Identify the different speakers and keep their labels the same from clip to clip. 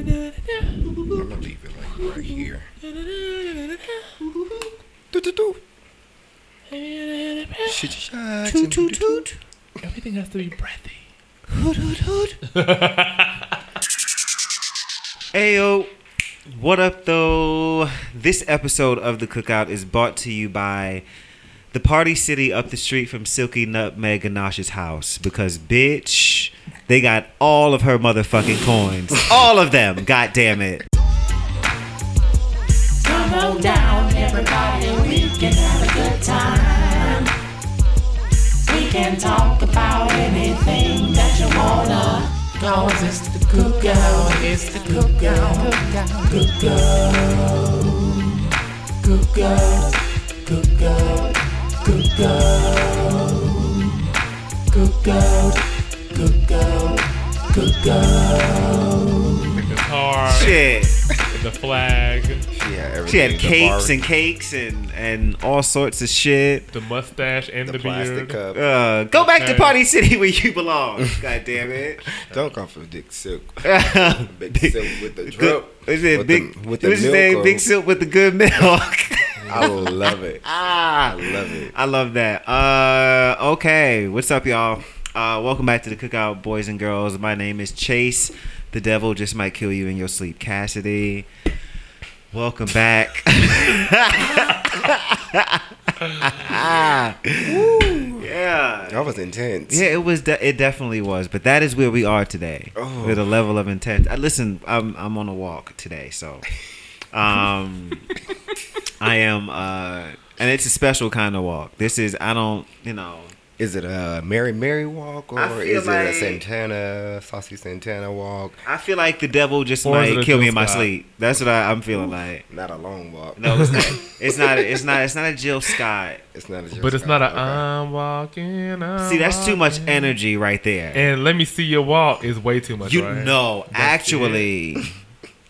Speaker 1: I'm gonna leave it like right here.
Speaker 2: Toot toot toot. Shoot your shots. and Toot toot toot.
Speaker 3: Everything has to be breathy.
Speaker 2: Hoot hoot hoot.
Speaker 4: Ayo, what up though? This episode of The Cookout is brought to you by the Party City up the street from Silky Nutmeg Ganache's house because, bitch, they got all of her motherfucking coins. all of them, god damn it.
Speaker 5: Come on down, everybody. We can have a good time. We can talk about anything that you wanna. Cause it's the cookout. It's the cookout. Cookout. Cookout. Cookout. Cookout. Cookout. Cookout. Cookout.
Speaker 3: The guitar,
Speaker 4: Shit.
Speaker 3: the flag,
Speaker 2: Yeah, everything.
Speaker 4: She had
Speaker 2: The
Speaker 4: cakes
Speaker 2: bar-
Speaker 4: and cakes and, and all sorts of shit.
Speaker 3: the mustache, and the,
Speaker 2: the plastic
Speaker 3: beard.
Speaker 2: cup.
Speaker 4: Uh, go back to
Speaker 3: Okay.
Speaker 4: Party City where you belong. God damn it.
Speaker 2: Don't come from Dick Silk. Big
Speaker 4: Big-
Speaker 2: Silk with the
Speaker 4: Good,
Speaker 2: drip.
Speaker 4: is it
Speaker 2: With
Speaker 4: big?
Speaker 2: the- with the
Speaker 4: what's his
Speaker 2: milk
Speaker 4: name?
Speaker 2: or-
Speaker 4: Big Silk with the good milk.
Speaker 2: I will love it.
Speaker 4: ah,
Speaker 2: I love it.
Speaker 4: I love that. Uh, okay, what's up, y'all? Uh, welcome back to the Cookout, boys and girls. My name is Chase. The devil just might kill you in your sleep, Cassidy. Welcome back. Ah. Yeah.
Speaker 2: That was intense.
Speaker 4: Yeah, it was. De- it definitely was. But that is where we are today,
Speaker 2: Oh.
Speaker 4: with a level of intent. I, listen, I'm I'm on a walk today, so um, I am, uh, and it's a special kind of walk. This is I don't, you know,
Speaker 2: Is it a Mary Mary walk
Speaker 4: I
Speaker 2: or
Speaker 4: feel
Speaker 2: is it
Speaker 4: like-
Speaker 2: a Santana, Saucy Santana walk?
Speaker 4: I feel like the devil just
Speaker 3: Or is it
Speaker 4: might
Speaker 3: a
Speaker 4: kill me
Speaker 3: Jill
Speaker 4: in my
Speaker 3: Scott?
Speaker 4: sleep. That's what I, I'm feeling like.
Speaker 2: Not a long walk.
Speaker 4: No, it's not. It's not. It's not. It's not a Jill Scott.
Speaker 2: It's not a Jill
Speaker 3: But it's
Speaker 2: Scott.
Speaker 3: not a
Speaker 2: Okay.
Speaker 4: uh,
Speaker 3: I'm walking. i
Speaker 4: See, that's too much energy right there.
Speaker 3: And let me see your walk is way too much.
Speaker 4: You
Speaker 3: right?
Speaker 4: know, actually,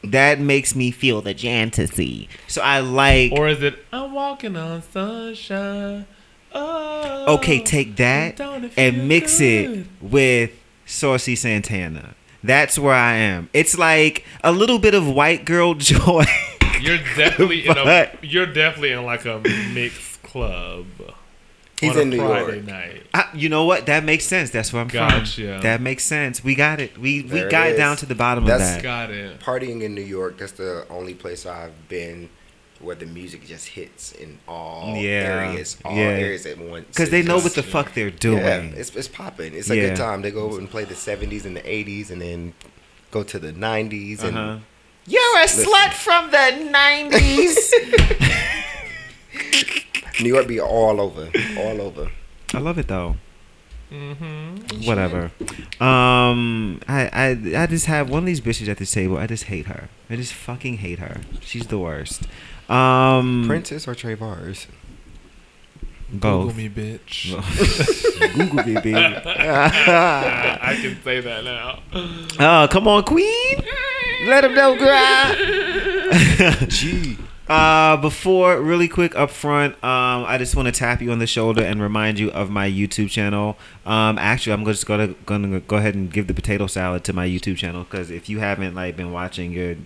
Speaker 4: that makes me feel the jantasy. So I like.
Speaker 3: Or is it I'm walking on sunshine? Oh.
Speaker 4: okay, take that
Speaker 3: Don't it feel
Speaker 4: and mix it
Speaker 3: good?
Speaker 4: with Saucy Santana. That's where I am. It's like a little bit of white girl joy.
Speaker 3: You're definitely in a.
Speaker 4: But-
Speaker 3: You're definitely in like a mixed club.
Speaker 2: He's
Speaker 3: on
Speaker 2: in
Speaker 3: a
Speaker 2: New
Speaker 3: Friday
Speaker 2: York.
Speaker 3: night.
Speaker 4: I- you know what? That makes sense. That's where I'm
Speaker 3: Gotcha.
Speaker 4: from. That makes sense. We got it. We
Speaker 2: There
Speaker 4: we
Speaker 2: it
Speaker 4: got
Speaker 2: is.
Speaker 4: down to the bottom
Speaker 2: That's-
Speaker 4: of that.
Speaker 3: Got it.
Speaker 2: Partying in New York, that's the only place I've been where the music just hits in all
Speaker 4: Yeah.
Speaker 2: areas, all
Speaker 4: Yeah.
Speaker 2: areas at once.
Speaker 4: Because they
Speaker 2: It's
Speaker 4: know
Speaker 2: just-
Speaker 4: what the fuck they're doing.
Speaker 2: Yeah, it's, it's popping. It's a
Speaker 4: Yeah.
Speaker 2: good time. They go and play the 70s and the 80s and then go to the 90s and
Speaker 4: Uh-huh. You're a slut from the nineties.
Speaker 2: New York be all over, all over.
Speaker 4: I love it though. Mm-hmm. Whatever. Um, I, I I just have one of these bitches at this table. I just hate her. I just fucking hate her. She's the worst. Um,
Speaker 2: Princess or Trey Bars?
Speaker 4: both.
Speaker 3: Google me, bitch.
Speaker 4: Google me, baby.
Speaker 3: I, I can say that now.
Speaker 4: Oh, come on, queen. Let him know, girl.
Speaker 2: Gee,
Speaker 4: Uh, before, really quick up front, um, I just want to tap you on the shoulder and remind you of my YouTube channel. Um, actually, I'm just gonna gonna go ahead and give the potato salad to my YouTube channel because if you haven't like been watching, you're,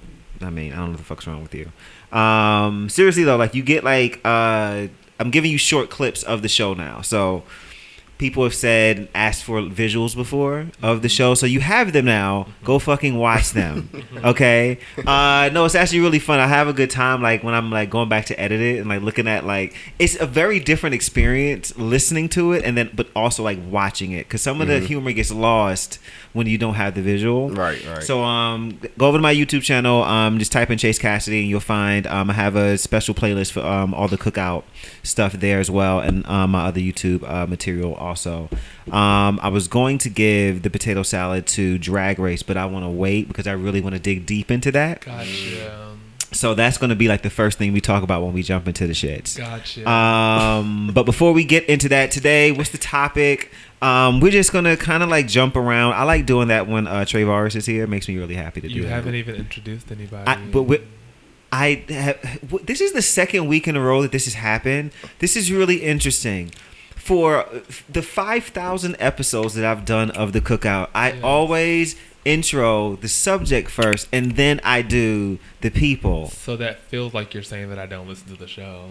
Speaker 4: I mean, I don't know what the fuck's wrong with you. Um, seriously though, like you get like uh, I'm giving you short clips of the show now, so people have said asked for visuals before of the show so you have them now go fucking watch them okay uh no it's actually really fun i have a good time like when i'm like going back to edit it and like looking at like it's a very different experience listening to it and then but also like watching it because some of the humor gets lost when you don't have the visual
Speaker 2: Mm-hmm. Right, right.
Speaker 4: so um go over to my youtube channel um just type in chase cassidy and you'll find um i have a special playlist for um all the cookout stuff there as well and um, my other youtube uh, material also um i was going to give the potato salad to drag race but i want to wait because i really want to dig deep into that
Speaker 3: Gotcha.
Speaker 4: so that's going to be like the first thing we talk about when we jump into the shits
Speaker 3: Gotcha.
Speaker 4: um, but before we get into that today, what's the topic? Um, we're just gonna kind of like jump around. I like doing that when uh, Travis is here. It makes me really happy to do.
Speaker 3: you
Speaker 4: that.
Speaker 3: haven't even introduced anybody.
Speaker 4: I, but we, I have, this is the second week in a row that this has happened. This is really interesting. for uh, the 5,000 episodes that I've done of the cookout, I always intro the subject first and then I do the people.
Speaker 3: So that feels like you're saying that I don't listen to the show.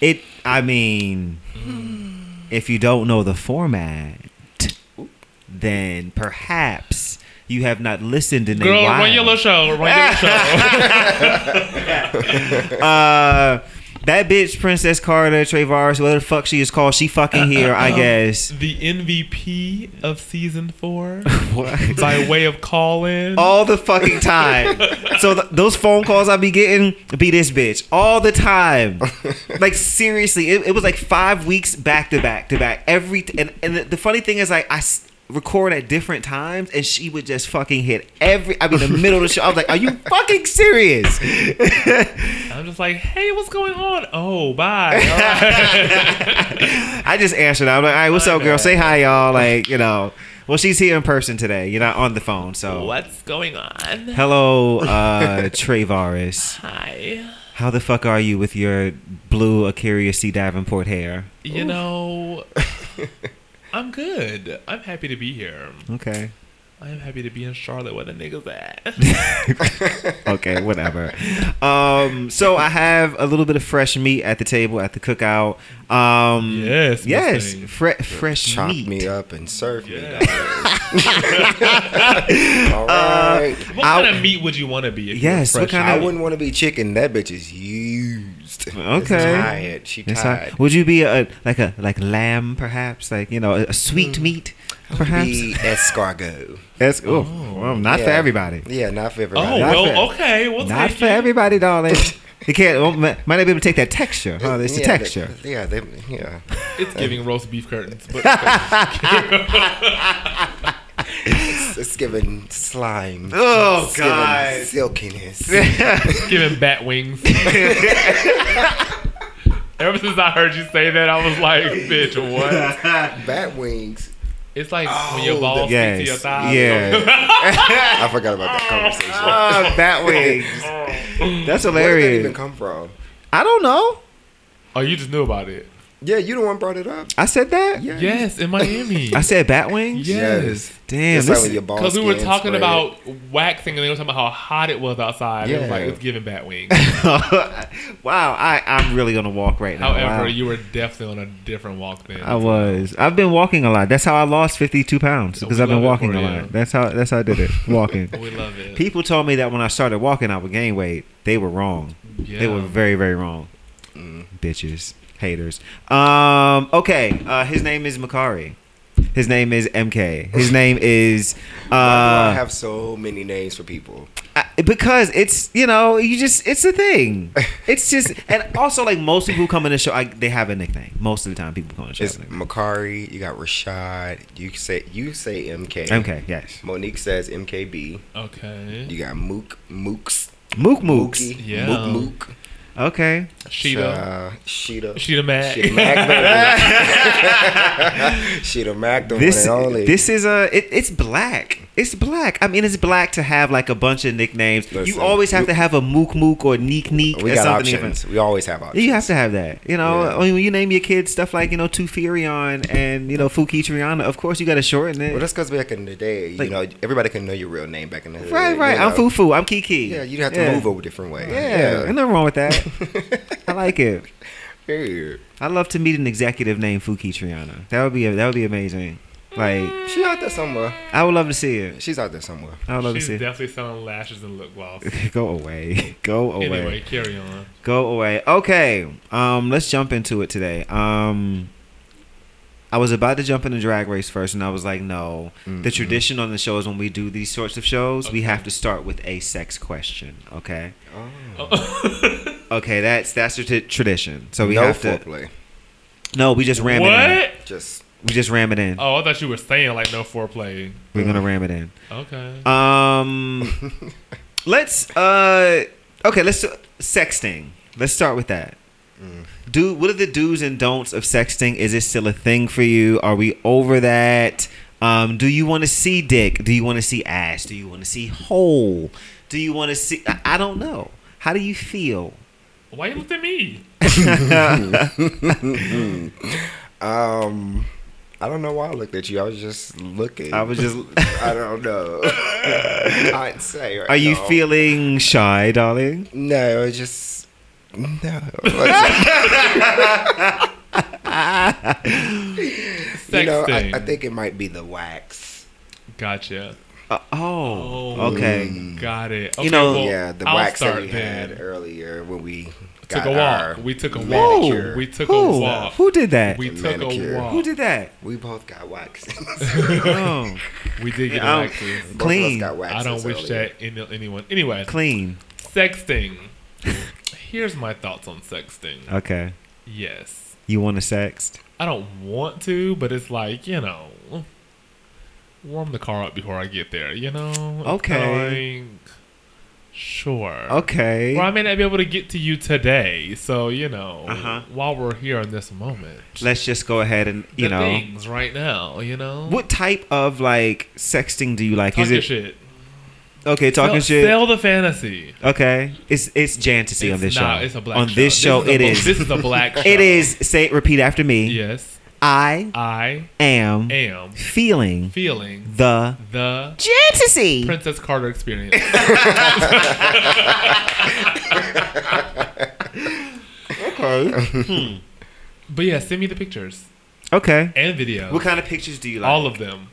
Speaker 4: It, I mean,
Speaker 3: Hmm.
Speaker 4: if you don't know the format, then perhaps you have not listened in
Speaker 3: Girl,
Speaker 4: a while.
Speaker 3: run your little show. Run your little show.
Speaker 4: Uh, that bitch, Princess Carter, Travis, whatever the fuck she is called, she fucking here, I guess.
Speaker 3: the MVP of season four
Speaker 4: What?
Speaker 3: by way of call in.
Speaker 4: all the fucking time. so th- those phone calls I be getting be this bitch all the time. like seriously, it, it was like five weeks back to back to back. Every t- and and the, the funny thing is like I. s- Record at different times, and she would just fucking hit every. I mean, the middle of the show. I was like, "Are you fucking serious?"
Speaker 3: I'm just like, hey, what's going on? Oh, bye. All right.
Speaker 4: I just answered. I'm like, "All right, what's up, girl? Say hi, y'all." Like, you know. Well, she's here in person today. You're not on the phone, so.
Speaker 3: what's going on?
Speaker 4: Hello, uh, Travaris.
Speaker 3: Hi.
Speaker 4: How the fuck are you with your blue Akira C. Davenport hair?
Speaker 3: You know, I'm good. I'm happy to be here.
Speaker 4: Okay.
Speaker 3: I am happy to be in Charlotte where the niggas at.
Speaker 4: Okay, whatever. um, so I have a little bit of fresh meat at the table at the cookout. Um,
Speaker 3: Yes, Miss
Speaker 4: Yes.
Speaker 3: Thing.
Speaker 4: Fre- fresh
Speaker 2: Chop
Speaker 4: meat.
Speaker 2: me up and serve
Speaker 3: Yeah.
Speaker 2: me. dog. All right.
Speaker 3: What
Speaker 4: I'll-
Speaker 3: kind of meat would you want to be? If
Speaker 4: Yes,
Speaker 3: You were
Speaker 4: what
Speaker 3: fresh?
Speaker 4: kind
Speaker 2: I
Speaker 4: of-
Speaker 2: wouldn't want to be chicken. That bitch is used. It's
Speaker 4: Okay.
Speaker 2: tired. She
Speaker 4: That's
Speaker 2: tired.
Speaker 4: how, would you be a like a like lamb perhaps like you know a, a sweet
Speaker 2: Mm.
Speaker 4: meat perhaps?
Speaker 2: Be escargot.
Speaker 4: That's oh, well, not for
Speaker 2: Yeah.
Speaker 4: everybody.
Speaker 2: Yeah, not for everybody.
Speaker 3: Oh,
Speaker 4: Not
Speaker 3: well,
Speaker 4: for-
Speaker 3: okay. We'll
Speaker 4: Not
Speaker 3: take
Speaker 4: for
Speaker 3: it.
Speaker 4: everybody, darling. You can't well, might might not be able to take that texture. Huh? It's the
Speaker 2: yeah,
Speaker 4: texture.
Speaker 2: They, yeah, they, yeah.
Speaker 3: It's giving roast beef curtains. But
Speaker 2: It's, it's giving slime.
Speaker 4: Oh,
Speaker 2: It's giving
Speaker 4: God.
Speaker 2: silkiness.
Speaker 3: it's giving bat wings. Ever since I heard you say that, I was like, bitch, what?
Speaker 2: Bat wings.
Speaker 3: It's like when your
Speaker 2: Oh,
Speaker 3: balls stick to your
Speaker 4: Yes.
Speaker 3: thighs.
Speaker 4: Yeah.
Speaker 2: I forgot about that conversation. Ah,
Speaker 4: oh, bat
Speaker 3: Oh.
Speaker 4: wings.
Speaker 2: Where did that
Speaker 4: That's
Speaker 2: even
Speaker 4: hilarious.
Speaker 2: come from?
Speaker 4: I don't know.
Speaker 3: Oh, you just knew about it.
Speaker 2: Yeah, you the one brought it up.
Speaker 4: I said that.
Speaker 2: Yeah.
Speaker 3: Yes, in Miami.
Speaker 4: I said bat wings.
Speaker 3: yes.
Speaker 4: Damn.
Speaker 2: It's like
Speaker 4: This
Speaker 2: when your balls
Speaker 3: Because we were
Speaker 2: getting
Speaker 3: talking
Speaker 2: sprayed.
Speaker 3: about waxing and they were talking about how hot it was outside. It was
Speaker 2: Yeah.
Speaker 3: like, it's giving bat wings.
Speaker 4: wow. I I'm really gonna walk right now.
Speaker 3: However,
Speaker 4: Wow.
Speaker 3: you were definitely on a different walk then.
Speaker 4: I was. I've been walking a lot. That's how I lost 52 pounds because
Speaker 3: We
Speaker 4: I've been
Speaker 3: love it
Speaker 4: walking
Speaker 3: for
Speaker 4: a
Speaker 3: you.
Speaker 4: lot. That's how. That's how I did it. Walking.
Speaker 3: we love it.
Speaker 4: People told me that when I started walking, I would gain weight. They were wrong. They were
Speaker 3: Yeah.
Speaker 4: very, very wrong.
Speaker 2: Mm.
Speaker 4: Bitches, haters. Um. Okay. Uh, his name is Makari. His name is MK. His name is.
Speaker 2: Why do I
Speaker 4: Uh,
Speaker 2: have so many names for people.
Speaker 4: I- because it's you know you just it's a thing. It's just and also like most people who come in the show, I, they have a nickname. Most of the time, people come in the show.
Speaker 2: It's
Speaker 4: have a nickname.
Speaker 2: Makari. You got Rashad. You say you say MK.
Speaker 4: MK, yes.
Speaker 2: Monique says MKB.
Speaker 3: Okay.
Speaker 2: You got Mook Mooks.
Speaker 4: Mook Mooks.
Speaker 2: Mookie,
Speaker 3: Yeah.
Speaker 2: Mook Mook.
Speaker 4: Okay.
Speaker 3: Sheeta.
Speaker 2: Uh, Sheeta.
Speaker 3: Sheeta Mac.
Speaker 2: Sheeta Mac. Sheeta Mac, the
Speaker 4: This
Speaker 2: one and only.
Speaker 4: this is a it, it's black. It's black. I mean, it's black to have like a bunch of nicknames. you
Speaker 2: Listen,
Speaker 4: always have
Speaker 2: you-
Speaker 4: to have a Mook Mook or Neek Neek
Speaker 2: we
Speaker 4: or
Speaker 2: got
Speaker 4: something
Speaker 2: options.
Speaker 4: different.
Speaker 2: We always have options.
Speaker 4: You have to have that, you know.
Speaker 2: Yeah.
Speaker 4: I mean, when you name your kids stuff like you know Tufirion and you know Fukitriana, of course you got to shorten it.
Speaker 2: Well, that's because back in the day, you
Speaker 4: Like-
Speaker 2: know, everybody couldn't know your real name back in the day.
Speaker 4: right, right. I'm Fufu. I'm Kiki.
Speaker 2: Yeah, you have to move a different way.
Speaker 4: Yeah, ain't nothing wrong with that. I like it.
Speaker 2: Yeah.
Speaker 4: I love to meet an executive named Fuki Triana. That would be that would be amazing. Like
Speaker 2: She out there somewhere.
Speaker 4: I would love to see it.
Speaker 2: She's out there somewhere.
Speaker 4: I would love
Speaker 3: She's
Speaker 4: to see
Speaker 3: definitely selling lashes and lip gloss.
Speaker 4: it. Go away. Go away.
Speaker 3: Anyway, carry on.
Speaker 4: Go away. Okay. Um, let's jump into it today. Um, I was about to jump into Drag Race first, and I was like, no. The tradition on the show is when we do these sorts of shows, we have to start with a sex question. Okay. Okay, that's that's the t- tradition. So we
Speaker 2: no
Speaker 4: have to.
Speaker 2: foreplay.
Speaker 4: No, we just ram it in.
Speaker 3: what?
Speaker 2: Just
Speaker 4: We just ram it in.
Speaker 3: Oh, I thought you were saying like no foreplay.
Speaker 4: We're gonna ram it in.
Speaker 3: Okay.
Speaker 4: Um, let's uh, okay, let's do sexting. Let's start with that. Do what are the do's and don'ts of sexting? Is it still a thing for you? Are we over that? Um, do you want to see dick? Do you want to see ass? Do you want to see hole? Do you want to see? I, I don't know. How do you feel?
Speaker 3: Why you looked at me?
Speaker 2: Um, I don't know why I looked at you. I was just looking.
Speaker 4: I was just.
Speaker 2: I don't know. I can't say. Right
Speaker 4: Are you
Speaker 2: now.
Speaker 4: feeling shy, darling?
Speaker 2: No, it was just no. you know, I,
Speaker 3: Sexting.
Speaker 2: I think it might be the wax.
Speaker 3: Gotcha.
Speaker 4: Uh, oh, okay.
Speaker 3: Got it. Okay,
Speaker 4: You know-
Speaker 3: well,
Speaker 2: yeah, the
Speaker 3: I'll
Speaker 2: wax that
Speaker 3: start
Speaker 2: we
Speaker 3: then.
Speaker 2: had earlier when we
Speaker 3: Took
Speaker 2: got
Speaker 3: a
Speaker 2: our-
Speaker 3: walk. We took a
Speaker 2: manicure.
Speaker 3: walk. We took a
Speaker 4: Who?
Speaker 3: walk.
Speaker 4: Who did that?
Speaker 3: we
Speaker 2: The
Speaker 3: took
Speaker 2: manicure.
Speaker 3: a walk.
Speaker 4: Who did that?
Speaker 2: we both got waxes.
Speaker 4: Oh,
Speaker 3: we did get
Speaker 4: Um,
Speaker 3: waxes.
Speaker 2: Both of us
Speaker 4: Clean.
Speaker 2: got waxes
Speaker 3: I don't wish
Speaker 2: earlier.
Speaker 3: that in anyone. Anyway,
Speaker 4: clean.
Speaker 3: sexting. Here's my thoughts on sexting.
Speaker 4: Okay.
Speaker 3: Yes.
Speaker 4: You want to sext?
Speaker 3: I don't want to, but it's like, you know, warm the car up before I get there, you know? It's
Speaker 4: Okay.
Speaker 3: like, sure.
Speaker 4: Okay.
Speaker 3: Well, I may not be able to get to you today, so, you know,
Speaker 4: Uh-huh.
Speaker 3: while we're here in this moment,
Speaker 4: Let's just go ahead and you
Speaker 3: the
Speaker 4: know.
Speaker 3: things right now, you know?
Speaker 4: What type of like sexting do you like?
Speaker 3: Talk
Speaker 4: Is
Speaker 3: your
Speaker 4: it
Speaker 3: shit.
Speaker 4: okay? Talking
Speaker 3: sell,
Speaker 4: shit.
Speaker 3: Sell the fantasy.
Speaker 4: Okay, it's it's Jantasy
Speaker 3: It's
Speaker 4: on this
Speaker 3: not-
Speaker 4: show.
Speaker 3: It's a black
Speaker 4: on
Speaker 3: show.
Speaker 4: this show,
Speaker 3: a
Speaker 4: it
Speaker 3: bu-
Speaker 4: is.
Speaker 3: This is a black show.
Speaker 4: It is. Say repeat after me.
Speaker 3: Yes.
Speaker 4: I
Speaker 3: I
Speaker 4: am
Speaker 3: am
Speaker 4: feeling
Speaker 3: feeling
Speaker 4: the
Speaker 3: the
Speaker 4: Jantasy.
Speaker 3: Princess Carter experience.
Speaker 4: Okay.
Speaker 3: but yeah, send me the pictures
Speaker 4: okay.
Speaker 3: and videos.
Speaker 4: What kind of pictures do you like?
Speaker 3: All of them.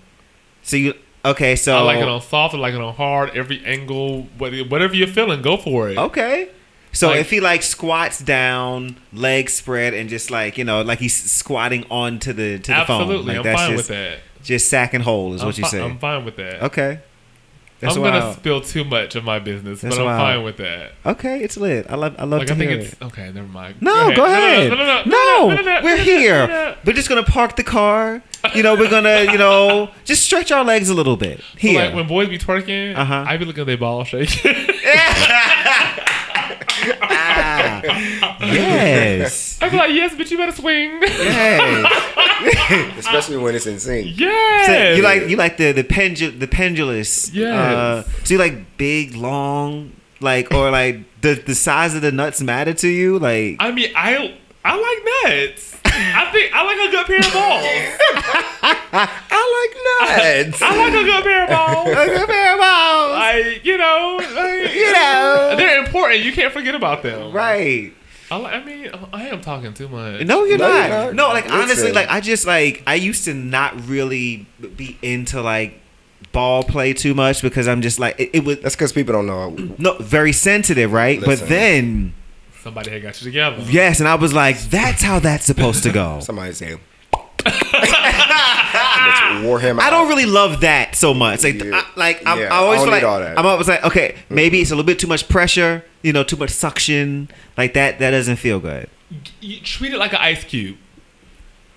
Speaker 4: So you okay? So
Speaker 3: I like it on soft. I like it on hard. Every angle, what- whatever you're feeling, go for it.
Speaker 4: Okay. So
Speaker 3: Like-
Speaker 4: if he like squats down, legs spread, and just like you know, like he's squatting onto the to the phone,
Speaker 3: Absolutely,
Speaker 4: like
Speaker 3: I'm fine with
Speaker 4: just
Speaker 3: that.
Speaker 4: just sack and hole is what
Speaker 3: I'm
Speaker 4: you
Speaker 3: fi-
Speaker 4: say.
Speaker 3: I'm fine with that.
Speaker 4: okay, that's
Speaker 3: I'm
Speaker 4: wild.
Speaker 3: gonna spill too much of my business,
Speaker 4: That's
Speaker 3: but I'm
Speaker 4: wild.
Speaker 3: fine with that.
Speaker 4: okay, it's lit. I love I love
Speaker 3: Like
Speaker 4: to
Speaker 3: I think
Speaker 4: hear
Speaker 3: it's
Speaker 4: it.
Speaker 3: okay. Never mind.
Speaker 4: No, go ahead.
Speaker 3: No, no, no, no,
Speaker 4: No,
Speaker 3: no, no, no, no,
Speaker 4: we're
Speaker 3: no, no,
Speaker 4: here.
Speaker 3: no, no.
Speaker 4: We're just gonna park the car. You know, we're gonna you know just stretch our legs a little bit
Speaker 3: So,
Speaker 4: here.
Speaker 3: Like when boys be twerking,
Speaker 4: Uh-huh.
Speaker 3: I be looking at their ball shaking.
Speaker 4: yes,
Speaker 3: I be like, yes, bitch, you better swing.
Speaker 4: yes.
Speaker 2: Especially when it's in sync.
Speaker 3: yes.
Speaker 4: So you like you like the the pendul the pendulous. Uh,
Speaker 3: Yes.
Speaker 4: so you like big, long, like or like the the size of the nuts matter to you. Like
Speaker 3: I mean, I I like nuts. I think I like a good pair of balls.
Speaker 2: I like nuts.
Speaker 3: I like a good pair of balls.
Speaker 4: Like,
Speaker 3: Like you know, like,
Speaker 4: you know.
Speaker 3: they're important. You can't forget about them.
Speaker 4: right.
Speaker 3: I, li- I mean, I am talking too much.
Speaker 4: No, you're
Speaker 2: No,
Speaker 4: not.
Speaker 2: you're not.
Speaker 4: No, like honestly,
Speaker 2: Listen.
Speaker 4: like I just like I used to not really be into like ball play too much because I'm just like it, it was
Speaker 2: That's because people don't know.
Speaker 4: no very sensitive, right? But
Speaker 2: Listen.
Speaker 4: then
Speaker 3: somebody had got you together.
Speaker 4: yes, and I was like, that's how that's supposed to go.
Speaker 2: Somebody say. Which wore him
Speaker 4: I don't
Speaker 2: out.
Speaker 4: really love that so much. Like,
Speaker 2: Yeah.
Speaker 4: I, like I'm,
Speaker 2: Yeah,
Speaker 4: I always
Speaker 2: I
Speaker 4: feel
Speaker 2: don't
Speaker 4: like
Speaker 2: need all that. Mm-hmm.
Speaker 4: I'm always like, okay, maybe it's a little bit too much pressure. You know, too much suction. Like that, that doesn't feel good.
Speaker 3: You treat it like an ice cube.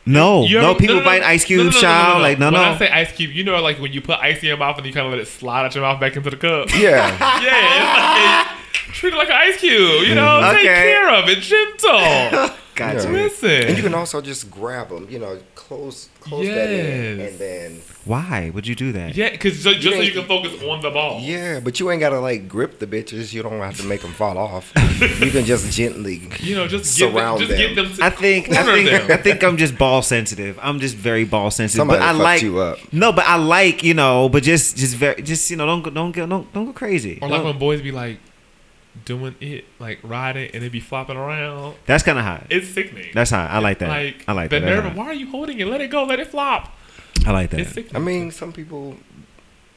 Speaker 4: No,
Speaker 3: You
Speaker 4: Oh, no,
Speaker 3: ever-
Speaker 4: people bite ice
Speaker 3: no, no,
Speaker 4: cubes,
Speaker 3: no, no,
Speaker 4: child. Like no,
Speaker 3: when
Speaker 4: no.
Speaker 3: I say ice cube, you know, like when you put ice in your mouth and you kind of let it slide out your mouth back into the cup.
Speaker 2: Yeah.
Speaker 3: yeah, it's like, treat it like an ice cube. You know,
Speaker 4: Mhm.
Speaker 3: take
Speaker 4: Okay.
Speaker 3: care of it, gentle.
Speaker 4: Gotcha.
Speaker 2: Yeah. And you
Speaker 3: Listen,
Speaker 2: can also just grab them, you know, close, close that in,
Speaker 3: Yes.
Speaker 2: and then
Speaker 4: Why would you do that?
Speaker 3: yeah, because just so you
Speaker 2: ain't-
Speaker 3: can focus on the ball.
Speaker 2: yeah. But you ain't gotta like grip the bitches. You don't have to make them fall off. you can just gently.
Speaker 3: You know, just get them,
Speaker 2: Surround
Speaker 3: just get
Speaker 2: them.
Speaker 3: them. To,
Speaker 4: I think I
Speaker 3: Corner
Speaker 4: think
Speaker 3: them.
Speaker 4: I think I'm just ball sensitive. I'm just very ball sensitive.
Speaker 2: Somebody
Speaker 4: but I
Speaker 2: fucked
Speaker 4: like
Speaker 2: you up.
Speaker 4: no, but I like you know, but just just very just you know don't go don't go don't don't go crazy.
Speaker 3: or like
Speaker 4: Don't-
Speaker 3: when boys be like doing it, like riding, and they be flopping around.
Speaker 4: that's kind of hot.
Speaker 3: It's sickening.
Speaker 4: That's hot. I like that.
Speaker 3: Like
Speaker 4: I like
Speaker 3: the
Speaker 4: that. That's
Speaker 3: nerve. of
Speaker 4: hot.
Speaker 3: Why are you holding it? Let it go. Let it flop.
Speaker 4: I like that.
Speaker 3: It's sickening.
Speaker 2: I mean, some people,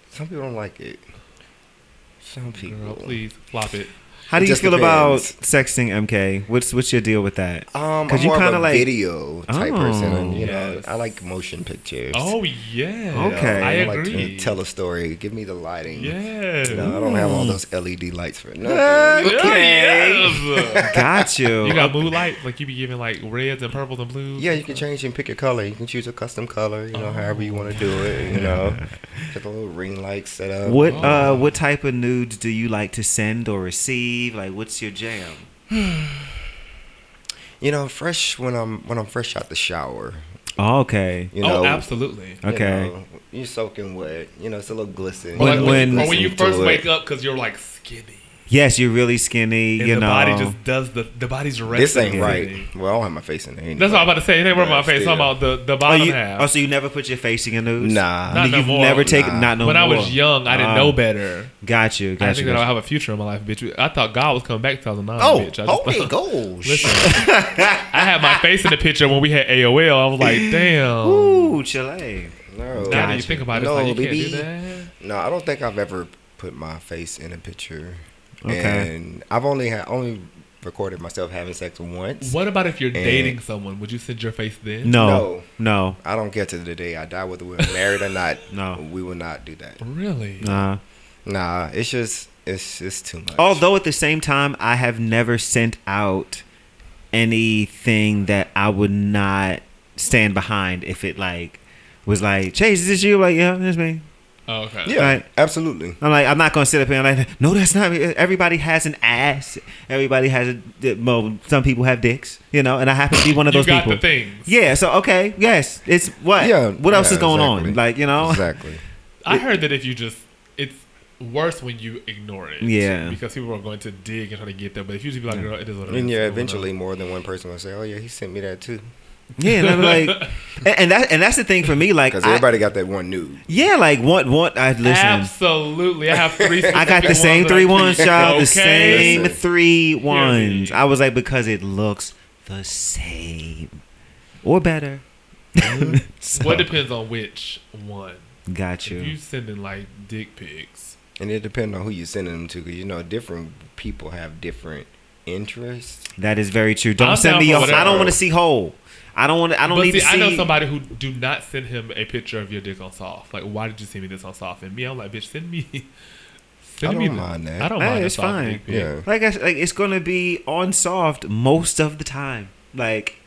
Speaker 2: some people don't like it. Some people.
Speaker 3: Girl, please flop it.
Speaker 4: How do
Speaker 2: It
Speaker 4: you
Speaker 2: just
Speaker 4: feel about
Speaker 2: depends.
Speaker 4: sexting, MK? What's what's your deal with that?
Speaker 2: Um, I'm
Speaker 4: 'Cause you
Speaker 2: more of
Speaker 4: kinda
Speaker 2: a
Speaker 4: like-
Speaker 2: video type
Speaker 4: Oh.
Speaker 2: person. and, You
Speaker 3: Yes.
Speaker 2: know, I like motion pictures.
Speaker 3: Oh yeah.
Speaker 2: You know,
Speaker 4: okay.
Speaker 3: I
Speaker 2: I
Speaker 3: agree.
Speaker 2: like to tell a story. Give me the lighting.
Speaker 3: Yes.
Speaker 2: You know, I don't have all those LED lights for
Speaker 4: Uh,
Speaker 2: nothing.
Speaker 3: Yeah, yes.
Speaker 4: Got you.
Speaker 3: you got mood lights, like you be giving like reds and purples and blues.
Speaker 2: Yeah, you can change and pick your color. You can choose a custom color. You know, however you want to do it. You know, just a little ring light set up.
Speaker 4: what
Speaker 3: Oh.
Speaker 4: uh what type of nudes do you like to send or receive? Like what's your jam?
Speaker 2: You know, fresh when I'm when I'm fresh out the shower.
Speaker 4: okay.
Speaker 2: You know,
Speaker 3: oh, absolutely.
Speaker 2: you
Speaker 4: Okay.
Speaker 2: know, you're soaking wet. You know, it's a little glisten.
Speaker 3: Or like
Speaker 4: When-
Speaker 3: when,
Speaker 4: when-
Speaker 3: or when you
Speaker 2: Listen to
Speaker 3: first
Speaker 2: it.
Speaker 3: wake up because you're like skinny.
Speaker 4: Yes, you're really skinny.
Speaker 3: And
Speaker 4: you
Speaker 3: the
Speaker 4: know,
Speaker 3: body just does the the body's direction.
Speaker 2: This ain't
Speaker 3: is
Speaker 2: right.
Speaker 3: skinny.
Speaker 2: Well, I don't have my face in there. Anyway.
Speaker 3: That's what I'm about to say. It ain't where
Speaker 2: But
Speaker 3: my face. I'm
Speaker 2: still.
Speaker 3: about the the
Speaker 4: oh,
Speaker 3: bottom
Speaker 4: you,
Speaker 3: half.
Speaker 4: oh, so you never put your face in your news?
Speaker 2: Nah.
Speaker 3: Not no
Speaker 4: you've
Speaker 3: more.
Speaker 4: never taken
Speaker 2: Nah.
Speaker 4: not no
Speaker 3: when I
Speaker 4: more.
Speaker 3: was young, I didn't
Speaker 4: Ah,
Speaker 3: know better.
Speaker 4: Got you.
Speaker 3: I
Speaker 4: Got you.
Speaker 3: think that I'll
Speaker 4: Got
Speaker 3: have a future in my life, bitch. I thought God was coming back in 2009.
Speaker 2: Oh,
Speaker 3: bitch. I just
Speaker 2: holy
Speaker 3: thought-
Speaker 2: gosh.
Speaker 3: Listen, I had my face in the picture when we had AOL. I was like, damn.
Speaker 4: you. Ooh, Chile.
Speaker 2: No.
Speaker 3: now that you
Speaker 4: gotcha.
Speaker 3: think about it,
Speaker 2: No,
Speaker 3: it's like, you
Speaker 2: baby.
Speaker 3: can't do that.
Speaker 2: No, I don't think I've ever put my face in a picture.
Speaker 4: Okay.
Speaker 2: And I've only had only recorded myself having sex once.
Speaker 3: What about if you're dating someone? Would you send your face then?
Speaker 4: Eh. No. No.
Speaker 2: I don't get to the day I die whether we're married or not.
Speaker 4: No.
Speaker 2: we will not do that.
Speaker 3: Really?
Speaker 4: Nah.
Speaker 2: Nah, it's just it's it's too much.
Speaker 4: Although at the same time, I have never sent out anything that I would not stand behind if it like was like, Chase, is this you? Like, yeah, that's me.
Speaker 3: Oh, okay.
Speaker 2: yeah,
Speaker 4: right.
Speaker 2: absolutely.
Speaker 4: I'm like, I'm not gonna sit up here and like, no, that's not me. Everybody has an ass. Everybody has a. Well, some people have dicks, you know, and I happen to be one of
Speaker 3: You
Speaker 4: those
Speaker 3: got
Speaker 4: people.
Speaker 3: the things.
Speaker 4: Yeah. So okay, yes, it's what.
Speaker 2: Yeah.
Speaker 4: What else
Speaker 2: yeah,
Speaker 4: is going
Speaker 2: exactly.
Speaker 4: on? Like you know.
Speaker 2: exactly.
Speaker 3: I heard that if you just, it's worse when you ignore it.
Speaker 4: Yeah.
Speaker 3: Because people are going to dig and try to get there. But if you just be like, girl, it is what it is.
Speaker 2: And yeah,
Speaker 3: Whatever.
Speaker 2: eventually more than one person will say, "Oh yeah, he sent me that too,"
Speaker 4: Yeah. And I'm like, and, and that and that's the thing for me. Like,
Speaker 2: because
Speaker 4: I-
Speaker 2: everybody got that one nude.
Speaker 4: yeah, like what what I listen.
Speaker 3: Absolutely. I have three
Speaker 4: I got the same three ones, y'all. The same
Speaker 2: Listen.
Speaker 4: three ones.
Speaker 3: me.
Speaker 4: I was like, because it looks the same or better. so,
Speaker 3: What depends on which one.
Speaker 4: got
Speaker 3: If you
Speaker 4: you?
Speaker 3: sending like dick pics.
Speaker 2: And it depends on who you're sending them to, because you know different people have different interests.
Speaker 4: That is very true. Don't
Speaker 3: I'm
Speaker 4: send
Speaker 3: down
Speaker 4: me
Speaker 3: for
Speaker 4: your. I
Speaker 3: whatever.
Speaker 4: don't want to see whole. I don't want. to I don't
Speaker 3: but
Speaker 4: need
Speaker 3: see,
Speaker 4: to see.
Speaker 3: I know somebody who do not send him a picture of your dick on soft. Like, why did you send me this on soft? And me, I'm like, bitch, send me. Send
Speaker 2: I
Speaker 3: me
Speaker 2: don't
Speaker 3: the-
Speaker 2: mind that.
Speaker 3: I don't
Speaker 4: Hey,
Speaker 3: mind. It's
Speaker 4: it's
Speaker 3: fine.
Speaker 4: fine.
Speaker 3: Dick pic.
Speaker 2: Yeah.
Speaker 4: Like I s like it's gonna be on soft most of the time. Like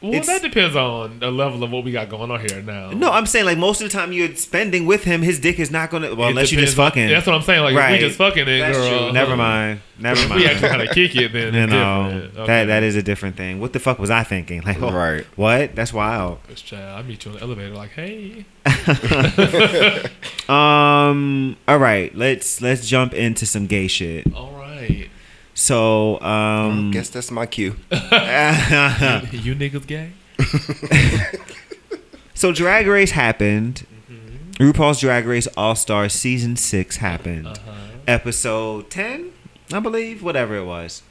Speaker 3: Well,
Speaker 4: It's-
Speaker 3: that depends on the level of what we got going on here now.
Speaker 4: Oh. no, I'm saying like most of the time you're spending with him, his dick is not gonna. Well,
Speaker 3: It
Speaker 4: unless you
Speaker 3: depends
Speaker 4: just
Speaker 3: on-
Speaker 4: fucking.
Speaker 3: That's what I'm saying. Like, if
Speaker 4: Right.
Speaker 3: we just fucking it,
Speaker 4: That's
Speaker 3: girl.
Speaker 4: true. Never mind. Never
Speaker 3: If we actually
Speaker 4: mind.
Speaker 3: kind of kick it, then
Speaker 4: You
Speaker 3: it's
Speaker 4: know
Speaker 3: different. Okay.
Speaker 4: that that is a different thing. What the fuck was I thinking? Like, oh,
Speaker 2: Right.
Speaker 4: What? That's wild.
Speaker 3: This Child, I meet you on the elevator. Like, hey,
Speaker 4: Um. All right. Let's let's jump into some gay shit.
Speaker 3: all right,
Speaker 4: So,
Speaker 2: I
Speaker 4: um,
Speaker 2: guess that's my cue.
Speaker 3: you niggas gay?
Speaker 4: so Drag Race happened.
Speaker 3: Mm-hmm.
Speaker 4: RuPaul's Drag Race All Stars season six happened.
Speaker 3: Uh-huh.
Speaker 4: Episode ten, I believe. Whatever it was.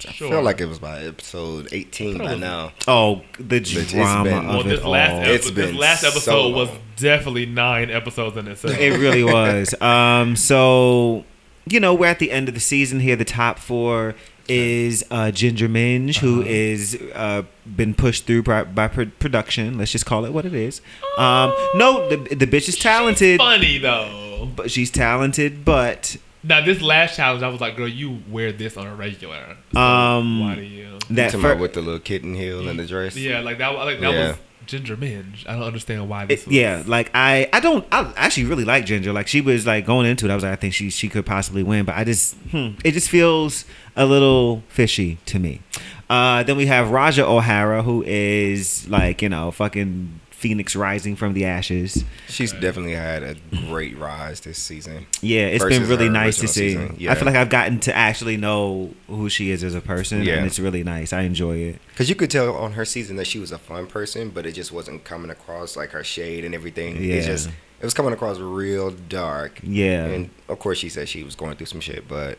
Speaker 3: Sure.
Speaker 2: I feel like it was by episode 18 by
Speaker 3: Probably.
Speaker 2: now.
Speaker 4: Oh, the
Speaker 2: it's
Speaker 4: drama
Speaker 2: been-
Speaker 4: of
Speaker 3: well,
Speaker 4: it
Speaker 3: Oh, this
Speaker 4: all.
Speaker 3: last,
Speaker 2: It's
Speaker 3: episode, this
Speaker 2: been
Speaker 3: last
Speaker 2: so
Speaker 3: episode was
Speaker 2: long.
Speaker 3: definitely nine episodes in itself.
Speaker 4: It really was. Um, so you know, we're at the end of the season here. The top four is uh, Ginger Minge, who
Speaker 3: Uh-huh.
Speaker 4: is uh, been pushed through by, by pro- production. Let's just call it what it is. Um, no, the the bitch is talented,
Speaker 3: Funny though.
Speaker 4: but she's talented, but
Speaker 3: Now this last challenge, I was like, girl, you wear this on a regular. So
Speaker 4: Um,
Speaker 3: why do you?
Speaker 4: that
Speaker 2: Talking
Speaker 4: fir-
Speaker 2: about with the little kitten heel and the dress.
Speaker 3: Yeah, like that. Like that
Speaker 2: Yeah.
Speaker 3: was Ginger Minge. I don't understand why this.
Speaker 4: it-
Speaker 3: was.
Speaker 4: yeah, like I, I don't, I actually really like Ginger. Like she was like going into it, I was like, I think she she could possibly win, but I just, hmm, it just feels a little fishy to me. Uh, then we have Raja O'Hara, who is like you know fucking phoenix rising from the ashes.
Speaker 2: She's definitely had a great rise this season.
Speaker 4: Yeah, it's been
Speaker 2: Versus
Speaker 4: really
Speaker 2: her
Speaker 4: nice to
Speaker 2: original
Speaker 4: see.
Speaker 2: season, yeah.
Speaker 4: I feel like I've gotten to actually know who she is as a person,
Speaker 2: Yeah.
Speaker 4: and it's really nice. I enjoy it.
Speaker 2: Because you could tell on her season that she was a fun person, but it just wasn't coming across like her shade and everything.
Speaker 4: Yeah.
Speaker 2: It just it was coming across real dark.
Speaker 4: Yeah.
Speaker 2: And of course, she said she was going through some shit, but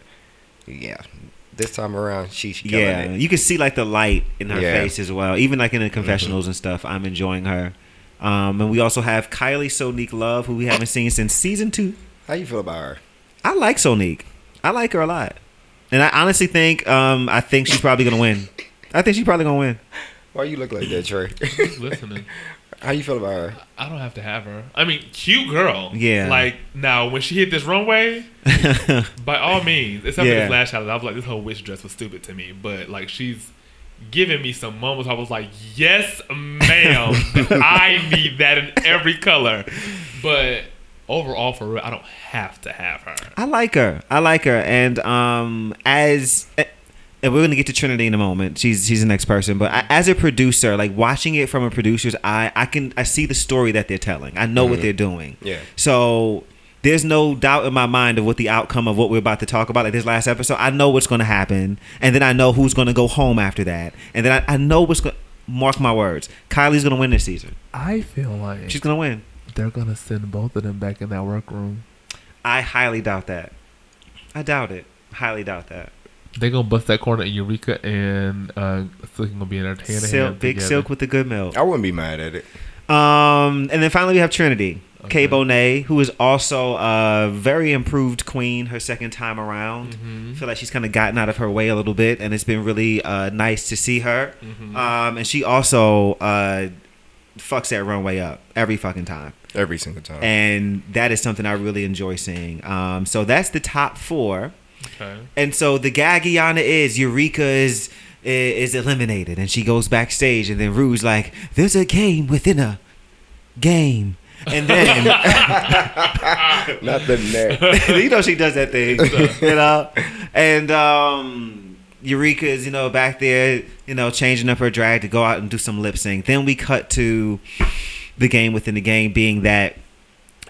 Speaker 2: yeah, this time around, she's she killing
Speaker 4: yeah,
Speaker 2: yeah. it.
Speaker 4: you can see like the light in her
Speaker 2: Yeah. Mm-hmm.
Speaker 4: face as well. Even like in the confessionals and stuff, I'm enjoying her. Um, and we also have Kylie Sonique Love, who we haven't seen since season two.
Speaker 2: How you feel about her?
Speaker 4: I like Sonique. I like her a lot, and I honestly think um, I think she's probably gonna win. I think she's probably gonna win.
Speaker 2: Why you look like that, Trey?
Speaker 3: Just listening.
Speaker 2: How you feel about her?
Speaker 3: I don't have to have her. I mean, cute girl.
Speaker 4: Yeah.
Speaker 3: Like now, when she hit this runway, by all means, except for
Speaker 4: Yeah.
Speaker 3: this last shot, I was like, this whole witch dress was stupid to me. But like, she's giving me some moments. I was like, yes, ma'am, I need that in every color. But overall, for real, I don't have to have her.
Speaker 4: I like her. I like her. And um, as and we're gonna get to Trinity in a moment. She's she's the next person. But I, as a producer, like watching it
Speaker 2: Mm-hmm.
Speaker 4: from a producer's eye, I can I see the story that they're telling. I know what they're doing.
Speaker 2: Yeah.
Speaker 4: So there's no doubt in my mind of what the outcome of what we're about to talk about. Like this last episode, I know what's going to happen, and then I know who's going to go home after that, and then I, I know what's going. Mark my words, Kylie's going to win this season.
Speaker 3: I feel like
Speaker 4: She's going to win.
Speaker 3: they're gonna send both of them back in that workroom.
Speaker 4: I highly doubt that. I doubt it. Highly doubt that.
Speaker 3: They're gonna bust that corner, and Eureka and uh, Silk gonna be in their hand.
Speaker 4: Silk, big Silk with the good milk.
Speaker 2: I wouldn't be mad at it.
Speaker 4: Um, and then finally we have Trinity.
Speaker 3: Okay.
Speaker 4: Kay Bonet, who is also a very improved queen her second time around. I feel like she's kind of gotten out of her way a little bit, and it's been really uh, nice to see her. Um, and she also uh, fucks that runway up every fucking time.
Speaker 2: Every single time.
Speaker 4: And that is something I really enjoy seeing. Um, so that's the top four.
Speaker 3: Okay.
Speaker 4: And so the Gagiana is Eureka is is eliminated, and she goes backstage, and then Rue's like, "There's a game within a game," and then
Speaker 2: Not the neck.
Speaker 4: you know she does that thing, you know, and um, Eureka is you know back there, you know, changing up her drag to go out and do some lip sync. Then we cut to the game within the game being that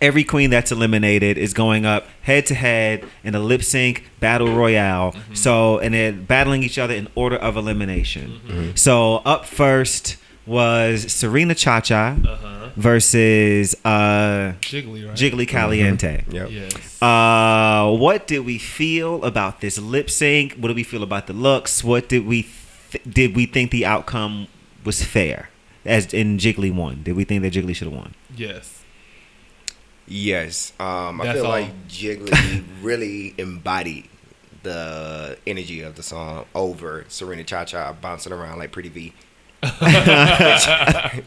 Speaker 4: every queen that's eliminated is going up head to head in a lip sync battle royale.
Speaker 3: Mm-hmm.
Speaker 4: So, and they're battling each other in order of elimination.
Speaker 3: Mm-hmm.
Speaker 4: So, up first was Serena Cha Cha
Speaker 3: Uh huh.
Speaker 4: versus uh,
Speaker 3: Jiggly, right?
Speaker 4: Jiggly Caliente.
Speaker 2: Yep.
Speaker 3: Yes.
Speaker 4: Uh, what did we feel about this lip sync? What did we feel about the looks? What did we th- did we think the outcome was fair? As in Jiggly won, did we think that Jiggly should have won?
Speaker 3: yes.
Speaker 2: Yes. Um, I
Speaker 3: That's
Speaker 2: feel
Speaker 3: all.
Speaker 2: like Jiggly really embodied the energy of the song over Serena Cha Cha bouncing around like Pretty V.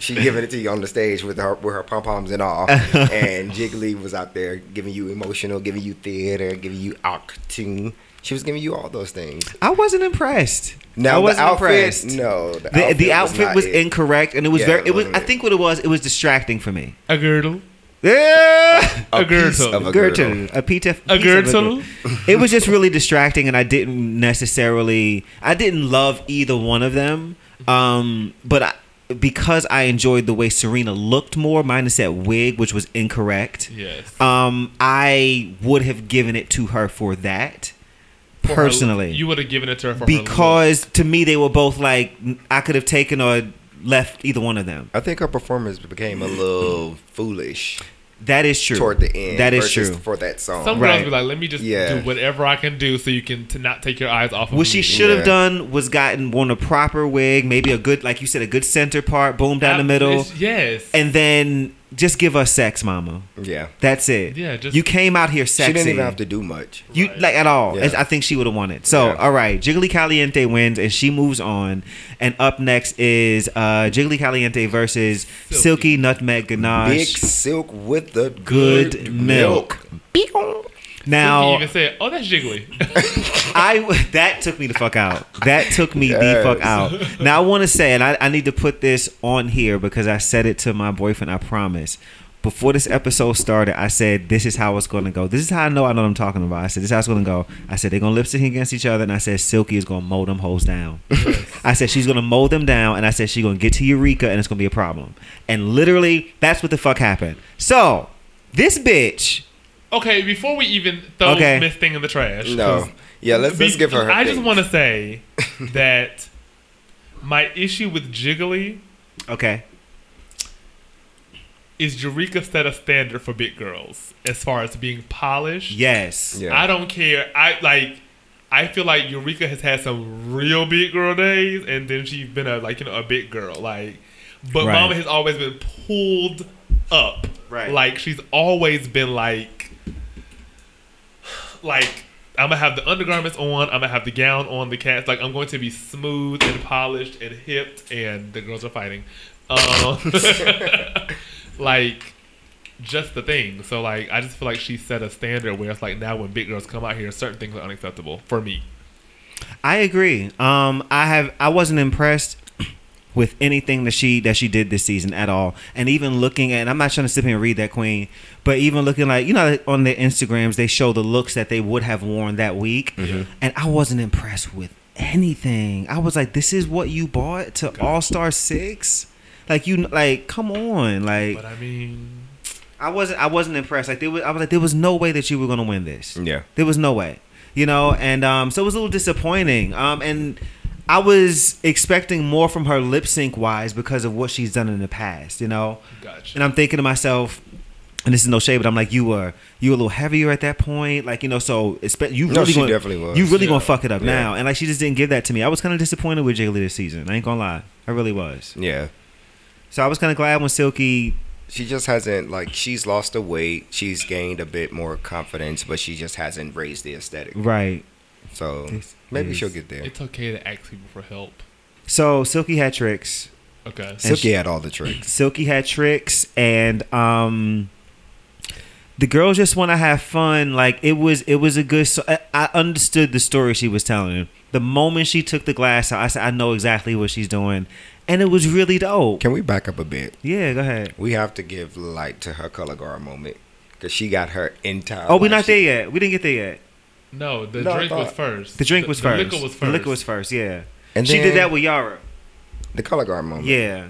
Speaker 2: she giving it to you on the stage with her with her pom poms and all, and Jiggly was out there giving you emotional, giving you theater, giving you acting. She was giving you all those things.
Speaker 4: I wasn't impressed.
Speaker 2: Now
Speaker 4: I
Speaker 2: the
Speaker 4: wasn't
Speaker 2: outfit,
Speaker 4: impressed.
Speaker 2: no,
Speaker 4: the, outfit the outfit
Speaker 2: not
Speaker 4: was,
Speaker 2: it.
Speaker 4: incorrect, and it was
Speaker 2: Yeah,
Speaker 4: very.
Speaker 2: it
Speaker 4: It was.
Speaker 2: wasn't
Speaker 4: I
Speaker 2: it.
Speaker 4: think what it was. It was distracting for me.
Speaker 3: A girdle.
Speaker 4: Yeah.
Speaker 2: a,
Speaker 3: a
Speaker 2: piece
Speaker 3: girdle.
Speaker 2: of a girdle.
Speaker 4: Gertrude, a PTF,
Speaker 3: A
Speaker 4: piece of
Speaker 3: girdle?
Speaker 4: It was just really distracting, and I didn't necessarily. I didn't love either one of them, um, but I, because I enjoyed the way Serena looked more, minus that wig, which was incorrect.
Speaker 3: Yes.
Speaker 4: Um, I would have given it to her for that,
Speaker 3: For her-
Speaker 4: personally
Speaker 3: you would have given it to her for her look.
Speaker 4: because to me they were both like I could have taken or left either one of them.
Speaker 2: I think her performance became a little foolish
Speaker 4: That is true.
Speaker 2: toward the end.
Speaker 4: That is
Speaker 2: versus
Speaker 4: true.
Speaker 2: for that song.
Speaker 3: Some
Speaker 4: Right.
Speaker 3: girls be like, "Let me just
Speaker 2: Yeah.
Speaker 3: do whatever I can do, so you can to not take your eyes off of
Speaker 4: What
Speaker 3: me."
Speaker 4: she should have
Speaker 2: Yeah.
Speaker 4: done was gotten worn a proper wig, maybe a good, like you said, a good center part, boom down the
Speaker 3: Ab-
Speaker 4: middle,
Speaker 3: it's- Yes.
Speaker 4: and then just give us sex, mama.
Speaker 2: yeah,
Speaker 4: That's it.
Speaker 3: Yeah, just-
Speaker 4: you came out here
Speaker 2: she
Speaker 4: sexy.
Speaker 2: didn't even have to do much.
Speaker 4: You
Speaker 3: Right.
Speaker 4: like at all?
Speaker 2: Yeah.
Speaker 4: I think she would have won it. So
Speaker 2: Yeah.
Speaker 4: all right, Jiggly Caliente wins, and she moves on. And up next is uh, Jiggly Caliente versus Silky,
Speaker 3: Silky.
Speaker 4: Nutmeg Ganache.
Speaker 2: Big silk with the
Speaker 4: Good milk.
Speaker 3: He
Speaker 4: Now
Speaker 3: even said, "Oh, that's Jiggly."
Speaker 4: I that took me the fuck out. That took me the
Speaker 2: Yes.
Speaker 4: fuck out. Now I want to say, and I, I need to put this on here because I said it to my boyfriend. I promise. Before this episode started, I said this is how it's going to go. This is how I know I know what I'm talking about. I said this is how it's going to go. I said they're going to lip sync against each other, and I said Silky is going to mow them hoes down. I said she's going to mow them down, and I said she's going to get to Eureka, and it's going to be a problem. And literally, that's what the fuck happened. So this bitch.
Speaker 3: Okay, before we even throw
Speaker 4: Okay.
Speaker 3: Miss Thing in the trash.
Speaker 2: No,
Speaker 3: 'cause
Speaker 2: yeah, let's let's
Speaker 3: be-
Speaker 2: give her. her
Speaker 3: I just
Speaker 2: thing.
Speaker 3: want to say that my issue with Jiggly
Speaker 4: Okay.
Speaker 3: is Eureka set a standard for big girls as far as being polished.
Speaker 4: Yes.
Speaker 2: Yeah.
Speaker 3: I don't care. I like. I feel like Eureka has had some real big girl days, and then she's been a like you know a big girl like, but
Speaker 4: Right.
Speaker 3: Mama has always been pulled up.
Speaker 4: Right.
Speaker 3: Like she's always been like, like I'm gonna have the undergarments on. I'm gonna have the gown on. The cats like I'm going to be smooth and polished and hipped, and the girls are fighting. Um, like just the thing. So like I just feel like she set a standard where it's like now when big girls come out here, certain things are unacceptable for me.
Speaker 4: I agree. Um, I have I wasn't impressed with anything that she that she did this season at all. And even looking at I'm not trying to sit here and read that queen, but even looking like you know on their Instagrams they show the looks that they would have worn that week, and I wasn't impressed with anything. I was like, this is what you bought to All Star Six. Like you, like come on, like
Speaker 3: But I mean,
Speaker 4: I wasn't I wasn't impressed. Like there was I was like there was no way that you were gonna win this.
Speaker 2: Yeah.
Speaker 4: There was no way. You know, and um so it was a little disappointing. Um and I was expecting more from her lip sync wise because of what she's done in the past, you know?
Speaker 3: Gotcha.
Speaker 4: And I'm thinking to myself, and this is no shade, but I'm like, you were you were a little heavier at that point, like you know. So expe- you
Speaker 2: No,
Speaker 4: really
Speaker 2: she
Speaker 4: gonna,
Speaker 2: definitely was.
Speaker 4: You really
Speaker 3: Yeah.
Speaker 4: gonna fuck it up
Speaker 2: Yeah.
Speaker 4: now, and like she just didn't give that to me. I was kind of disappointed with Jiggly this season. I ain't gonna lie, I really was.
Speaker 2: Yeah.
Speaker 4: So I was kind of glad when Silky
Speaker 2: She just hasn't like she's lost the weight. She's gained a bit more confidence, but she just hasn't raised the aesthetic.
Speaker 4: right.
Speaker 2: So
Speaker 4: This
Speaker 2: maybe
Speaker 4: is-
Speaker 2: she'll get there.
Speaker 3: It's okay to ask people for help.
Speaker 4: So Silky had tricks.
Speaker 3: Okay.
Speaker 4: and
Speaker 2: Silky
Speaker 4: she-
Speaker 2: had all the tricks.
Speaker 4: Silky had tricks, and um, the girls just want to have fun. Like it was, it was a good. So I, I understood the story she was telling. The moment she took the glass out, I said, I know exactly what she's doing, and it was really dope.
Speaker 2: Can we back up a bit?
Speaker 4: Yeah, go ahead.
Speaker 2: We have to give light to her color guard moment because she got her entire.
Speaker 4: Oh, we're not
Speaker 2: life-
Speaker 4: there yet. We didn't get there yet.
Speaker 3: No, the
Speaker 2: No, I
Speaker 3: drink was
Speaker 2: thought-
Speaker 3: first.
Speaker 4: The drink was
Speaker 3: the,
Speaker 4: first.
Speaker 3: The liquor was first.
Speaker 4: The liquor was first. Yeah,
Speaker 2: And
Speaker 4: she
Speaker 2: then
Speaker 4: did that with Yara.
Speaker 2: the color guard moment.
Speaker 4: Yeah.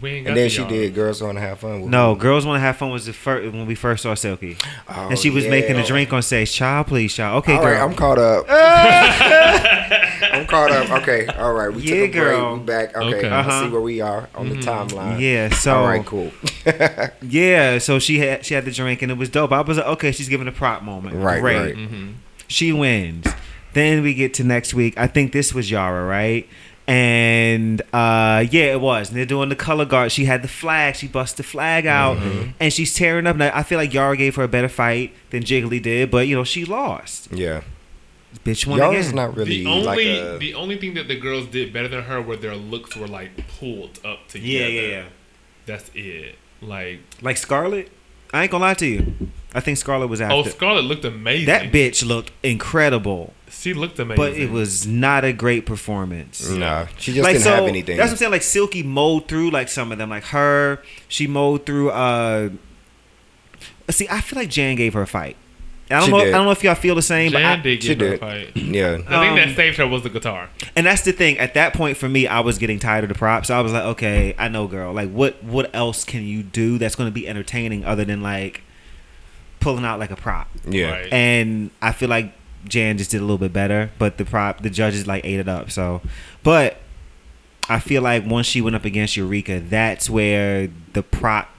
Speaker 3: We ain't got
Speaker 2: And then
Speaker 3: to
Speaker 2: she
Speaker 3: y'all.
Speaker 2: did. Girls gonna have fun. With
Speaker 4: No,
Speaker 2: Me.
Speaker 4: girls want to have fun was the first when we first saw Silky,
Speaker 2: Oh,
Speaker 4: and she was
Speaker 2: yeah.
Speaker 4: making a drink on stage. Child, please, child. Okay,
Speaker 2: All
Speaker 4: girl.
Speaker 2: right, I'm caught up. I'm caught up. Okay, all right. We
Speaker 4: Yeah,
Speaker 2: took a
Speaker 4: girl.
Speaker 2: break. We back. Okay,
Speaker 3: Okay. Mm-hmm.
Speaker 2: I
Speaker 4: Uh-huh.
Speaker 2: see where we are on the timeline.
Speaker 4: yeah. So
Speaker 2: all right, cool.
Speaker 4: Yeah, so she had she had the drink and it was dope. I was like, okay, she's giving a prop moment.
Speaker 2: Right,
Speaker 4: Great.
Speaker 2: right.
Speaker 3: Mm-hmm.
Speaker 4: She wins. Then we get to next week. I think this was Yara, right? And uh yeah, it was. And they're doing the color guard. She had the flag. She bust the flag out,
Speaker 3: Mm-hmm.
Speaker 4: and she's tearing up. Now I feel like Yara gave her a better fight than Jiggly did, but you know she lost.
Speaker 2: Yeah,
Speaker 4: Bitch won
Speaker 2: y'all is
Speaker 4: again.
Speaker 2: not really
Speaker 3: The only
Speaker 2: like a,
Speaker 3: the only thing that the girls did better than her were their looks were like pulled up together.
Speaker 4: yeah, yeah, yeah.
Speaker 3: That's it. Like
Speaker 4: Like Scarlet, I ain't gonna lie to you. I think Scarlet was after.
Speaker 3: oh, Scarlett looked amazing.
Speaker 4: that bitch looked incredible.
Speaker 3: She looked amazing.
Speaker 4: but it was not a great performance.
Speaker 2: Nah, she just didn't have anything.
Speaker 4: That's what I'm saying. Like Silky mowed through like some of them. Like her, she mowed through. uh See, I feel like Jan gave her a fight. I don't
Speaker 2: She
Speaker 4: know.
Speaker 2: did.
Speaker 4: I don't know if y'all feel the same. but I-
Speaker 3: Jan did
Speaker 2: she
Speaker 3: give her a
Speaker 2: did.
Speaker 3: fight.
Speaker 2: yeah,
Speaker 3: The thing
Speaker 4: Um,
Speaker 3: that saved her was the guitar.
Speaker 4: and that's the thing. At that point, for me, I was getting tired of the props. I was like, okay, I know, girl. Like, what what else can you do that's going to be entertaining other than like pulling out like a prop?
Speaker 2: yeah.
Speaker 3: Right.
Speaker 4: and I feel like Jan just did a little bit better, but the prop the judges like ate it up. So, but I feel like once she went up against Eureka, that's where the prop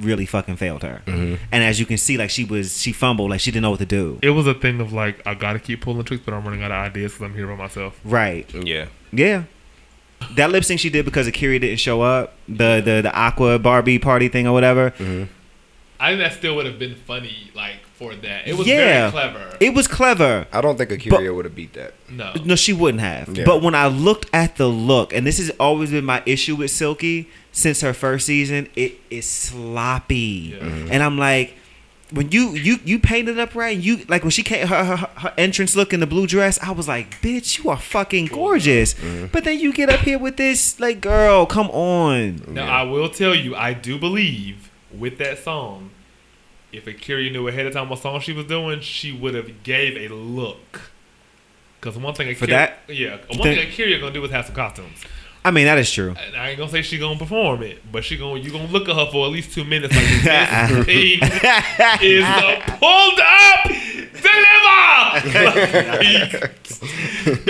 Speaker 4: really fucking failed her. And as you can see, like she was she fumbled, like she didn't know what to do.
Speaker 3: It was a thing of like I gotta keep pulling tricks, but I'm running out of ideas because I'm here by myself.
Speaker 4: Right?
Speaker 2: Yeah,
Speaker 4: Yeah. That lip sync she did because Akira didn't show up, the the the Aqua Barbie party thing or whatever.
Speaker 3: I think that still would have been funny, like for that. It was very
Speaker 4: Yeah.
Speaker 3: clever.
Speaker 4: It was clever.
Speaker 2: I don't think Akira would have beat that.
Speaker 3: no,
Speaker 4: No, she wouldn't have.
Speaker 2: Yeah.
Speaker 4: But when I looked at the look, and this has always been my issue with Silky since her first season, it is sloppy.
Speaker 3: Yeah. Mhm.
Speaker 4: And I'm like, when you you you painted up right, you like when she came her, her her entrance look in the blue dress, I was like, bitch, you are fucking gorgeous. But then you get up here with this, like, girl, come on.
Speaker 3: Now I will tell you, I do believe with that song, if Akira knew ahead of time what song she was doing, she would have gave a look. Because one thing Akira,
Speaker 4: For that?
Speaker 3: yeah, one
Speaker 4: think-
Speaker 3: thing Akira gonna do is have some costumes.
Speaker 4: I mean, that is true.
Speaker 3: And I ain't gonna say she gonna perform it, but she gonna you gonna look at her for at least two minutes like this thing is a pulled up deliver.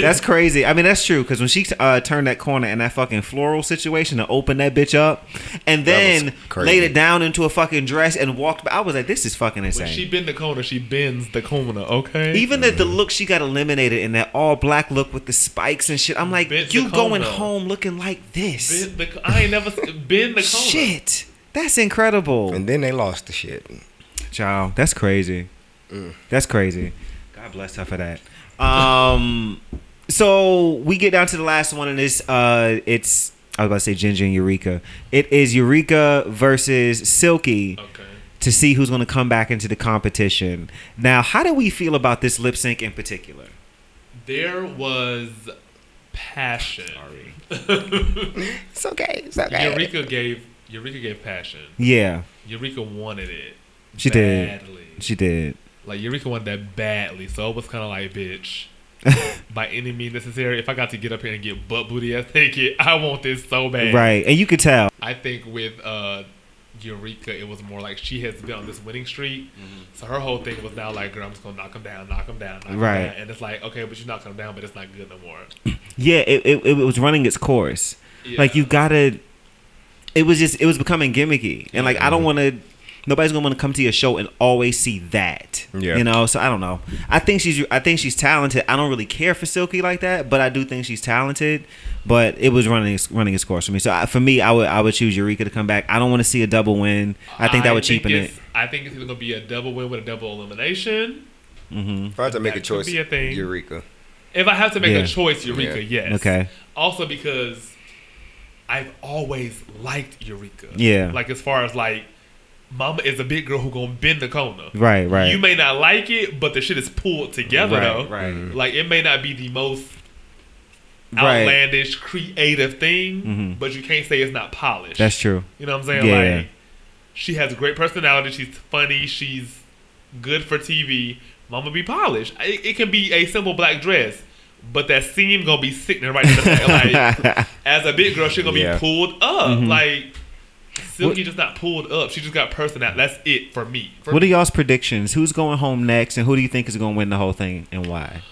Speaker 4: That's crazy. I mean, that's true because when she uh, turned that corner and that fucking floral situation to open that bitch up, and
Speaker 2: was
Speaker 4: then
Speaker 2: crazy.
Speaker 4: laid it down into a fucking dress and walked. I was like, this is fucking
Speaker 3: when
Speaker 4: insane.
Speaker 3: she bend the corner, she bends the corner. Okay,
Speaker 4: Even at the look she got eliminated in that all black look with the spikes and shit, I'm like,
Speaker 3: Bent the
Speaker 4: you going
Speaker 3: corner.
Speaker 4: home looking like this?
Speaker 3: bend the, co- I ain't never s- bend the corner.
Speaker 4: Shit, that's incredible,
Speaker 2: And then they lost the shit.
Speaker 4: child. That's crazy. That's crazy. God bless her for that. Um, so we get down to the last one, and it's uh, it's I was about to say Ginger and Eureka. It is Eureka versus Silky
Speaker 3: Okay.
Speaker 4: to see who's going to come back into the competition. Now, how do we feel about this lip sync in particular?
Speaker 3: There was passion.
Speaker 2: It's okay. It's okay.
Speaker 3: Eureka gave Eureka gave passion.
Speaker 4: Yeah,
Speaker 3: Eureka wanted it.
Speaker 4: She did.
Speaker 3: badly.
Speaker 4: she did.
Speaker 3: Like Eureka wanted that badly, so it was kind of like, bitch. by any means necessary, if I got to get up here and get butt booty ass naked, I want this so bad.
Speaker 4: Right, and you could tell.
Speaker 3: I think with uh, Eureka, it was more like she has been on this winning streak.
Speaker 4: Mm-hmm.
Speaker 3: So her whole thing was now like, girl, I'm just gonna knock him down, knock him down, knock him
Speaker 4: Right.
Speaker 3: down. And it's like, okay, but you knock him down, but it's not good no more.
Speaker 4: yeah, it, it, it was running its course. Like
Speaker 3: Yeah.
Speaker 4: you gotta, it was just it was becoming gimmicky, and like I don't want to. Nobody's gonna want to come to your show and always see that.
Speaker 2: Yeah.
Speaker 4: you know. So I don't know. I think she's I think she's talented. I don't really care for Silky like that, but I do think she's talented. But it was running its- running its course for me. So I, for me, I would I would choose Eureka to come back. I don't want to see a double win. I think that would cheapen it.
Speaker 3: it's- I think it's either gonna be a double win with a double elimination.
Speaker 2: If I had to make
Speaker 3: That
Speaker 2: a
Speaker 3: could
Speaker 2: choice,
Speaker 3: be a thing.
Speaker 2: Eureka.
Speaker 3: If I have to make
Speaker 4: Yeah.
Speaker 3: a choice, Eureka,
Speaker 2: Yeah.
Speaker 3: yes.
Speaker 4: Okay.
Speaker 3: Also because I've always liked Eureka.
Speaker 4: Yeah.
Speaker 3: Like as far as like Mama is a big girl who gonna bend the corner.
Speaker 4: Right, right.
Speaker 3: You may not like it, but the shit is pulled together
Speaker 4: Right,
Speaker 3: though.
Speaker 4: right.
Speaker 3: Like it may not be the most
Speaker 4: Right.
Speaker 3: outlandish, creative thing,
Speaker 4: Mhm.
Speaker 3: but you can't say it's not polished.
Speaker 4: That's true.
Speaker 3: You know what I'm saying?
Speaker 4: Yeah.
Speaker 3: Like she has a great personality. She's funny. She's good for TV. Mama be polished. It, it can be a simple black dress, but that seam gonna be sickening right in the back. Like as a big girl, she gonna
Speaker 2: Yeah.
Speaker 3: be pulled up.
Speaker 4: Mhm.
Speaker 3: Like Silky just not pulled up. She just got personality. That's it for me. For
Speaker 4: What are
Speaker 3: me.
Speaker 4: y'all's predictions? Who's going home next, and who do you think is going to win the whole thing, and why?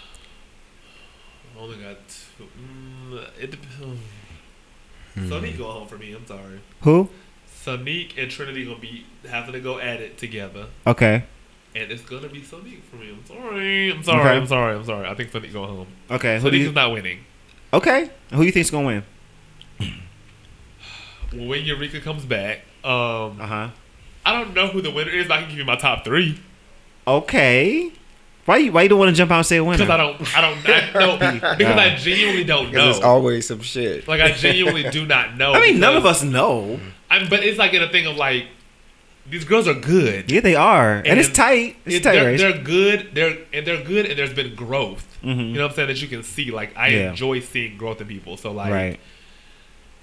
Speaker 3: I only got two. Mm, it depends.
Speaker 4: Hmm.
Speaker 3: Sonique going home for me. I'm sorry.
Speaker 4: Who?
Speaker 3: Sonique and Trinity gonna be having to go at it together.
Speaker 4: Okay.
Speaker 3: And it's gonna be Sonique for me. I'm sorry. I'm sorry.
Speaker 4: Okay.
Speaker 3: I'm sorry. I'm sorry. I think Sonique going home.
Speaker 4: Okay. Who do
Speaker 3: Sonique
Speaker 4: you?
Speaker 3: is not winning.
Speaker 4: Okay. Who you think's going to win?
Speaker 3: When Eureka comes back, um,
Speaker 4: Uh huh.
Speaker 3: I don't know who the winner is. But I can give you my top three
Speaker 4: Okay. Why you? Why you don't want to jump out and say a winner?
Speaker 3: because I don't. I don't. I know because I genuinely don't
Speaker 2: Because
Speaker 3: know.
Speaker 2: it's always some shit.
Speaker 3: like I genuinely do not know.
Speaker 4: I mean, none of
Speaker 3: because-
Speaker 4: us know.
Speaker 3: I'm, but it's like in a thing of like these girls are good.
Speaker 4: Yeah, they are, and,
Speaker 3: And
Speaker 4: it's tight. It's
Speaker 3: It-
Speaker 4: tight
Speaker 3: they're,
Speaker 4: race.
Speaker 3: they're good. They're and they're good, and there's been growth.
Speaker 4: Mhm.
Speaker 3: You know what I'm saying? That you can see. Like I
Speaker 4: Yeah.
Speaker 3: enjoy seeing growth in people. So like,
Speaker 4: right.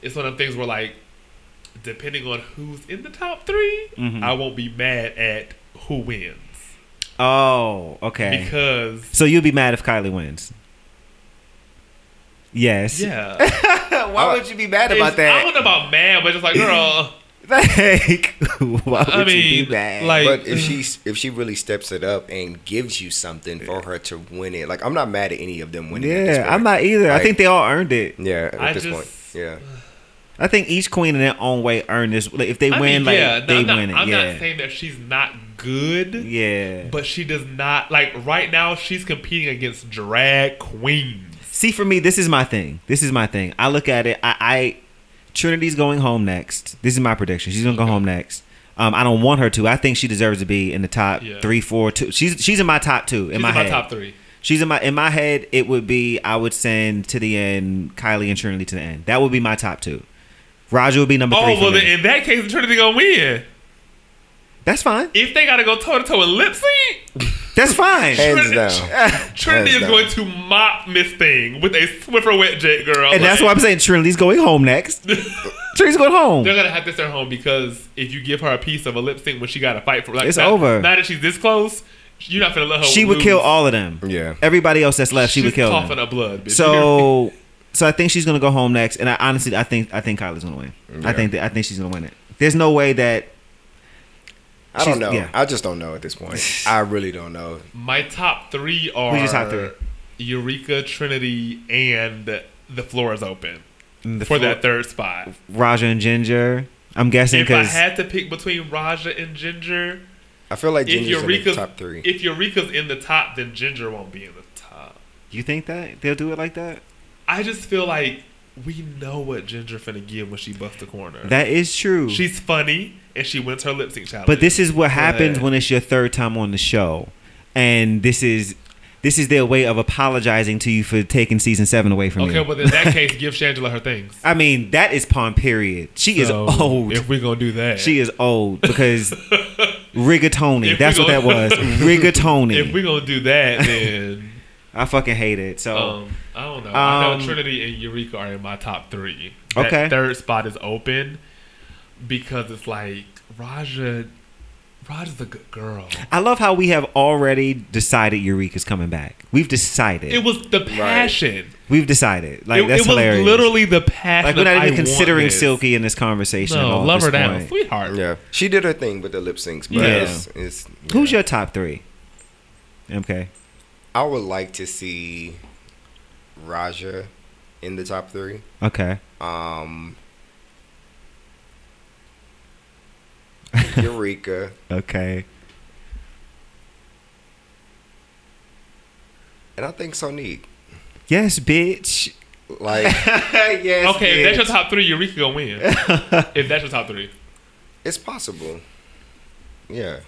Speaker 3: it's one of the things where like, depending on who's in the top 3
Speaker 4: Mhm.
Speaker 3: I won't be mad at who wins
Speaker 4: Oh. Okay.
Speaker 3: because
Speaker 4: so you'll be mad if Kylie wins. Yes.
Speaker 3: yeah,
Speaker 2: Why would you be mad
Speaker 3: It's- I wasn't about mad, but just like girl,
Speaker 4: like, why would
Speaker 3: I
Speaker 4: you
Speaker 3: mean,
Speaker 4: be mad?
Speaker 3: like mm.
Speaker 2: But if she if she really steps it up and gives you something for her to win it, like I'm not mad at any of them winning. at this
Speaker 4: yeah,
Speaker 2: point.
Speaker 4: I'm not either. I
Speaker 2: Like-
Speaker 4: think they all earned it.
Speaker 2: Yeah, at
Speaker 3: I
Speaker 2: this
Speaker 3: just-
Speaker 2: point, yeah.
Speaker 4: I think each queen in their own way earned this. Like, if they
Speaker 3: I mean,
Speaker 4: win, like
Speaker 3: yeah, no,
Speaker 4: they
Speaker 3: I'm not,
Speaker 4: win it.
Speaker 3: I'm
Speaker 4: yeah.
Speaker 3: not saying that she's not good.
Speaker 4: yeah.
Speaker 3: But she does not like right now. She's competing against drag queens.
Speaker 4: See, for me, this is my thing. This is my thing. I look at it. I, I Trinity's going home next. This is my prediction. She's gonna go home next. Um, I don't want her to. I think she deserves to be in the top
Speaker 3: Yeah.
Speaker 4: three, four, two. She's she's in my top two. In
Speaker 3: She's in
Speaker 4: my
Speaker 3: my
Speaker 4: head.
Speaker 3: top three.
Speaker 4: She's in my in my head. It would be I would send to the end Kylie and Trinity to the end. That would be my top two. Roger would be number
Speaker 3: Oh
Speaker 4: three. for
Speaker 3: well,
Speaker 4: me.
Speaker 3: then in that case, Trinity gonna win.
Speaker 4: That's fine.
Speaker 3: If they gotta go toe to toe in lip sync,
Speaker 4: That's fine.
Speaker 2: Hands
Speaker 3: Trinity-
Speaker 2: down.
Speaker 3: Trinity is
Speaker 2: down.
Speaker 3: going to mop Miss Thing with a Swiffer wet jet, girl.
Speaker 4: And that's why I'm saying Trinity's going home next. Trinity's going home.
Speaker 3: They're gonna have this at home because if you give her a piece of a lip sync when she got to fight for, like,
Speaker 4: It's
Speaker 3: now-
Speaker 4: over.
Speaker 3: Now that she's this close, you're not gonna let her.
Speaker 4: She would
Speaker 3: lose.
Speaker 4: kill all of
Speaker 3: Uh,
Speaker 4: them.
Speaker 2: Yeah.
Speaker 4: Everybody else that's left, she
Speaker 3: she's
Speaker 4: would kill
Speaker 3: coughing
Speaker 4: them.
Speaker 3: up blood. Bitch.
Speaker 4: So, so I think she's gonna go home next. And I honestly, I think I think Kylie's gonna win. I think that, I think she's gonna win it. There's no way that
Speaker 2: I don't
Speaker 4: She's-
Speaker 2: know.
Speaker 4: yeah.
Speaker 2: I just don't know at this point. I really don't know.
Speaker 3: my top three are
Speaker 4: your top three?
Speaker 3: Eureka, Trinity, and the floor is open
Speaker 4: the
Speaker 3: for
Speaker 4: fl-
Speaker 3: that third spot.
Speaker 4: Raja and Ginger. I'm guessing
Speaker 3: If I
Speaker 4: because
Speaker 3: had to pick between Raja and Ginger,
Speaker 2: I feel like
Speaker 3: if
Speaker 2: Ginger's in the
Speaker 3: Eureka's
Speaker 2: top three.
Speaker 3: if Eureka's in the top, then Ginger won't be in the top.
Speaker 4: you think that they'll do it like that.
Speaker 3: I just feel like we know what Ginger finna give when she busts the corner.
Speaker 4: That is true.
Speaker 3: She's funny and she wins her lip sync challenge.
Speaker 4: But this is what happens
Speaker 3: Yeah.
Speaker 4: when it's your third time on the show, and this is this is their way of apologizing to you for taking season seven away from you.
Speaker 3: okay. Well, in that case, give Shangela her things.
Speaker 4: I mean, that is pawn period. She
Speaker 3: So,
Speaker 4: is old.
Speaker 3: If we're gonna do that,
Speaker 4: she is old because rigatoni.
Speaker 3: If
Speaker 4: That's
Speaker 3: we
Speaker 4: what that
Speaker 3: go-
Speaker 4: was. Rigatoni.
Speaker 3: If we're gonna do that, then
Speaker 4: I fucking hate it. So
Speaker 3: um, I don't know. I
Speaker 4: Um,
Speaker 3: know Trinity and Eureka are in my top three. That
Speaker 4: Okay.
Speaker 3: third spot is open because it's like Raja. Roger's a good girl.
Speaker 4: I love how we have already decided Eureka's coming back. We've decided.
Speaker 3: It was the passion.
Speaker 4: We've decided. Like
Speaker 3: it,
Speaker 4: that's
Speaker 3: it was
Speaker 4: hilarious.
Speaker 3: literally the passion.
Speaker 4: like we're
Speaker 3: of,
Speaker 4: not
Speaker 3: "I
Speaker 4: even
Speaker 3: want
Speaker 4: considering
Speaker 3: this."
Speaker 4: Silky in this conversation. at
Speaker 3: No,
Speaker 4: all at
Speaker 3: love
Speaker 4: this
Speaker 3: her down,
Speaker 4: point.
Speaker 3: sweetheart.
Speaker 2: Yeah, she did her thing with the lip syncs, but
Speaker 3: Yeah.
Speaker 2: it's, it's
Speaker 4: Who's your top three? MK.
Speaker 2: I would like to see Raja in the top three.
Speaker 4: Okay.
Speaker 2: Um, Eureka,
Speaker 4: Okay.
Speaker 2: and I think Sonique.
Speaker 4: Yes, bitch.
Speaker 2: Like,
Speaker 4: yes.
Speaker 3: Okay, if that's
Speaker 4: bitch.
Speaker 3: your top three, Eureka gonna win. if that's your top three,
Speaker 2: it's possible. Yeah,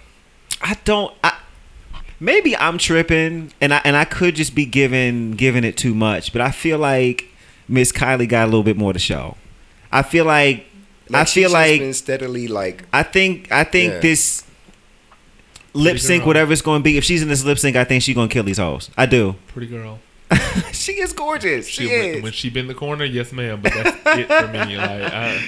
Speaker 4: I don't. I, maybe I'm tripping, and I and I could just be giving giving it too much. But I feel like Miss Kylie got a little bit more to show. I feel like, I
Speaker 2: Like, she
Speaker 4: feel
Speaker 2: just
Speaker 4: like
Speaker 2: been steadily like
Speaker 4: I think I think
Speaker 2: Yeah.
Speaker 4: this lip
Speaker 3: Pretty
Speaker 4: sync,
Speaker 3: girl.
Speaker 4: whatever it's going to be, if she's in this lip sync, I think she's going to kill these hoes. I do.
Speaker 3: pretty girl.
Speaker 4: she is gorgeous. She,
Speaker 3: She,
Speaker 4: is.
Speaker 3: when, when she been the corner, yes ma'am. But that's it for me. Like I,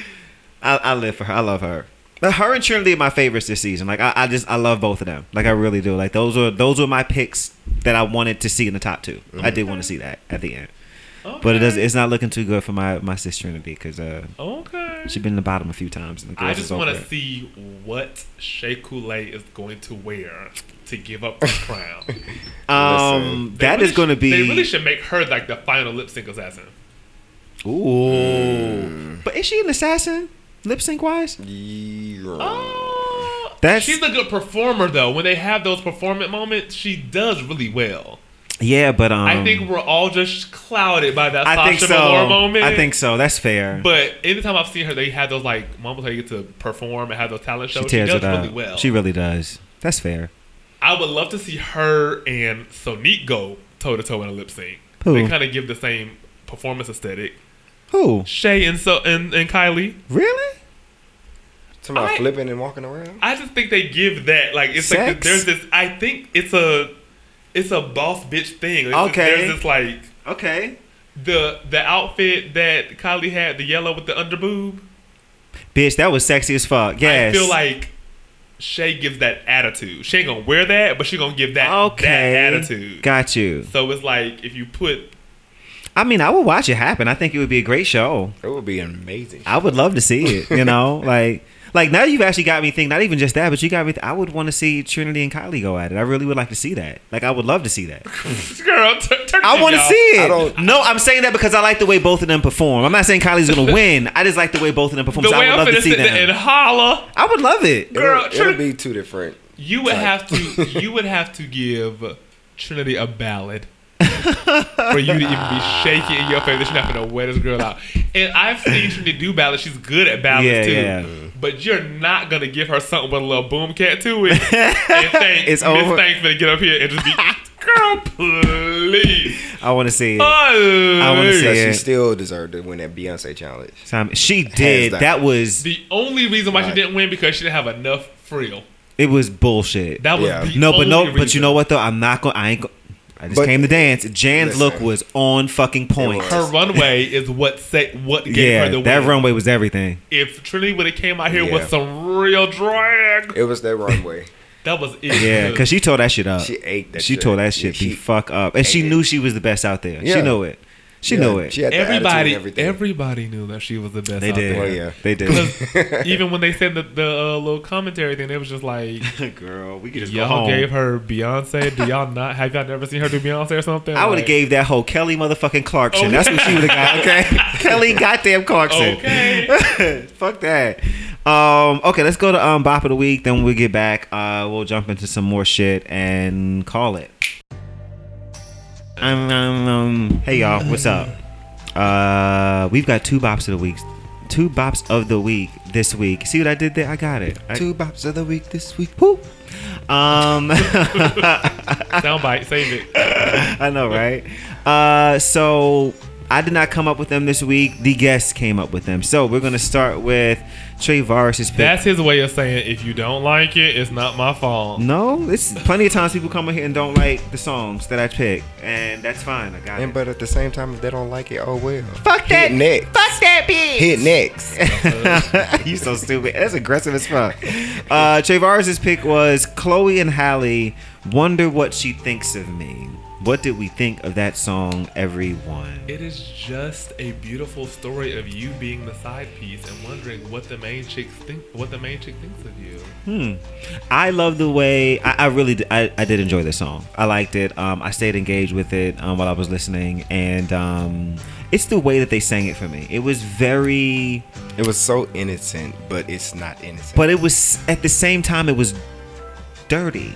Speaker 4: I, I live for her. I love her. But her and Trinity are my favorites this season. Like I, I just I love both of them. Like I really do. Like those are those were my picks that I wanted to see in the top 2 I
Speaker 2: Mm-hmm.
Speaker 4: did want to see that at the end, but it does. It's not looking too good for my my sis Trinity because uh,
Speaker 3: Okay.
Speaker 4: she's been in the bottom a few times. And the
Speaker 3: I
Speaker 4: girls
Speaker 3: just
Speaker 4: is over
Speaker 3: want to
Speaker 4: it.
Speaker 3: see what Shea Coulee is going to wear to give up the crown.
Speaker 4: Um,
Speaker 3: They
Speaker 4: that
Speaker 3: really
Speaker 4: is going to
Speaker 3: sh- They
Speaker 4: be.
Speaker 3: really should make her like the final lip sync assassin. Mm.
Speaker 4: ooh, but is she an assassin? Lip sync wise,
Speaker 2: yeah.
Speaker 3: Oh,
Speaker 4: That's-
Speaker 3: she's a good performer though. When they have those performance moments, she does really well.
Speaker 4: yeah, but um,
Speaker 3: I think we're all just clouded by that
Speaker 4: I think
Speaker 3: Sasha
Speaker 4: so.
Speaker 3: Velour moment.
Speaker 4: I think so. That's fair.
Speaker 3: But anytime I've seen her, they have those like moments where you get to perform and have those talent
Speaker 4: she
Speaker 3: shows. She,
Speaker 4: tears
Speaker 3: does
Speaker 4: it up.
Speaker 3: really well.
Speaker 4: She really does. That's fair.
Speaker 3: I would love to see her and Sonique go toe to toe in a lip sync.
Speaker 4: Who?
Speaker 3: They kind of give the same performance aesthetic.
Speaker 4: Who
Speaker 3: Shay and so and, and Kylie.
Speaker 4: really?
Speaker 2: Somebody
Speaker 3: I-
Speaker 2: flipping and walking around.
Speaker 3: I just think they give that like it's like
Speaker 4: Sex?
Speaker 3: there's this. I think it's a it's a boss bitch thing. It's just-
Speaker 4: Okay.
Speaker 3: there's this like
Speaker 4: Okay.
Speaker 3: the the outfit that Kylie had, the yellow with the underboob.
Speaker 4: Bitch, that was sexy as fuck. Yes.
Speaker 3: I feel like Shay gives that attitude. She ain't gonna wear that, but she gonna give that
Speaker 4: okay.
Speaker 3: that attitude.
Speaker 4: Got you.
Speaker 3: so it's like if you put
Speaker 4: I mean, I would watch it happen. I think it would be a great show.
Speaker 2: It would be amazing.
Speaker 4: I would love to see it. You know, like. Like now you've actually got me thinking. Not even just that, but you got me. Th- I would want to see Trinity and Kylie go at it. I really would like to see that. Like I would love to see that.
Speaker 3: girl, tur- turn
Speaker 4: I want to
Speaker 3: y'all.
Speaker 4: see it.
Speaker 2: I don't-
Speaker 4: no, I'm saying that because I like the way both of them perform. I'm not saying Kylie's gonna win. I just like the way both of them perform.
Speaker 3: The
Speaker 4: so
Speaker 3: way
Speaker 4: I would
Speaker 3: I'm
Speaker 4: love
Speaker 3: gonna
Speaker 4: to see
Speaker 3: sit there
Speaker 4: them.
Speaker 3: and holler,
Speaker 4: I would love it.
Speaker 3: girl.
Speaker 2: it'll, it'll
Speaker 3: Trinity,
Speaker 2: be two different.
Speaker 3: you would
Speaker 2: Sorry.
Speaker 3: have to. You would have to give Trinity a ballad for you to even be shaking in your face. that She's not gonna wear this girl out. And I've seen Trinity do ballads. She's good at ballads
Speaker 4: Yeah,
Speaker 3: too.
Speaker 4: yeah.
Speaker 3: But you're not gonna give her something with a little boom cat to it. and thank,
Speaker 4: It's
Speaker 3: Miss
Speaker 4: over.
Speaker 3: Thanks gonna get up here and just be, girl, please.
Speaker 4: I want to see it.
Speaker 3: Uh, I
Speaker 4: wanna see it.
Speaker 2: She
Speaker 4: Yeah.
Speaker 2: still deserved to win that Beyonce challenge.
Speaker 4: Time- She did.
Speaker 2: down.
Speaker 4: That was
Speaker 3: The only reason why
Speaker 2: Right.
Speaker 3: she didn't win because she didn't have enough frill.
Speaker 4: it was bullshit.
Speaker 3: That was
Speaker 2: Yeah.
Speaker 3: the
Speaker 4: no, but no,
Speaker 3: only
Speaker 4: but you
Speaker 3: reason.
Speaker 4: know what though? I'm not going. to I ain't. Go- I just
Speaker 2: But-
Speaker 4: came to dance. Jan's
Speaker 2: Listen.
Speaker 4: look was on fucking point.
Speaker 2: was.
Speaker 3: her runway is what set what gave her
Speaker 4: Yeah,
Speaker 3: the
Speaker 4: that
Speaker 3: win.
Speaker 4: runway was everything.
Speaker 3: if Trinity would have came out here
Speaker 2: Yeah.
Speaker 3: with some real drag,
Speaker 2: It was that runway.
Speaker 3: that was it.
Speaker 4: Yeah, because she tore that shit up.
Speaker 2: She ate that.
Speaker 4: Uh, She
Speaker 2: shit.
Speaker 4: tore that shit
Speaker 2: She-
Speaker 4: the fuck up, and she
Speaker 2: ate
Speaker 4: knew she was the best out there. She
Speaker 2: Yeah.
Speaker 4: knew it. She
Speaker 2: yeah,
Speaker 4: knew it.
Speaker 2: She had the attitude and
Speaker 3: everybody,
Speaker 2: everything.
Speaker 3: everybody knew that she was the best.
Speaker 4: they
Speaker 3: out
Speaker 4: did.
Speaker 2: Well,
Speaker 3: there.
Speaker 2: yeah.
Speaker 4: They did.
Speaker 3: Even when they said the, the uh, little commentary thing, it was just like,
Speaker 4: Girl, we could just go
Speaker 3: y'all
Speaker 4: home.
Speaker 3: gave her Beyonce. Do y'all not have y'all never seen her do Beyonce or something?
Speaker 4: I would
Speaker 3: Like,
Speaker 4: have gave that whole Kelly motherfucking Clarkson.
Speaker 3: Okay.
Speaker 4: That's what she would have got. Okay, Kelly goddamn Clarkson.
Speaker 3: Okay.
Speaker 4: Fuck that. Um, okay, let's go to um, Bop of the Week. Then when we get back, uh, we'll jump into some more shit and call it. Um, um, um, hey, y'all. What's up? Uh, we've got two Bops of the Week. Two Bops of the Week this week. See what I did there? I got it. I,
Speaker 2: Two bops of the week this week.
Speaker 4: whoop. Um,
Speaker 3: Soundbite, save it.
Speaker 4: I know, right? Uh, so I did not come up with them this week. The guests came up with them. So we're gonna start with Trey Varus's pick.
Speaker 3: That's his way of saying if you don't like it, it's not my fault.
Speaker 4: no, it's plenty of times people come in here and don't like the songs that I pick, and that's fine. I got
Speaker 2: And
Speaker 4: it.
Speaker 2: but at the same time, if they don't like it, oh well.
Speaker 4: Fuck that.
Speaker 2: Hit next.
Speaker 4: Fuck that bitch.
Speaker 2: Hit next.
Speaker 4: you so stupid. That's aggressive as fuck. Uh, Travar's pick was Chloe and Halle. Wonder what she thinks of me. What did we think of that song, everyone?
Speaker 3: It is just a beautiful story of you being the side piece and wondering what the main chick think, what the main chick thinks of you.
Speaker 4: Hmm. I love the way I, I really did, I, I did enjoy this song. I liked it. Um, I stayed engaged with it um, while I was listening, and um, it's the way that they sang it for me. It was very
Speaker 2: it was so innocent, but it's not innocent.
Speaker 4: but it was at the same time it was dirty.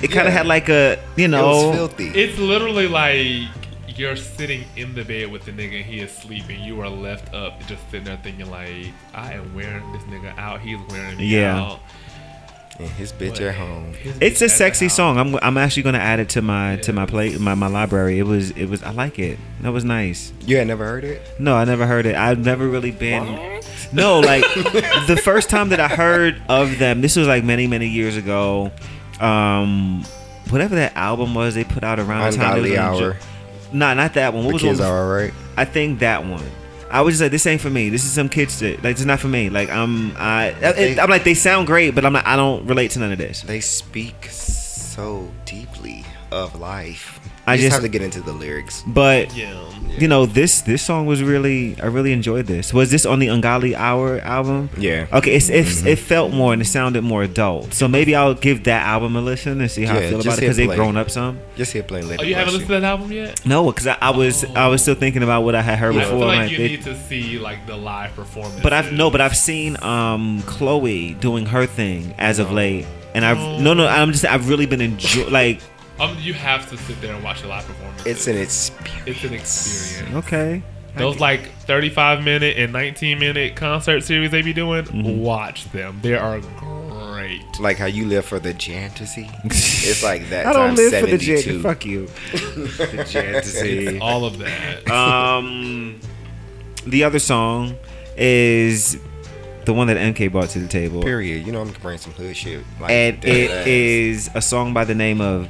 Speaker 4: It
Speaker 2: Yeah.
Speaker 4: kind of had like a you
Speaker 2: it was
Speaker 4: know
Speaker 2: filthy.
Speaker 3: It's literally like you're sitting in the bed with the nigga and he is sleeping. You are left up just sitting there thinking like, I am wearing this nigga out. He's wearing me
Speaker 4: Yeah.
Speaker 3: out.
Speaker 2: and his bitch
Speaker 3: But
Speaker 2: at home.
Speaker 3: his
Speaker 4: it's
Speaker 3: bitch
Speaker 4: a
Speaker 3: at the
Speaker 4: sexy
Speaker 3: house.
Speaker 4: song. I'm I'm actually gonna add it to my to my
Speaker 3: Yes.
Speaker 4: play my, my library. It was it was I like it. That was nice.
Speaker 2: You had never heard it?
Speaker 4: No, I never heard it. I've never really been. No, like the first time that I heard of them, this was like many many years ago. Um, whatever that album was, they put out around the time. they was
Speaker 2: Ungodly
Speaker 4: on the
Speaker 2: Hour.
Speaker 4: ju- Nah, not that one. What
Speaker 2: The
Speaker 4: was the one
Speaker 2: kids
Speaker 4: before-
Speaker 2: are alright.
Speaker 4: I think that one. I was just like, this ain't for me. This is some kid shit. Like, this is not for me. Like, I'm, I,
Speaker 2: think-
Speaker 4: I'm like, they sound great, but I'm not. I don't relate to none of this.
Speaker 2: They speak so deeply of life.
Speaker 4: I
Speaker 2: I just,
Speaker 4: just-
Speaker 2: have to get into the lyrics.
Speaker 4: But
Speaker 3: Yeah.
Speaker 4: you know, this this song was really, I really enjoyed this. Was this on the Ungodly Hour album?
Speaker 2: Yeah.
Speaker 4: Okay, it's, it's it felt more and it sounded more adult. So maybe I'll give that album a listen and see how I
Speaker 2: Yeah,
Speaker 4: feel about
Speaker 2: just
Speaker 4: it because
Speaker 2: hit
Speaker 4: they've
Speaker 2: play.
Speaker 4: grown up some.
Speaker 2: Just hit play later.
Speaker 3: Oh, you haven't listened to that album yet?
Speaker 4: No, because I, I was I was still thinking about what I had heard
Speaker 3: I
Speaker 4: before.
Speaker 3: feel like
Speaker 4: like,
Speaker 3: you
Speaker 4: it-
Speaker 3: need to see like the live performance.
Speaker 4: But I've no, but I've seen um Chloe doing her thing as of late, and I've no, no. I'm just I've really been enjoy like
Speaker 3: um, you have to sit there and watch the live performance.
Speaker 2: It's an experience.
Speaker 3: it's an experience.
Speaker 4: okay.
Speaker 3: Those like 35 minute and 19 minute concert series they be doing,
Speaker 4: Mm-hmm.
Speaker 3: watch them. They are great.
Speaker 2: Like how you live for the jantasy. It's like that.
Speaker 4: I don't
Speaker 2: times
Speaker 4: live for the
Speaker 2: 72.
Speaker 4: jet. Fuck you. the jet to see.
Speaker 3: All of that.
Speaker 4: Uh, Um, the other song is the one that MK brought to the table,
Speaker 2: Period. You know I'm gonna bring some hood shit. Like
Speaker 4: and
Speaker 2: dead
Speaker 4: it
Speaker 2: ass.
Speaker 4: is a song by the name of.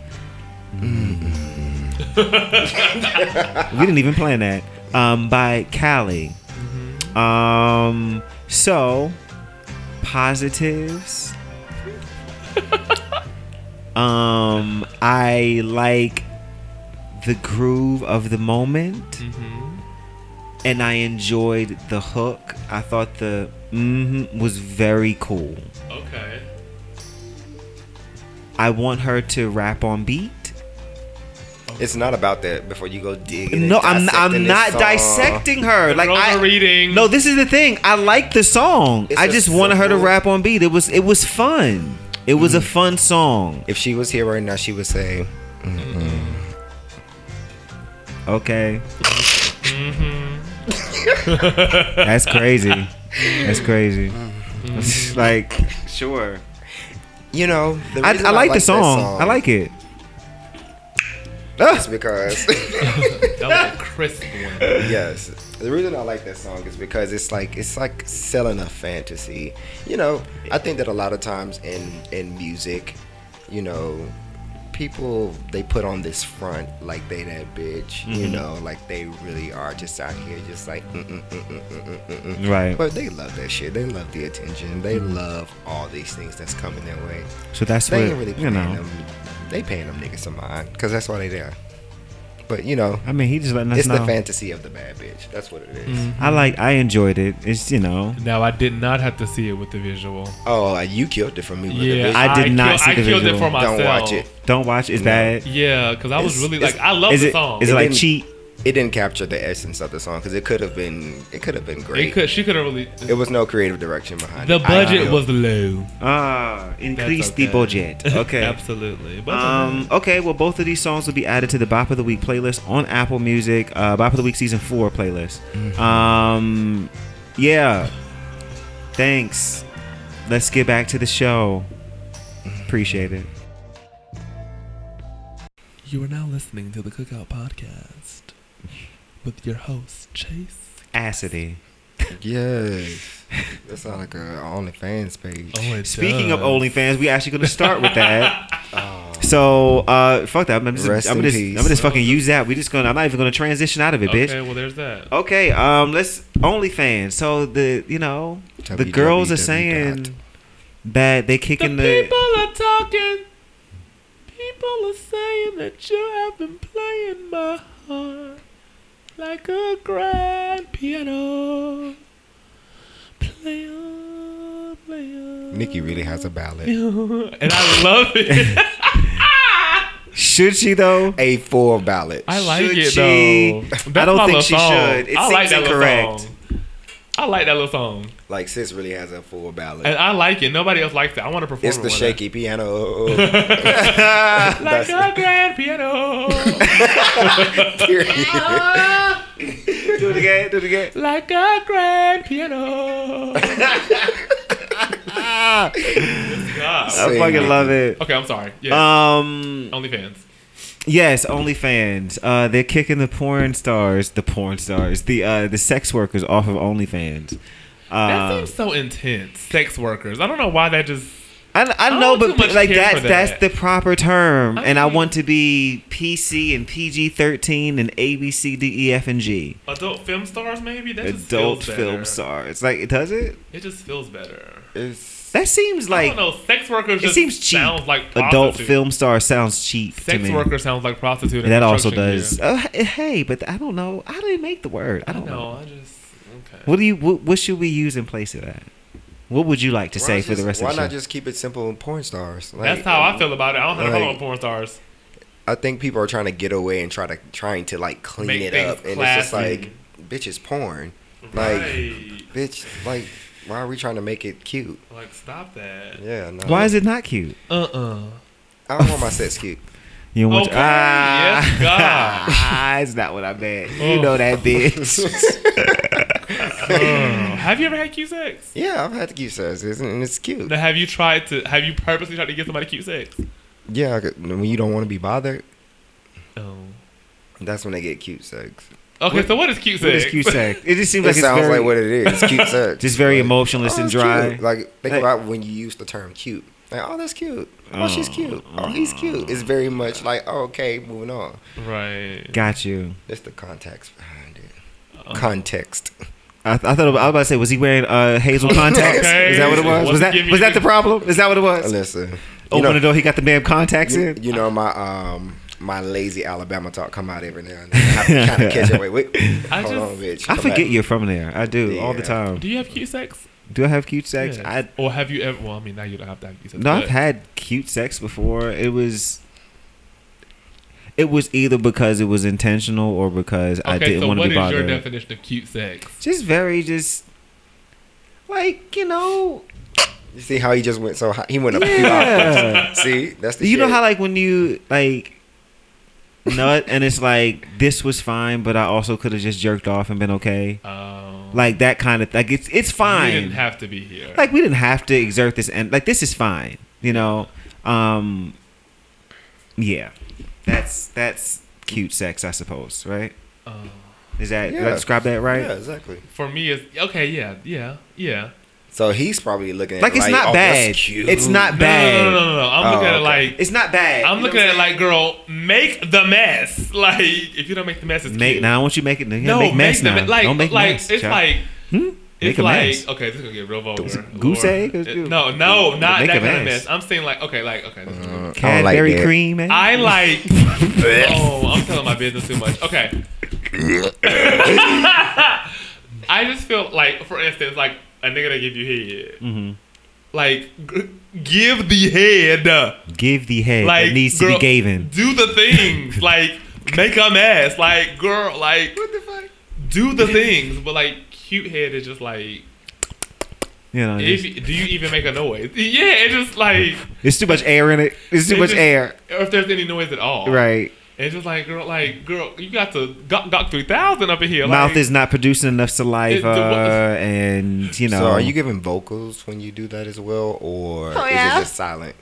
Speaker 4: we didn't even plan that. Um, by Callie.
Speaker 2: Mm-hmm.
Speaker 4: Um, so positives. um, I like the groove of the moment,
Speaker 2: Mm-hmm.
Speaker 4: and I enjoyed the hook. I thought the mm was very cool.
Speaker 3: okay.
Speaker 4: I want her to rap on beat.
Speaker 2: It's not about that. Before you go digging. and
Speaker 4: No, I'm I'm
Speaker 2: dissecting this
Speaker 4: not
Speaker 2: song.
Speaker 4: dissecting her. Like
Speaker 3: Rosa
Speaker 4: I
Speaker 3: reading.
Speaker 4: No, this is the thing. I like the song.
Speaker 2: It's
Speaker 4: I
Speaker 2: a
Speaker 4: just wanted her to
Speaker 2: simple- Mm-hmm.
Speaker 4: rap on beat. It was it was fun. It was a fun song.
Speaker 2: If she was here right now, she would say,
Speaker 4: Okay.
Speaker 3: Mm-hmm.
Speaker 4: That's crazy. That's crazy.
Speaker 2: Mm-hmm.
Speaker 4: like sure.
Speaker 2: "You know, the
Speaker 4: I, I
Speaker 2: reason
Speaker 4: like, the
Speaker 2: that
Speaker 4: song. I like it. Ah.
Speaker 2: It's because
Speaker 3: that was a crisp one.
Speaker 2: yes, the reason I like that song is because it's like it's like selling a fantasy. You know, I think that a lot of times in in music, you know, people they put on this front like they that bitch. You
Speaker 4: Mm-hmm.
Speaker 2: know, like they really are just out here just like. mm, Mm-mm, mm-mm, mm-mm, mm-mm.
Speaker 4: Right.
Speaker 2: Mm-hmm. But they love that shit. They love the attention. They
Speaker 4: Mm-hmm.
Speaker 2: love all these things that's coming their way.
Speaker 4: So that's
Speaker 2: They
Speaker 4: what
Speaker 2: ain't really paying
Speaker 4: you know.
Speaker 2: them. They paying them niggas some mind because that's why they there. But you know,
Speaker 4: I mean, he just letting us
Speaker 2: it's
Speaker 4: know.
Speaker 2: the fantasy of the bad bitch. That's what it is.
Speaker 3: Mm.
Speaker 4: I like. I enjoyed it. It's you know.
Speaker 3: Now I did not have to see it with the visual.
Speaker 2: Oh, uh, you killed it for me. With
Speaker 3: Yeah,
Speaker 2: the
Speaker 4: I did not see
Speaker 3: I
Speaker 4: the
Speaker 3: killed
Speaker 4: visual.
Speaker 3: it for myself.
Speaker 2: Don't watch it.
Speaker 4: Don't watch. It's bad.
Speaker 3: Yeah, because I was
Speaker 2: It's-
Speaker 3: really
Speaker 2: it's-
Speaker 3: like, I love
Speaker 4: Is
Speaker 3: the
Speaker 4: it?
Speaker 3: song.
Speaker 4: Is it
Speaker 2: It
Speaker 4: like
Speaker 2: didn't-
Speaker 4: cheap?
Speaker 2: It didn't capture the essence of the song because it could have been. It could have been
Speaker 3: it
Speaker 2: great.
Speaker 3: could. She could have really.
Speaker 2: It was no creative direction behind
Speaker 3: The
Speaker 2: it. I
Speaker 3: budget
Speaker 2: feel.
Speaker 3: was low.
Speaker 4: Ah, increase
Speaker 3: That's
Speaker 4: the budget. Okay.
Speaker 3: Absolutely. But uh,
Speaker 4: Um, okay, well, both of these songs will be added to the Bop of the Week playlist on Apple Music, uh, Bop of the Week Season 4 playlist. Um, yeah. Thanks. Let's get back to the show. Appreciate it.
Speaker 3: you are now listening to the Cookout Podcast. with your host, Chase.
Speaker 4: Acidy.
Speaker 2: Yes. That sounds like a OnlyFans page.
Speaker 3: Oh, it
Speaker 4: Speaking of
Speaker 3: does.
Speaker 4: OnlyFans, we actually going to start with that. So uh, fuck that. I'm just,
Speaker 2: Rest
Speaker 4: I'm
Speaker 2: in
Speaker 4: just, I'm
Speaker 2: peace.
Speaker 4: just fucking use that. We just gonna. I'm not even gonna transition out of it, bitch.
Speaker 3: Okay, well, there's that.
Speaker 4: Okay, um, let's OnlyFans. So the you know the
Speaker 2: www.
Speaker 4: girls are saying
Speaker 2: dot.
Speaker 4: that they kicking the,
Speaker 3: are talking. People are saying that you have been playing my heart like a grand piano. Play on, play on.
Speaker 2: Nikki really has a ballad.
Speaker 3: and I love it.
Speaker 4: should she though?
Speaker 2: A four ballot.
Speaker 3: I like
Speaker 4: Should
Speaker 3: it
Speaker 4: she?
Speaker 3: though.
Speaker 4: I
Speaker 3: That's
Speaker 4: don't
Speaker 3: my
Speaker 4: think
Speaker 3: little
Speaker 4: she
Speaker 3: song.
Speaker 4: should. It
Speaker 3: I like
Speaker 4: seems
Speaker 3: that little
Speaker 4: incorrect.
Speaker 3: song. I like that little song,
Speaker 2: Like sis really has a full ballad.
Speaker 3: and I like it. Nobody else likes it. I want to perform.
Speaker 2: it's
Speaker 3: it
Speaker 2: the
Speaker 3: one day.
Speaker 2: shaky piano.
Speaker 3: Like
Speaker 2: That's
Speaker 3: a grand piano,
Speaker 2: period.
Speaker 4: Do it again. Do it again.
Speaker 3: like a grand piano. God.
Speaker 4: I
Speaker 2: Same.
Speaker 4: fucking love it.
Speaker 3: Okay, I'm sorry. Yeah,
Speaker 4: Um.
Speaker 3: OnlyFans.
Speaker 4: Yes, OnlyFans. Uh, they're kicking the porn stars, the porn stars, the uh, the sex workers off of OnlyFans.
Speaker 3: That
Speaker 4: Uh,
Speaker 3: seems so intense. Sex workers. I don't know why that just.
Speaker 4: I,
Speaker 3: I
Speaker 4: I
Speaker 3: don't
Speaker 4: know,
Speaker 3: too
Speaker 4: but
Speaker 3: much
Speaker 4: like
Speaker 3: care
Speaker 4: that's
Speaker 3: for
Speaker 4: that's
Speaker 3: that.
Speaker 4: the proper term,
Speaker 3: I
Speaker 4: and I
Speaker 3: mean-
Speaker 4: want to be PC and PG thirteen and A B C D E F and G.
Speaker 3: Adult film stars, maybe that just
Speaker 4: Adult
Speaker 3: feels better.
Speaker 4: film stars. Like, does it?
Speaker 3: It just feels better.
Speaker 2: It's
Speaker 4: That seems
Speaker 3: I
Speaker 4: like
Speaker 3: don't know. Sex workers.
Speaker 4: it
Speaker 3: just
Speaker 4: seems cheap.
Speaker 3: Sounds like
Speaker 4: adult
Speaker 3: prostitute.
Speaker 4: film star sounds cheap to
Speaker 3: Sex
Speaker 4: me.
Speaker 3: worker sounds like prostitute.
Speaker 4: And
Speaker 3: in
Speaker 4: that also
Speaker 3: construction
Speaker 4: does.
Speaker 3: gear.
Speaker 4: Uh, hey, but I don't know. I didn't make the word. I
Speaker 3: I
Speaker 4: don't
Speaker 3: don't
Speaker 4: know.
Speaker 3: know. I just okay.
Speaker 4: What do you? What, what should we use in place of that? What would you like to say for the rest
Speaker 2: why
Speaker 4: of
Speaker 2: not
Speaker 4: the show?
Speaker 2: just keep it simple and porn stars? Like,
Speaker 3: That's how I feel about it. I don't have a
Speaker 2: like-
Speaker 3: problem with porn stars.
Speaker 2: I think people are trying to get away and try to trying to like clean
Speaker 3: Make
Speaker 2: it
Speaker 3: things
Speaker 2: up, and it's just
Speaker 3: classy.
Speaker 2: like, bitch, it's porn. Like,
Speaker 3: Right.
Speaker 2: bitch, like, why are we trying to make it cute?
Speaker 3: Like stop that.
Speaker 2: Yeah, no.
Speaker 4: Why is it not cute?
Speaker 3: Uh uh
Speaker 2: I don't want my sex cute.
Speaker 4: You don't want
Speaker 3: Okay, yes, God.
Speaker 4: ah, it's not what I meant. You
Speaker 3: Oh.
Speaker 4: know that bitch.
Speaker 3: have you ever had cute sex?
Speaker 2: Yeah, I've had cute sex, isn't it? and it's cute.
Speaker 3: Now, have you tried to? Have you purposely tried to get somebody cute sex?
Speaker 2: Yeah, I could- when you don't want to be bothered,
Speaker 3: Oh.
Speaker 2: that's when they get cute sex.
Speaker 3: Okay, so what is cute
Speaker 4: what
Speaker 3: sex?
Speaker 4: is cute sex? It just seems
Speaker 2: it
Speaker 4: like
Speaker 2: sounds
Speaker 4: it's very,
Speaker 2: like what it is. It's cute sex.
Speaker 4: just very
Speaker 2: Like,
Speaker 4: emotionless
Speaker 2: oh,
Speaker 4: and
Speaker 2: it's cute.
Speaker 4: dry.
Speaker 2: Like think
Speaker 4: Like-
Speaker 2: about when you use the term cute. Like, oh, that's cute. Oh, she's cute. Oh, he's cute. It's very much like, oh, okay, moving on.
Speaker 3: Right.
Speaker 4: Got you.
Speaker 2: It's the context behind it.
Speaker 4: Uh-uh.
Speaker 2: Context.
Speaker 4: I, I thought I was about to say, was he wearing uh, hazel contacts?
Speaker 3: Okay.
Speaker 4: Is that what it was? Was
Speaker 3: Wasn't
Speaker 4: that
Speaker 3: giving
Speaker 4: was
Speaker 3: you-
Speaker 4: that the problem? Is that what it was?
Speaker 2: Listen, you
Speaker 4: Open
Speaker 2: know,
Speaker 4: the door. He got the damn contacts
Speaker 2: you,
Speaker 4: in.
Speaker 2: you know my um my lazy Alabama talk come out every now and then. I kind of catch it. Wait, wait.
Speaker 3: I
Speaker 2: Hold on, bitch.
Speaker 4: I
Speaker 2: Come
Speaker 4: forget
Speaker 2: back.
Speaker 4: you're from there. I do all the
Speaker 2: Yeah.
Speaker 4: time.
Speaker 3: Do you have cute sex?
Speaker 4: Do I have cute sex?
Speaker 3: Yes.
Speaker 4: I
Speaker 3: or have you ever? Well, I mean, now you don't have to have cute sex.
Speaker 4: No,
Speaker 3: but-
Speaker 4: I've had cute sex before. It was it was either because it was intentional or because I
Speaker 3: Okay,
Speaker 4: didn't
Speaker 3: so
Speaker 4: want
Speaker 3: what
Speaker 4: to
Speaker 3: is
Speaker 4: be
Speaker 3: your
Speaker 4: bothered.
Speaker 3: definition of cute sex?
Speaker 4: just very just like, you know,
Speaker 2: You see how he just went so high? He went up a few octaves.
Speaker 4: yeah.
Speaker 2: See, that's the
Speaker 4: you know
Speaker 2: shit.
Speaker 4: how like when you like nut and it's like this was fine, but I also could have just jerked off and been okay.
Speaker 3: Um,
Speaker 4: Like that kind of like it's it's fine.
Speaker 3: You didn't have to be here.
Speaker 4: like we didn't have to exert this and like this is fine you know um yeah that's that's cute sex i suppose right
Speaker 3: Um,
Speaker 4: is that did
Speaker 2: Yeah.
Speaker 4: i describe that right
Speaker 2: Yeah, exactly.
Speaker 3: for me, it's okay. Yeah, yeah, yeah.
Speaker 2: So he's probably looking at
Speaker 4: like
Speaker 2: it
Speaker 4: it's not
Speaker 2: oh,
Speaker 4: bad
Speaker 2: that's cute.
Speaker 4: it's not
Speaker 3: No, no,
Speaker 4: bad
Speaker 3: no, no, no, no. I'm
Speaker 2: Oh,
Speaker 3: looking at it
Speaker 2: okay.
Speaker 3: like
Speaker 4: it's not bad
Speaker 3: I'm
Speaker 4: You know
Speaker 3: looking
Speaker 4: what
Speaker 3: at it
Speaker 4: saying?
Speaker 3: like, girl, make the mess. Like, if you don't make the mess, it's
Speaker 4: make
Speaker 3: cute.
Speaker 4: now i want you make it no, make mess
Speaker 3: the
Speaker 4: now
Speaker 3: ma- Like,
Speaker 4: don't make
Speaker 3: like
Speaker 4: mess,
Speaker 3: it's
Speaker 4: child.
Speaker 3: like
Speaker 4: Hmm? Make
Speaker 3: it's
Speaker 4: a
Speaker 3: like
Speaker 4: mess.
Speaker 3: okay, this is gonna get real vulgar.
Speaker 4: goose
Speaker 3: Or-
Speaker 4: egg?
Speaker 3: it- No, no, not
Speaker 4: Make
Speaker 3: that
Speaker 4: a
Speaker 3: kind of mess.
Speaker 4: mess.
Speaker 3: I'm saying like okay, like okay. this is gonna be-
Speaker 2: I don't like
Speaker 4: Cadbury
Speaker 2: that.
Speaker 4: cream eh?
Speaker 3: I like. oh, I'm telling my business too much. Okay. I just feel like, for instance, like a nigga that give you head,
Speaker 4: Mhm.
Speaker 3: like g- give the head.
Speaker 4: give the head
Speaker 3: Like
Speaker 4: that needs
Speaker 3: girl,
Speaker 4: to be given
Speaker 3: Do the things. like make a mess. Like girl. Like what the fuck? Do the things, but like cute head is just like.
Speaker 4: you know
Speaker 3: If,
Speaker 4: just-
Speaker 3: do you even make a noise? Yeah, it's just like
Speaker 4: it's too much air in it it's too
Speaker 3: It
Speaker 4: much
Speaker 3: just- Oh,
Speaker 4: air
Speaker 3: or if there's any noise at all.
Speaker 4: right
Speaker 3: It's just like girl, like girl, you got to gawk, gawk three thousand up in here.
Speaker 4: mouth
Speaker 3: like,
Speaker 4: is not producing enough saliva,
Speaker 3: It- the what-
Speaker 4: and you know.
Speaker 2: So are you giving vocals when you do that as well, or is it just silent?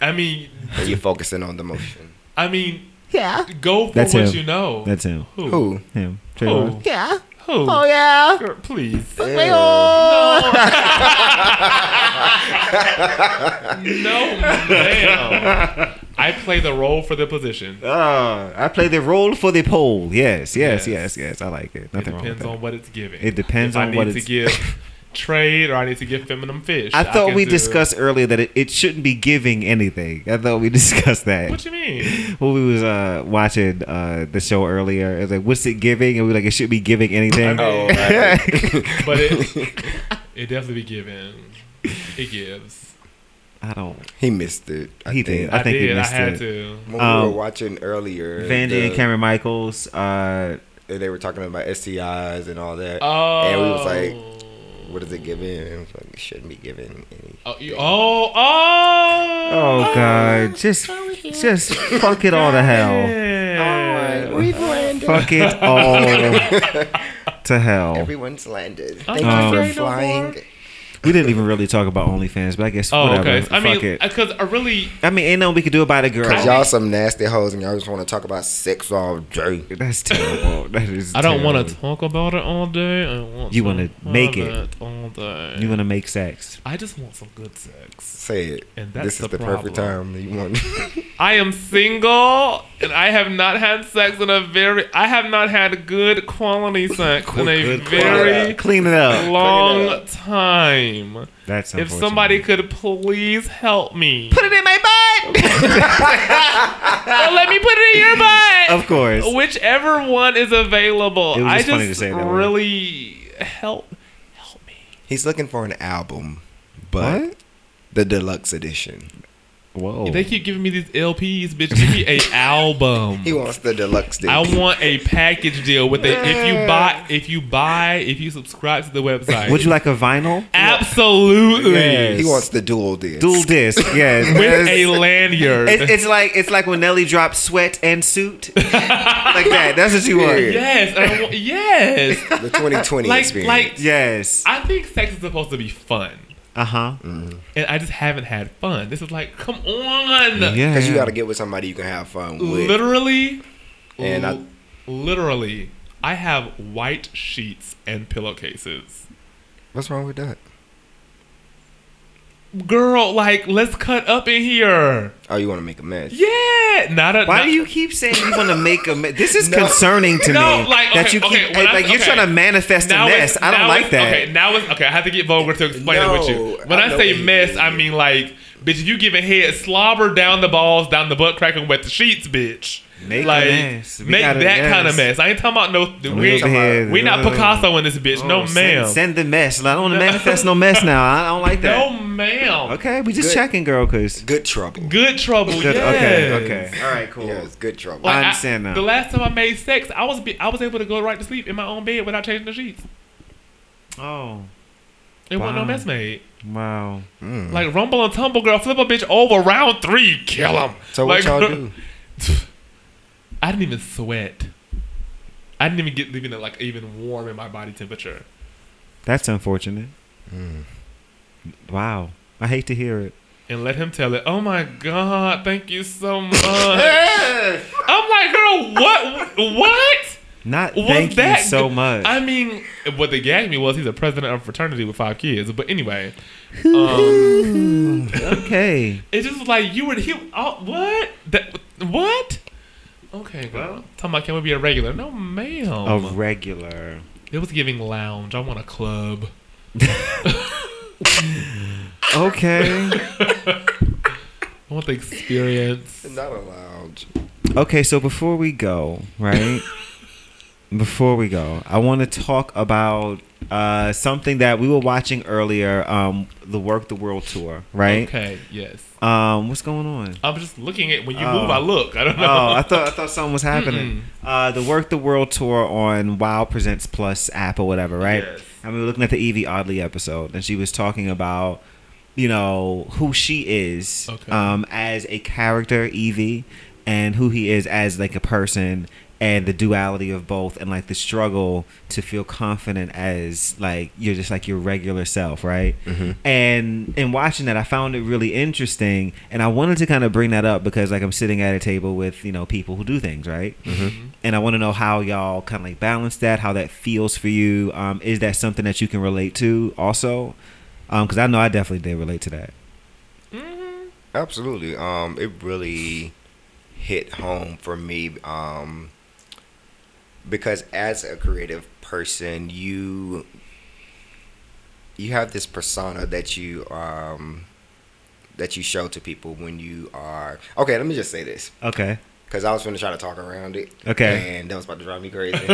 Speaker 3: I mean,
Speaker 2: Are you focusing on the motion?
Speaker 3: I mean,
Speaker 2: Yeah.
Speaker 3: Go for
Speaker 4: That's
Speaker 3: what
Speaker 4: him.
Speaker 3: you know.
Speaker 4: That's him.
Speaker 3: who?
Speaker 2: Who?
Speaker 4: Him.
Speaker 3: Who?
Speaker 4: Trayvon.
Speaker 2: Yeah.
Speaker 3: Who?
Speaker 2: Oh yeah.
Speaker 3: Girl, please. No, ma'am. I play the role for the position.
Speaker 4: Ah, I play the role for the pole. Yes, yes,
Speaker 3: Yes.
Speaker 4: yes, yes. I like it.
Speaker 3: It
Speaker 4: Nothing wrong with
Speaker 3: depends
Speaker 4: that.
Speaker 3: on what it's giving.
Speaker 4: It depends
Speaker 3: if I
Speaker 4: on
Speaker 3: need
Speaker 4: what
Speaker 3: to
Speaker 4: it's-
Speaker 3: give trade or I need to give feminine fish.
Speaker 4: I thought
Speaker 3: can
Speaker 4: we
Speaker 3: do-
Speaker 4: discussed earlier that it, it shouldn't be giving anything. I thought we discussed that.
Speaker 3: What you mean?
Speaker 4: when we was uh, watching uh, the show earlier, it was like, "What's it giving?" And we were like, "It should be giving anything."
Speaker 3: I
Speaker 2: Oh,
Speaker 3: mean-
Speaker 2: right.
Speaker 3: But it it definitely be given. It gives.
Speaker 4: I don't.
Speaker 2: he missed it. I
Speaker 4: He
Speaker 2: think.
Speaker 4: did.
Speaker 3: I,
Speaker 4: I think he
Speaker 3: did. I
Speaker 4: missed
Speaker 3: had
Speaker 4: it.
Speaker 3: to.
Speaker 2: When we
Speaker 4: Um,
Speaker 2: were watching earlier,
Speaker 4: Vandy
Speaker 2: the-
Speaker 4: and Cameron Michaels. Uh,
Speaker 2: they were talking about STIs and all that.
Speaker 3: Oh.
Speaker 2: And we was like, what is it giving? And it was like, it shouldn't be giving any.
Speaker 3: Oh, you- oh, oh,
Speaker 4: oh God, just just fuck it all to hell.
Speaker 3: Yeah.
Speaker 2: We've landed.
Speaker 4: Fuck it all to hell.
Speaker 2: Everyone's landed. Thank
Speaker 4: Um,
Speaker 2: you
Speaker 4: afraid
Speaker 2: for
Speaker 4: no
Speaker 2: flying.
Speaker 4: We didn't even really talk about OnlyFans, but I guess
Speaker 3: Oh,
Speaker 4: whatever.
Speaker 3: okay. I
Speaker 4: fuck
Speaker 3: mean,
Speaker 4: it.
Speaker 3: because I really,
Speaker 4: I mean, ain't nothing we could do about it, girl.
Speaker 2: Cause y'all some nasty hoes and y'all just want to talk about sex all day.
Speaker 4: That's terrible. That is.
Speaker 3: I don't want to
Speaker 4: terrible.
Speaker 3: talk about it all day. I want
Speaker 4: You wanna
Speaker 3: have
Speaker 4: make it.
Speaker 3: all day.
Speaker 4: You want to make sex?
Speaker 3: I just want some good sex.
Speaker 2: Say it.
Speaker 3: And that's
Speaker 2: this is
Speaker 3: the
Speaker 2: the, perfect
Speaker 3: problem.
Speaker 2: time that you want.
Speaker 3: I am single and I have not had sex in a very I have not had good quality sex in a very
Speaker 4: Clean it up.
Speaker 3: long time.
Speaker 4: That's
Speaker 3: If somebody could please help me.
Speaker 4: put it in my butt,
Speaker 3: Oh, let me put it in your butt.
Speaker 4: of course.
Speaker 3: Whichever one is available.
Speaker 4: It was
Speaker 3: I
Speaker 4: just
Speaker 3: just
Speaker 4: funny to say it that way.
Speaker 3: really help help me.
Speaker 2: He's looking for an album, but
Speaker 4: What?
Speaker 2: the deluxe edition.
Speaker 4: Whoa.
Speaker 3: They keep giving me these LPs, bitch. Give me a album.
Speaker 2: He wants the deluxe edition.
Speaker 3: I want a package deal with it. If you buy, if you buy, if you subscribe to the website,
Speaker 4: Would you like a vinyl?
Speaker 3: absolutely
Speaker 4: Yes.
Speaker 2: He wants the dual disc.
Speaker 4: Dual disc, yes.
Speaker 3: with
Speaker 4: Yes.
Speaker 3: a lanyard?
Speaker 4: it's, it's like it's like when Nelly dropped "Sweat and Suit," like that. That's what you want.
Speaker 3: yes, I want- yes.
Speaker 2: The 2020
Speaker 3: like,
Speaker 2: experience.
Speaker 3: like,
Speaker 4: Yes.
Speaker 3: I think sex is supposed to be fun,
Speaker 4: Uh huh.
Speaker 3: and I just haven't had fun. This is like, come on,
Speaker 4: Yeah.
Speaker 2: Because you got to get with somebody you can have fun with.
Speaker 3: literally,
Speaker 2: And I-
Speaker 3: l- literally, I have white sheets and pillowcases.
Speaker 2: What's wrong with that?
Speaker 3: Girl, like, let's cut up in here.
Speaker 2: Oh, you want to make a mess?
Speaker 3: Yeah, not a.
Speaker 4: Why
Speaker 3: not-
Speaker 4: do you keep saying you want to make a? Me- this is
Speaker 2: No.
Speaker 4: concerning to
Speaker 3: No,
Speaker 4: me.
Speaker 3: like,
Speaker 4: that
Speaker 3: okay,
Speaker 4: you keep
Speaker 3: okay, when I-
Speaker 4: like you're
Speaker 3: okay.
Speaker 4: trying to manifest a
Speaker 3: it's-
Speaker 4: mess. I don't
Speaker 3: now
Speaker 4: like
Speaker 3: it's-
Speaker 4: that.
Speaker 3: Okay, now it's okay. I have to get vulgar to explain it with you.
Speaker 2: No,
Speaker 3: When
Speaker 2: I
Speaker 3: I,
Speaker 2: know
Speaker 3: say
Speaker 2: what you
Speaker 3: mess,
Speaker 2: mean.
Speaker 3: I mean like, bitch, you giving head slobber down the balls, down the butt crack, and wet the sheets, bitch.
Speaker 4: Make a
Speaker 3: like,
Speaker 4: mess. We
Speaker 3: make
Speaker 4: gotta-
Speaker 3: that kind of mess.
Speaker 4: yes.
Speaker 3: I ain't talking about no.
Speaker 4: Real
Speaker 3: We, ain't-
Speaker 4: head.
Speaker 3: we not
Speaker 4: Ugh.
Speaker 3: Picasso in this bitch. no,
Speaker 4: Oh,
Speaker 3: ma'am.
Speaker 4: Send, send the mess. I don't want to manifest no mess now. I don't like that.
Speaker 3: no, ma'am.
Speaker 4: Okay, we just
Speaker 2: Good.
Speaker 4: checking, girl, because.
Speaker 2: Good trouble.
Speaker 3: Good trouble.
Speaker 4: Good. Okay.
Speaker 3: yes.
Speaker 4: Okay. All right. Cool.
Speaker 2: Yes, good trouble.
Speaker 4: I
Speaker 3: Like,
Speaker 4: understand now.
Speaker 3: The last time I made sex, I was be, I was able to go right to sleep in my own bed without changing the sheets.
Speaker 4: Oh.
Speaker 3: It wasn't no
Speaker 4: Wow. Mm.
Speaker 3: mess made.
Speaker 4: Wow.
Speaker 2: Hmm.
Speaker 3: Like rumble and tumble, girl. Flip a bitch over round three, kill him.
Speaker 2: so what
Speaker 3: like,
Speaker 2: y'all do?
Speaker 3: I didn't even sweat. I didn't even get even like even warm in my body temperature.
Speaker 4: That's unfortunate.
Speaker 3: Hmm.
Speaker 4: Wow. I hate to hear it.
Speaker 3: And let him tell it. Oh my god, thank you so much. I'm like, girl, what? What?
Speaker 4: Not
Speaker 3: Was
Speaker 4: thank
Speaker 3: that
Speaker 4: you so
Speaker 3: g-
Speaker 4: much.
Speaker 3: I mean, what they gagged me was he's a president of a fraternity with five kids. But anyway, um,
Speaker 4: okay.
Speaker 3: it just was like you were he. Oh, what? That, what? Okay, girl. Talking about can we be a regular? No, ma'am.
Speaker 4: A regular.
Speaker 3: It was giving lounge. I want a club.
Speaker 4: Okay.
Speaker 3: I want the experience.
Speaker 2: Not allowed.
Speaker 4: okay. So before we go, right? before we go, I want to talk about uh, something that we were watching earlier. Um, the Work the World tour, right?
Speaker 3: Okay, yes.
Speaker 4: Um, what's going on?
Speaker 3: I'm just looking at when you
Speaker 4: Oh.
Speaker 3: move. I look. I don't know.
Speaker 4: Oh, I thought I thought something was happening. Uh, the Work the World tour on Wow Presents Plus app or whatever, right?
Speaker 3: Yes.
Speaker 4: I mean, we were looking at the Evie Oddly episode, and she was talking about you know who she is
Speaker 3: Okay.
Speaker 4: um, as a character, Evie, and who he is as like a person, and the duality of both and like the struggle to feel confident as like you're just like your regular self right and in watching that i found it really interesting and i wanted to kind of bring that up because like i'm sitting at a table with you know people who do things right and i want to know how y'all kind of like balance that how that feels for you um, is that something that you can relate to also because Um, i know i definitely did relate to that
Speaker 2: Absolutely. Um, it really hit home for me. Um, because as a creative person, you you have this persona that you um that you show to people when you are okay. Let me just say this
Speaker 4: okay
Speaker 2: because I was going to try to talk around it.
Speaker 4: Okay.
Speaker 2: and that was about to drive me crazy.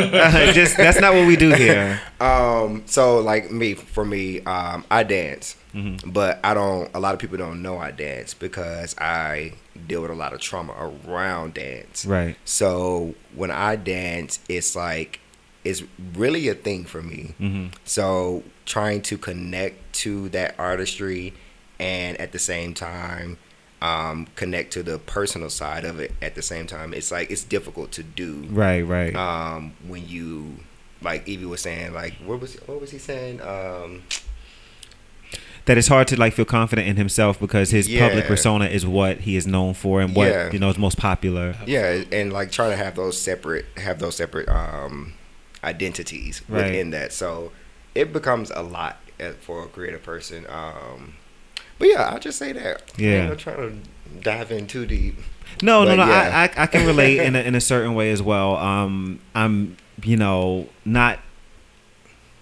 Speaker 4: just that's not what we do here
Speaker 2: Um, so like me, for me, um, I dance,
Speaker 4: Mm-hmm.
Speaker 2: but I don't. A lot of people don't know I dance because I deal with a lot of trauma around dance.
Speaker 4: right
Speaker 2: So when I dance, it's like it's really a thing for me.
Speaker 4: Mhm.
Speaker 2: So trying to connect to that artistry and at the same time um, connect to the personal side of it at the same time, it's like it's difficult to do
Speaker 4: right right
Speaker 2: um, when you like Evie was saying like what was what was he saying um,
Speaker 4: that it's hard to like feel confident in himself because his public
Speaker 2: Yeah.
Speaker 4: persona is what he is known for and what
Speaker 2: Yeah.
Speaker 4: you know is most popular.
Speaker 2: yeah and like trying to have those separate have those separate um, identities
Speaker 4: Right.
Speaker 2: within that so it becomes a lot uh, for a creative person um, but yeah I'll just say that
Speaker 4: Yeah.
Speaker 2: I'm not trying to dive in too deep
Speaker 4: No, no,
Speaker 2: But
Speaker 4: no.
Speaker 2: yeah.
Speaker 4: I, I I can relate in a, in a certain way as well. Um, I'm you know not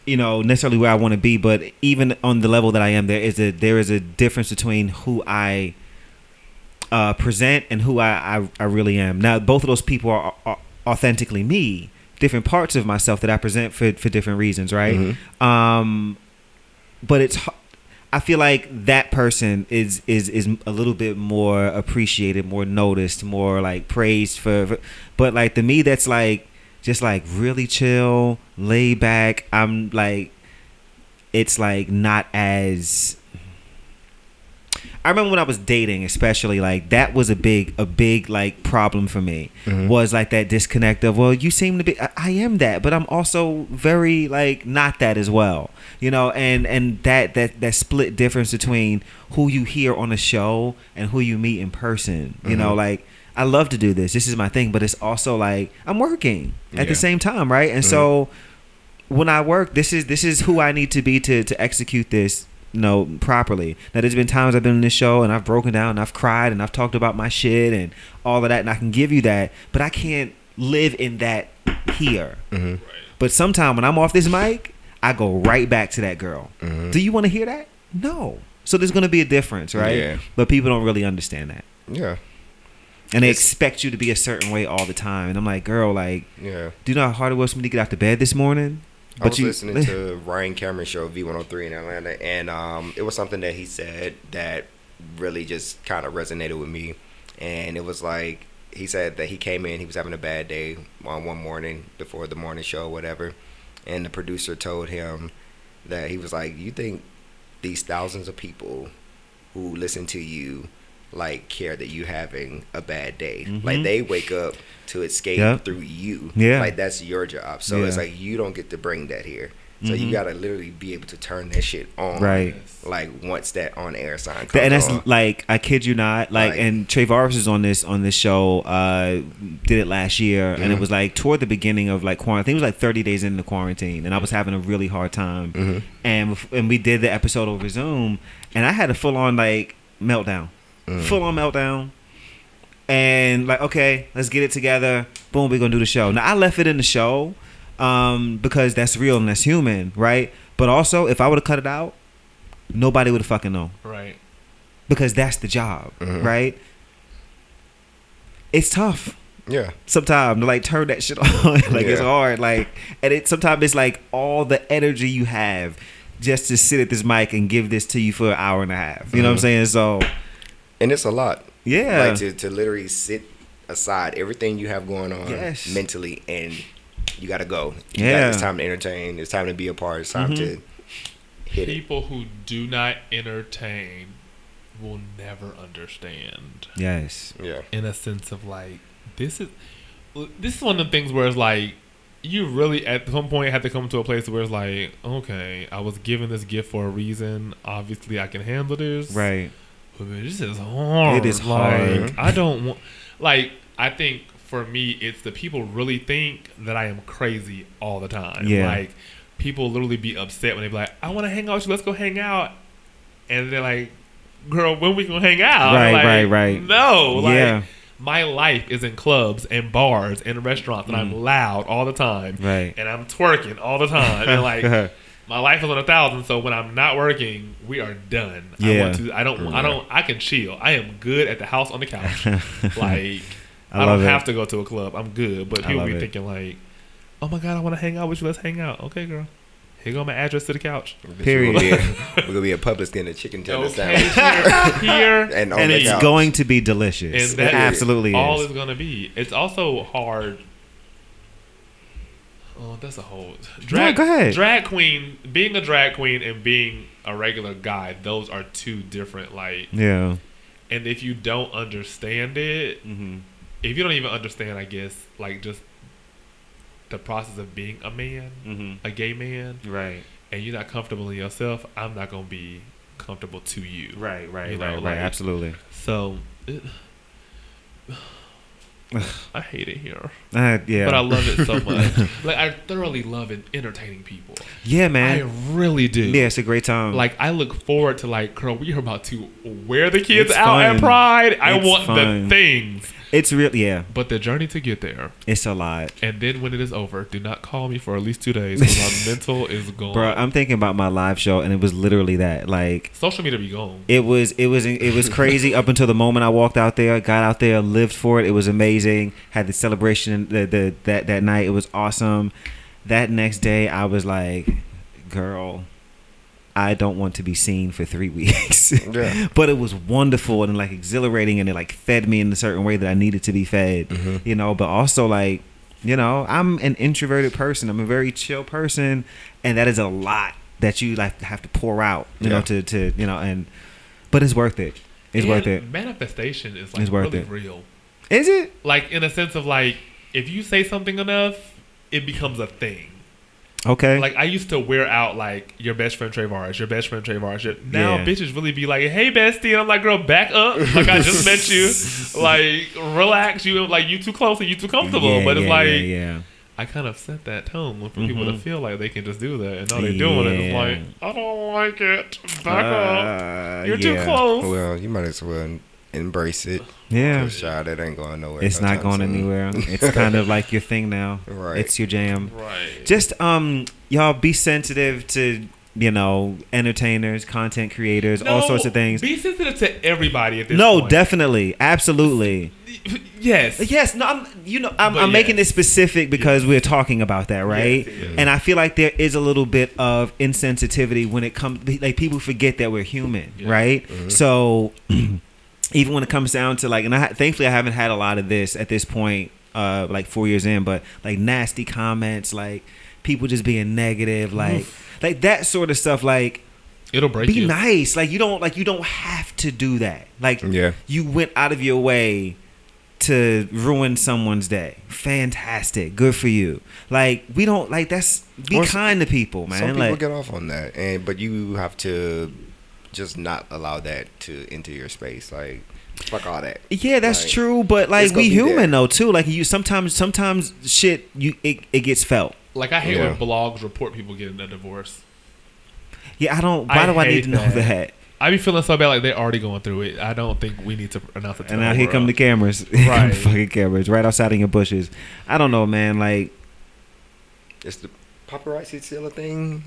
Speaker 4: you know necessarily where I want to be, but even on the level that I am, there is a there is a difference between who I uh, present and who I, I I really am. Now, both of those people are, are authentically me, different parts of myself that I present for for different reasons, right?
Speaker 2: Mm-hmm.
Speaker 4: Um, but it's h- I feel like that person is is is a little bit more appreciated, more noticed, more like praised for, for but like the me that's like just like really chill, laid back, I'm like it's like not as I remember when I was dating, especially like that was a big, a big like problem for me was like that disconnect of well, you seem to be, I, I am that, but I'm also very like not that as well, you know, and and that that that split difference between who you hear on a show and who you meet in person, you know, like I love to do this, this is my thing, but it's also like I'm working at
Speaker 1: Yeah.
Speaker 4: the same time, right, and so when I work, this is this is who I need to be to to execute this, you know, properly. Now there's been times I've been in this show and I've broken down and I've cried and I've talked about my shit and all of that, and I can give you that, but I can't live in that here.
Speaker 2: Mm-hmm.
Speaker 4: But sometime when I'm off this mic, I go right back to that girl.
Speaker 2: Mm-hmm.
Speaker 4: Do you want to hear that? No. So there's going to be a difference, right?
Speaker 2: Yeah.
Speaker 4: But people don't really understand that.
Speaker 2: yeah
Speaker 4: And they expect you to be a certain way all the time. And I'm like, girl, like,
Speaker 2: yeah
Speaker 4: do you know how hard it was for me to get out to bed this morning?
Speaker 2: I was listening to Ryan Cameron's show V103 in Atlanta, and um, it was something that he said that really just kind of resonated with me. And it was like he said that he came in, he was having a bad day on one morning before the morning show, whatever. And the producer told him that he was like, "You think these thousands of people who listen to you like care that you having a bad day? Like
Speaker 4: Mhm.
Speaker 2: they wake up to escape
Speaker 4: Yeah.
Speaker 2: through you.
Speaker 4: Yeah.
Speaker 2: like that's your job. So it's
Speaker 4: Yeah.
Speaker 2: like." you don't get to bring that here. So
Speaker 4: Mhm.
Speaker 2: you gotta literally be able to turn that shit on,
Speaker 4: Right.
Speaker 2: Like once that on air sign comes
Speaker 4: Th- and that's
Speaker 2: on.
Speaker 4: like I kid you not, like
Speaker 2: Like-
Speaker 4: and Trey Vargas is on this on this show, uh, did it last year, and it was like toward the beginning of like quarantine. I think it was like thirty days into quarantine, and I was having a really hard time, and bef- and we did the episode over Zoom, and I had a full on like meltdown, full on meltdown, and like okay, let's get it together. Boom, we're gonna do the show. Now I left it in the show, um, because that's real and that's human, right? But also, if I would have cut it out, nobody would have fucking known
Speaker 3: Right.
Speaker 4: because that's the job, right? It's tough
Speaker 2: yeah,
Speaker 4: sometimes to like turn that shit on. like it's
Speaker 2: Yeah.
Speaker 4: hard. Like and it sometimes it's like all the energy you have just to sit at this mic and give this to you for an hour and a half. You know what I'm saying? So
Speaker 2: and it's a lot.
Speaker 4: yeah,
Speaker 2: like to, to literally sit aside everything you have going on
Speaker 4: Yes.
Speaker 2: mentally, and you gotta go. You
Speaker 4: Yeah. Mm-hmm.
Speaker 2: gotta, it's time to entertain. It's time to be a part. It's time to hit it.
Speaker 3: People who do not entertain will never understand.
Speaker 4: yes,
Speaker 2: Yeah,
Speaker 3: In a sense of like, this is this is one of the things where it's like you really at some point have to come to a place where it's like, okay, I was given this gift for a reason. Obviously, I can handle this.
Speaker 4: Right.
Speaker 3: But man, this is hard.
Speaker 4: It is
Speaker 3: like,
Speaker 4: hard.
Speaker 3: I don't want. Like I think for me, it's the people really think that I am crazy all the time.
Speaker 4: Yeah.
Speaker 3: Like people literally be upset when they be like, "I want to hang out with you. Let's go hang out," and they're like, "Girl, when we gonna hang out?"
Speaker 4: Right,
Speaker 3: Like,
Speaker 4: right, right.
Speaker 3: No. Like,
Speaker 4: Yeah.
Speaker 3: My life is in clubs and bars and restaurants, and I'm loud all the time.
Speaker 4: Mm. Right.
Speaker 3: And I'm twerking all the time, and like. My life is on a thousand, so when I'm not working, we are done. I
Speaker 4: Yeah.
Speaker 3: want to. I don't. I don't. I can chill. I am good at the house on the couch. like I,
Speaker 4: I love
Speaker 3: don't
Speaker 4: it.
Speaker 3: have to go to a club. I'm good. But
Speaker 4: I
Speaker 3: people be
Speaker 4: love it.
Speaker 3: thinking like, "Oh my god, I want to hang out with you. Let's hang out." Okay, girl. Here go my address to the couch.
Speaker 4: Period.
Speaker 2: We're gonna be at, we're gonna be at Publix getting a chicken tender
Speaker 3: Okay,
Speaker 2: sandwich.
Speaker 3: here, here,
Speaker 2: And on
Speaker 4: and
Speaker 2: the
Speaker 4: it's
Speaker 2: couch.
Speaker 4: going to be delicious.
Speaker 3: And
Speaker 4: it
Speaker 3: that is
Speaker 4: absolutely
Speaker 3: all
Speaker 4: is.
Speaker 3: it's gonna be. It's also hard. Oh, that's a whole drag.
Speaker 4: go ahead.
Speaker 3: Drag queen, being a drag queen and being a regular guy, those are two different. Like,
Speaker 4: yeah.
Speaker 3: and if you don't understand it, if you don't even understand, I guess, like just the process of being a man,
Speaker 4: Mm-hmm.
Speaker 3: a gay man,
Speaker 4: Right.
Speaker 3: and you're not comfortable in yourself, I'm not gonna be comfortable to you.
Speaker 4: Right. Right.
Speaker 3: You know,
Speaker 4: right.
Speaker 3: like-
Speaker 4: right. Absolutely.
Speaker 3: So, it, I hate it here.
Speaker 4: Uh, yeah.
Speaker 3: but I love it so much. like I thoroughly love it, entertaining people.
Speaker 4: yeah, man.
Speaker 3: I really do.
Speaker 4: yeah, it's a great time.
Speaker 3: Like I look forward to like, girl, we are about to wear the kids
Speaker 4: It's
Speaker 3: out at
Speaker 4: fun.
Speaker 3: Pride. I
Speaker 4: It's
Speaker 3: want the
Speaker 4: fun.
Speaker 3: things,
Speaker 4: it's real. Yeah,
Speaker 3: but the journey to get there,
Speaker 4: it's a lot,
Speaker 3: and then when it is over, do not call me for at least two days. 'cause My mental is gone.
Speaker 4: bro. I'm thinking about my live show, and it was literally that. Like,
Speaker 3: Social media be gone.
Speaker 4: it was, it was, it was crazy up until the moment I walked out there, got out there, lived for it. It was amazing. Had the celebration the, the that that night. It was awesome. That next day, I was like, girl. I don't want to be seen for three weeks.
Speaker 2: Yeah.
Speaker 4: but it was wonderful and like exhilarating and it like fed me in a certain way that I needed to be fed,
Speaker 2: Mm-hmm.
Speaker 4: you know, but also like, you know, I'm an introverted person. I'm a very chill person and that is a lot that you like have to pour out, you
Speaker 2: Yeah.
Speaker 4: know, to, to, you know, and, but it's worth it. It's worth it.
Speaker 3: And Manifestation is like
Speaker 4: It's worth
Speaker 3: really
Speaker 4: it.
Speaker 3: real.
Speaker 4: Is it?
Speaker 3: Like in a sense of like, if you say something enough, it becomes a thing.
Speaker 4: Okay.
Speaker 3: Like I used to wear out like your best friend Trayvon, your best friend Trayvon. Your, now
Speaker 4: Yeah.
Speaker 3: bitches really be like, "Hey bestie," and I'm like, "Girl, back up!" Like I just met you. Like relax, you like you too close and you too comfortable.
Speaker 4: Yeah,
Speaker 3: but it's
Speaker 4: yeah,
Speaker 3: like
Speaker 4: yeah, yeah.
Speaker 3: I kind of set that tone for people to feel like they can just do that, and all they're doing is
Speaker 4: Yeah.
Speaker 3: like, "I don't like it. Back up.
Speaker 4: Uh,
Speaker 3: You're
Speaker 4: yeah.
Speaker 3: too close."
Speaker 2: Well, you might as well embrace it.
Speaker 4: Yeah.
Speaker 2: Shot, it ain't going nowhere.
Speaker 4: It's not
Speaker 2: anytime
Speaker 4: going
Speaker 2: soon.
Speaker 4: anywhere. It's kind of like your thing now.
Speaker 2: Right.
Speaker 4: It's your jam.
Speaker 3: Right.
Speaker 4: just um y'all be sensitive to you know entertainers content creators all
Speaker 3: No,
Speaker 4: sorts of things
Speaker 3: Be sensitive to everybody at this
Speaker 4: no
Speaker 3: point.
Speaker 4: definitely absolutely
Speaker 3: yes.
Speaker 4: yes no i'm you know i'm,
Speaker 3: But
Speaker 4: I'm making
Speaker 3: yes.
Speaker 4: this specific because we're talking about that right
Speaker 3: Yes, yes.
Speaker 4: and i feel like there is a little bit of insensitivity when it comes like people forget that we're human
Speaker 3: Yeah. Uh-huh.
Speaker 4: right so even when it comes down to like, and I thankfully I haven't had a lot of this at this point, uh, like four years in, but like nasty comments, like people just being negative, like like that sort of stuff. Like,
Speaker 3: It'll break
Speaker 4: be
Speaker 3: you.
Speaker 4: nice. Like you don't like you don't have to do that. Like,
Speaker 2: Yeah.
Speaker 4: you went out of your way to ruin someone's day. Fantastic, good for you. Like we don't like that's be
Speaker 2: Or s-
Speaker 4: kind to people, man.
Speaker 2: Some people
Speaker 4: like,
Speaker 2: get off on that, and but you have to just not allow that to enter your space. Like, fuck all that.
Speaker 4: Yeah, that's
Speaker 2: Like,
Speaker 4: true, but like
Speaker 2: it's gonna
Speaker 4: we
Speaker 2: be
Speaker 4: human
Speaker 2: there.
Speaker 4: though too. Like you sometimes sometimes shit you it, it gets felt.
Speaker 3: Like I hate
Speaker 2: Yeah.
Speaker 3: when blogs report people getting a divorce.
Speaker 4: Yeah, I don't. Why
Speaker 3: I
Speaker 4: do I
Speaker 3: hate
Speaker 4: need to know
Speaker 3: that.
Speaker 4: that?
Speaker 3: I be feeling so bad, like they're already going through it. I don't think we need to announce it. To
Speaker 4: And
Speaker 3: the
Speaker 4: now here come the
Speaker 3: world.
Speaker 4: cameras,
Speaker 3: Right.
Speaker 4: fucking cameras, right outside in your bushes. I don't know, man. Like,
Speaker 2: It's the paparazzi still a thing.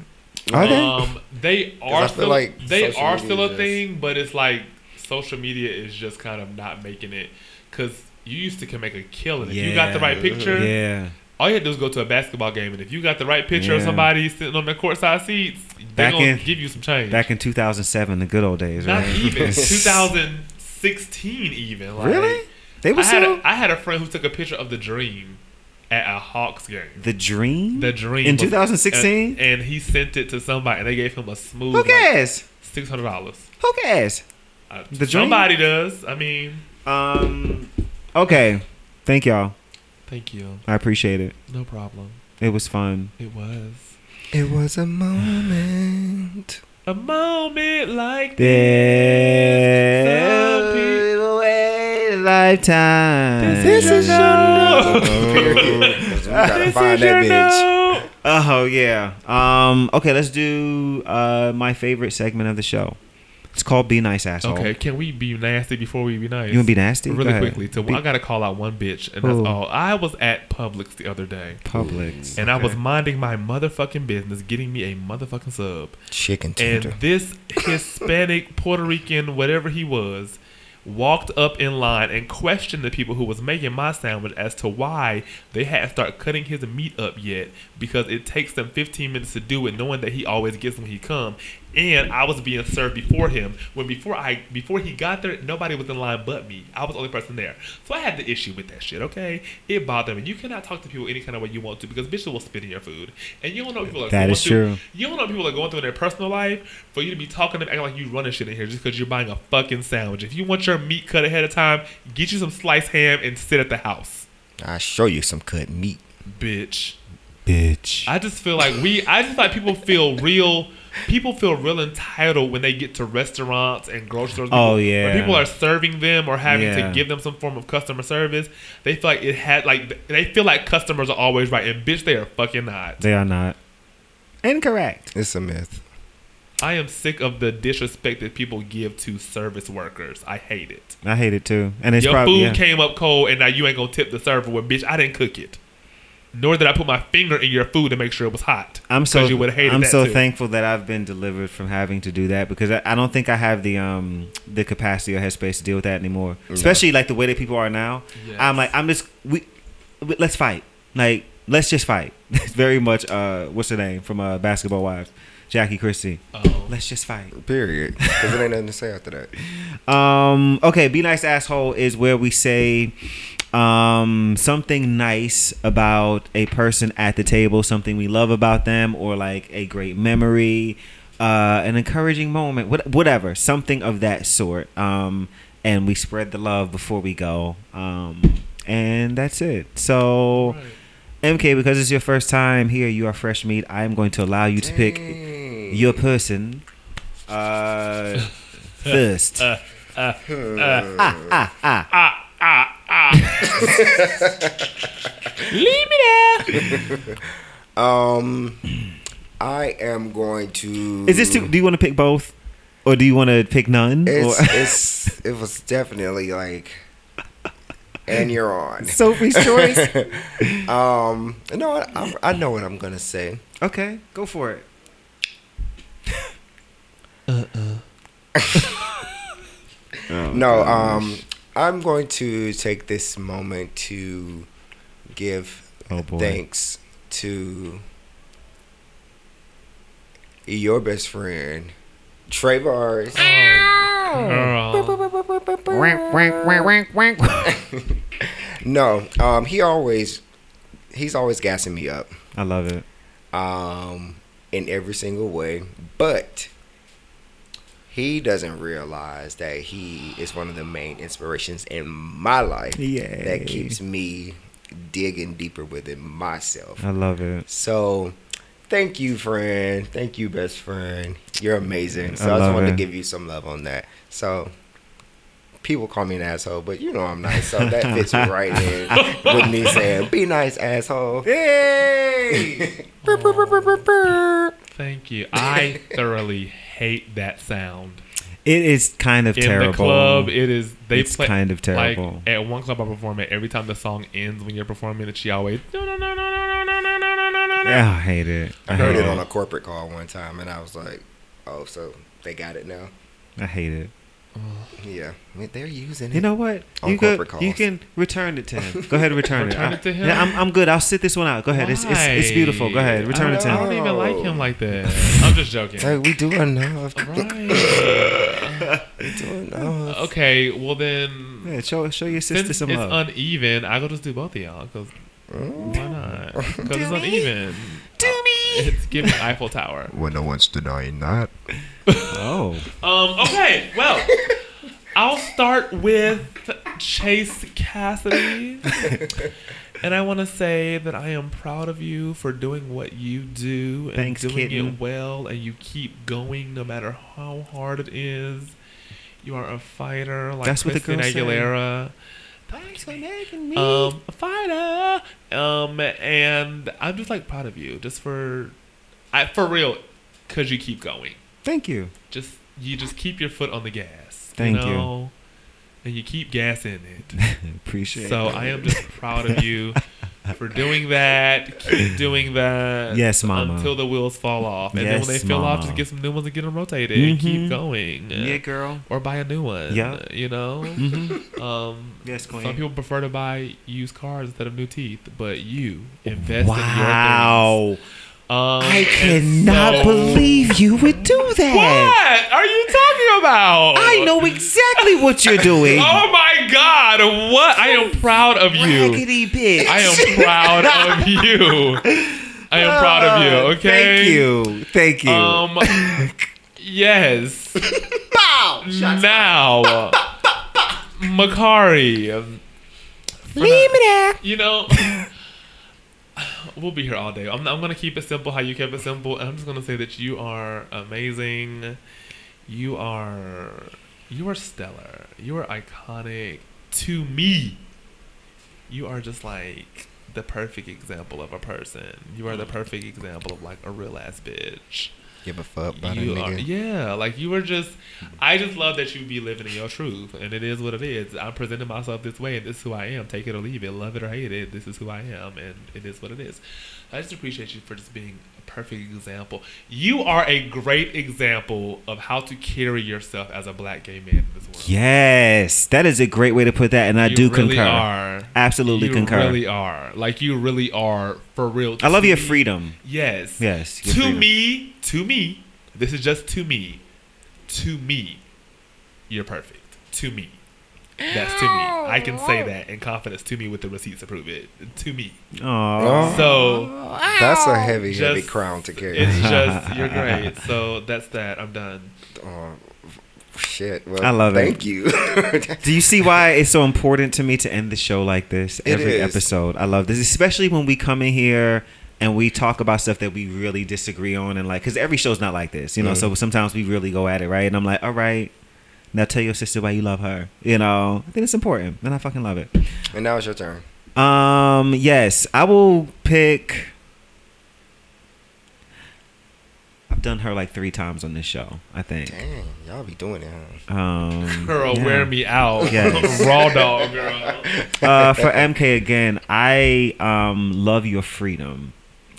Speaker 4: are they?
Speaker 3: Um, they
Speaker 2: I
Speaker 3: are
Speaker 2: feel
Speaker 3: still
Speaker 2: like
Speaker 3: they
Speaker 2: social
Speaker 3: are
Speaker 2: media
Speaker 3: still a
Speaker 2: is just-
Speaker 3: thing, but it's like social media is just kind of not making it because you used to can make a killing if you got the
Speaker 4: Yeah.
Speaker 3: right picture.
Speaker 4: yeah,
Speaker 3: All you had to do is go to a basketball game, and if you got the right picture of
Speaker 4: Yeah.
Speaker 3: somebody sitting on the courtside seats, they're
Speaker 4: Back
Speaker 3: gonna
Speaker 4: in-
Speaker 3: give you some change.
Speaker 4: back in 2007, the good old days,
Speaker 3: not
Speaker 4: right?
Speaker 3: even 2016, even like,
Speaker 4: Really? They were
Speaker 3: I had,
Speaker 4: still
Speaker 3: a, I had a friend who took a picture of the dream at a Hawks game.
Speaker 4: the dream.
Speaker 3: The Dream
Speaker 4: in
Speaker 3: was-
Speaker 4: 2016.
Speaker 3: and, and he sent it to somebody, and they gave him a smooth
Speaker 4: Who
Speaker 3: like,
Speaker 4: cares?
Speaker 3: six hundred dollars. Uh,
Speaker 4: Who cares?
Speaker 3: The
Speaker 4: The Dream?
Speaker 3: somebody does. I mean,
Speaker 4: Um. Okay. Thank y'all.
Speaker 3: Thank you.
Speaker 4: I appreciate it.
Speaker 3: No problem.
Speaker 4: It was fun.
Speaker 3: It was
Speaker 2: It was a moment.
Speaker 3: a moment like Some
Speaker 4: This
Speaker 3: people
Speaker 4: a lifetime.
Speaker 3: This is your
Speaker 2: Period. 'Cause we gotta
Speaker 3: Oh. This
Speaker 2: find
Speaker 3: is your
Speaker 2: that bitch.
Speaker 3: note.
Speaker 4: Oh yeah. Um. Okay. Let's do uh my favorite segment of the show. It's called "Be Nice Asshole."
Speaker 3: Okay, can we be nasty before we be nice?
Speaker 4: You wanna be nasty? Go
Speaker 3: Really
Speaker 4: ahead.
Speaker 3: quickly. To,
Speaker 4: Be-
Speaker 3: I gotta call out one bitch, and that's
Speaker 4: Who?
Speaker 3: all. I was at Publix the other day,
Speaker 4: Publix.
Speaker 3: and I was minding my motherfucking business, getting me a motherfucking sub.
Speaker 2: Chicken
Speaker 3: And
Speaker 2: tender.
Speaker 3: this Hispanic, Puerto Rican, whatever he was, walked up in line and questioned the people who was making my sandwich as to why they hadn't started cutting his meat up yet because it takes them 15 minutes to do it knowing that he always gets when he come and I was being served before him when before I before he got there nobody was in line but me I was the only person there so I had the issue with that shit okay it bothered me you cannot talk to people any kind of way you want to because bitches will spit in your food and you don't know what people are
Speaker 4: That
Speaker 3: going
Speaker 4: is
Speaker 3: through.
Speaker 4: true.
Speaker 3: You don't know what people are going through in their personal life for you to be talking to them acting like you running shit in here just because you're buying a fucking sandwich. If you want your meat cut ahead of time, get you some sliced ham and sit at the house,
Speaker 2: I show you some cut meat.
Speaker 3: bitch.
Speaker 4: bitch.
Speaker 3: I just feel like we. I just feel like people feel real. People feel real entitled when they get to restaurants and grocery stores.
Speaker 4: Oh,
Speaker 3: People-
Speaker 4: yeah.
Speaker 3: when people are serving them or having
Speaker 4: Yeah.
Speaker 3: to give them some form of customer service. They feel like it had like they feel like customers are always right, and bitch, they are fucking not.
Speaker 4: they are not incorrect.
Speaker 2: It's a myth.
Speaker 3: I am sick of the disrespect that people give to service workers. I hate it.
Speaker 4: I hate it too. And it's
Speaker 3: Your
Speaker 4: probably
Speaker 3: food
Speaker 4: yeah.
Speaker 3: came up cold, and now you ain't gonna tip the server with bitch. I didn't cook it, nor did I put my finger in your food to make sure it was hot.
Speaker 4: I'm
Speaker 3: 'Cause
Speaker 4: so
Speaker 3: you would've hated
Speaker 4: I'm
Speaker 3: that
Speaker 4: so
Speaker 3: too.
Speaker 4: thankful that I've been delivered from having to do that because I, I don't think I have the um the capacity or headspace to deal with that anymore. Especially like the way that people are now.
Speaker 3: Yes.
Speaker 4: I'm like I'm just we, we- let's fight. Like let's just fight. It's very much uh what's her name from uh Basketball Wives, Jackie Christie.
Speaker 3: Oh.
Speaker 4: Let's just fight.
Speaker 2: Period. Because it ain't nothing to say after that.
Speaker 4: Um okay, be nice asshole is where we say um something nice about a person at the table, something we love about them or like a great memory, uh an encouraging moment, what, whatever, something of that sort. Um and we spread the love before we go. Um and that's it. So MK, because it's your first time here, you are fresh meat. I am going to allow you to pick
Speaker 2: Dang.
Speaker 4: your person uh first.
Speaker 3: Leave me there.
Speaker 2: Um, I am going to.
Speaker 4: Is this too? Do you want to pick both, or do you want to pick none?
Speaker 2: It's,
Speaker 4: or,
Speaker 2: it's it was definitely like, and you're on.
Speaker 4: Sophie's choice.
Speaker 2: Um, no, I, I'm- I know what I'm gonna say.
Speaker 4: okay, go for it. Oh,
Speaker 2: No, um, I'm going to take this moment to give
Speaker 4: Oh boy.
Speaker 2: thanks to your best friend, Trayvars.
Speaker 3: Girl.
Speaker 2: No, um, he always he's always gassing me up.
Speaker 4: I love it.
Speaker 2: um, in every single way, but he doesn't realize that he is one of the main inspirations in my life
Speaker 4: Yay.
Speaker 2: that keeps me digging deeper within myself.
Speaker 4: I love it.
Speaker 2: So, thank you, friend. Thank you, best friend. You're amazing. So,
Speaker 4: I
Speaker 2: I, just
Speaker 4: love
Speaker 2: wanted
Speaker 4: it.
Speaker 2: to give you some love on that. So, people call me an asshole, but you know I'm nice. So, that fits right in with me saying, be nice, asshole. Hey!
Speaker 3: Thank you. I thoroughly hate that sound.
Speaker 4: It is kind of
Speaker 3: in
Speaker 4: terrible.
Speaker 3: the club. It is they
Speaker 4: It's
Speaker 3: play
Speaker 4: kind of terrible.
Speaker 3: Like, at one club I perform at, every time the song ends when you're performing it, she always no no no no no no no no no no no.
Speaker 4: Yeah, I hate it. I
Speaker 2: I heard
Speaker 4: hate
Speaker 2: it
Speaker 4: it.
Speaker 2: on a corporate call one time, and I was like, "Oh, so they got it now?
Speaker 4: I hate it.
Speaker 2: Yeah, I mean, they're using it."
Speaker 4: You know what?
Speaker 2: On
Speaker 4: you could,
Speaker 2: corporate
Speaker 4: you
Speaker 2: calls.
Speaker 4: can return it to him. Go ahead and return,
Speaker 3: Return
Speaker 4: it.
Speaker 3: it to
Speaker 4: I-
Speaker 3: him?
Speaker 4: Yeah, I'm, I'm good. I'll sit this one out. Go ahead. It's, it's, it's beautiful. Go ahead.
Speaker 3: I
Speaker 4: Return
Speaker 3: don't-
Speaker 4: it to
Speaker 3: I
Speaker 4: him.
Speaker 3: don't even like him like that. I'm just joking.
Speaker 2: It's like we do enough.
Speaker 3: Right.
Speaker 2: We do enough.
Speaker 3: Okay. Well then,
Speaker 4: Yeah, show show your
Speaker 3: since
Speaker 4: sister
Speaker 3: it's
Speaker 4: some love.
Speaker 3: uneven, I will just do both of y'all because why not? Because it's uneven. Oh,
Speaker 4: Do me.
Speaker 3: It's giving Eiffel Tower.
Speaker 1: Well, no one's denying that.
Speaker 4: Oh,
Speaker 3: Um, okay, well, I'll start with Chase Cassidy. And I want to say that I am proud of you for doing what you do and
Speaker 4: Thanks,
Speaker 3: doing
Speaker 4: kitten.
Speaker 3: it well, and you keep going no matter how hard it is. You are a fighter, like
Speaker 4: That's what the
Speaker 3: Christina
Speaker 4: girl
Speaker 3: Aguilera.
Speaker 4: said. Thanks for making me.
Speaker 3: Um, a fighter. Um, and I'm just like proud of you, just for, I for real, cause you keep going.
Speaker 4: Thank you.
Speaker 3: Just you just keep your foot on the gas.
Speaker 4: Thank you.
Speaker 3: you. Know? And you keep gas in it.
Speaker 4: Appreciate
Speaker 3: so
Speaker 4: it.
Speaker 3: I am just proud of you for doing that. Keep doing that.
Speaker 4: Yes, mama.
Speaker 3: Until the wheels fall off, and then when
Speaker 4: Yes,
Speaker 3: they fell off,
Speaker 4: mama.
Speaker 3: just get some new ones and get them rotated.
Speaker 4: Mhm.
Speaker 3: Keep going. uh,
Speaker 4: Yeah, girl.
Speaker 3: Or buy a new one.
Speaker 4: Yeah.
Speaker 3: You know.
Speaker 4: Mm-hmm.
Speaker 3: Um,
Speaker 4: Yes,
Speaker 3: some people prefer to buy used cars instead of new teeth, but you invest in your things.
Speaker 4: Wow.
Speaker 3: Um,
Speaker 4: I
Speaker 3: and
Speaker 4: cannot
Speaker 3: so-
Speaker 4: believe you would do that.
Speaker 3: What are you talking about?
Speaker 4: I know exactly what you're doing.
Speaker 3: Oh my God! What? I am proud of you.
Speaker 4: Raggedy bitch.
Speaker 3: I am proud of you. I am proud of you. Okay.
Speaker 4: Uh, Thank you. Thank you.
Speaker 3: Um. yes. now, Makari.
Speaker 4: Leave me there.
Speaker 3: You know, we'll be here all day. I'm, I'm gonna keep it simple, how you kept it simple, and I'm just gonna say that you are amazing. You are, you are stellar. You are iconic to me. You are just like the perfect example of a person. You are the perfect example of like a real ass bitch.
Speaker 2: Give a fuck about
Speaker 3: You
Speaker 2: a
Speaker 3: are,
Speaker 2: nigga.
Speaker 3: yeah, like you were just. I just love that you be living in your truth, and it is what it is. I'm presenting myself this way, and this is who I am. Take it or leave it, love it or hate it. This is who I am, and it is what it is. I just appreciate you for just being a perfect example. You are a great example of how to carry yourself as a black gay man in this world.
Speaker 4: Yes, that is a great way to put that, and I
Speaker 3: You
Speaker 4: do
Speaker 3: really
Speaker 4: concur.
Speaker 3: Are.
Speaker 4: Absolutely
Speaker 3: you
Speaker 4: concur.
Speaker 3: really are. Like you really are for real.
Speaker 4: I love
Speaker 3: To
Speaker 4: your
Speaker 3: me-
Speaker 4: freedom.
Speaker 3: Yes.
Speaker 4: Yes, your
Speaker 3: To
Speaker 4: freedom.
Speaker 3: me, to me, this is just to me. To me, you're perfect. To me. That's to me. I can say that in confidence to me with the receipts to prove it. To me.
Speaker 4: Aww.
Speaker 3: So
Speaker 2: That's a heavy, heavy
Speaker 3: Just-
Speaker 2: crown to carry.
Speaker 3: it's just, you're great. So that's that. I'm done.
Speaker 2: Oh, shit. Well,
Speaker 4: I love it.
Speaker 2: thank you.
Speaker 4: Do you see why it's so important to me to end the show like this
Speaker 2: It
Speaker 4: every
Speaker 2: is.
Speaker 4: episode? I love this, especially when we come in here and we talk about stuff that we really disagree on, and like, because every show's not like this, you know. So sometimes we really go at it, right? And I'm like, all right, now tell your sister why you love her, you know. I think it's important, and I fucking love it.
Speaker 2: and now it's your turn.
Speaker 4: Um, yes, I will pick. I've done her like three times on this show, I think.
Speaker 2: Dang, y'all be doing it, huh?
Speaker 4: Um,
Speaker 3: Girl,
Speaker 4: yeah.
Speaker 3: wear me out.
Speaker 4: Yes.
Speaker 3: Raw dog, girl.
Speaker 4: uh, for MK again, I um, love your freedom.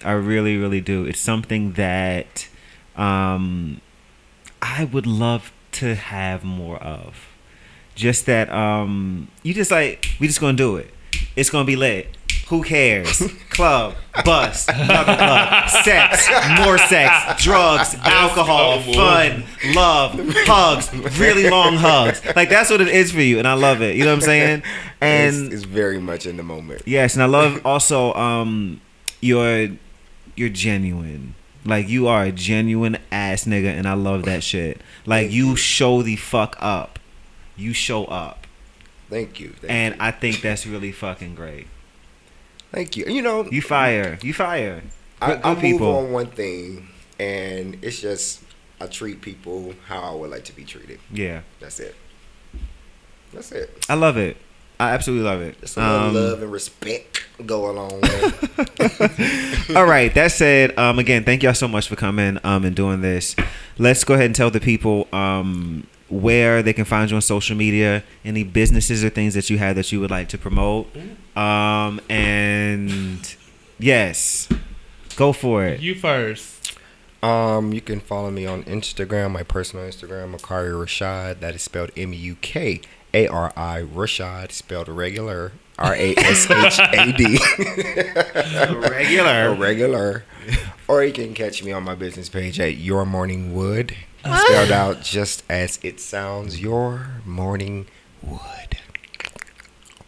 Speaker 4: I really, really do. It's something that um, I would love to have more of. Just that um, you just like we just gonna do it. It's gonna be lit. Who cares? Club, bus, another club, sex, more sex, drugs, alcohol,
Speaker 3: go, boy.
Speaker 4: fun, love, hugs, really long hugs. Like that's what it is for you, and I love it. You know what I'm saying? And
Speaker 2: it's, it's very much in the moment.
Speaker 4: Yes, and I love also um your you're genuine. Like you are a genuine ass nigga and I love that shit. Like you show the fuck up. You show up.
Speaker 2: Thank you. Thank
Speaker 4: And
Speaker 2: you.
Speaker 4: I think that's really fucking great.
Speaker 2: thank you. You know,
Speaker 4: You fire. You fire.
Speaker 2: I,
Speaker 4: good- good
Speaker 2: I move
Speaker 4: people.
Speaker 2: on one thing, and it's just I treat people how I would like to be treated.
Speaker 4: Yeah.
Speaker 2: That's it. That's it.
Speaker 4: I love it. I absolutely love it.
Speaker 2: Just a little
Speaker 4: Um,
Speaker 2: love and respect go a long way.
Speaker 4: All right. That said, um, again, thank y'all so much for coming um, and doing this. Let's go ahead and tell the people um, where they can find you on social media, any businesses or things that you have that you would like to promote.
Speaker 3: Mm-hmm.
Speaker 4: Um, and yes, go for it.
Speaker 3: You first.
Speaker 2: Um, you can follow me on Instagram, my personal Instagram, Makari Rashad. That is spelled M U K A R I Rashad, spelled regular R A S H A D.
Speaker 4: Regular.
Speaker 2: Regular. Or you can catch me on my business page at Your Morning Wood, spelled out just as it sounds. Your Morning Wood.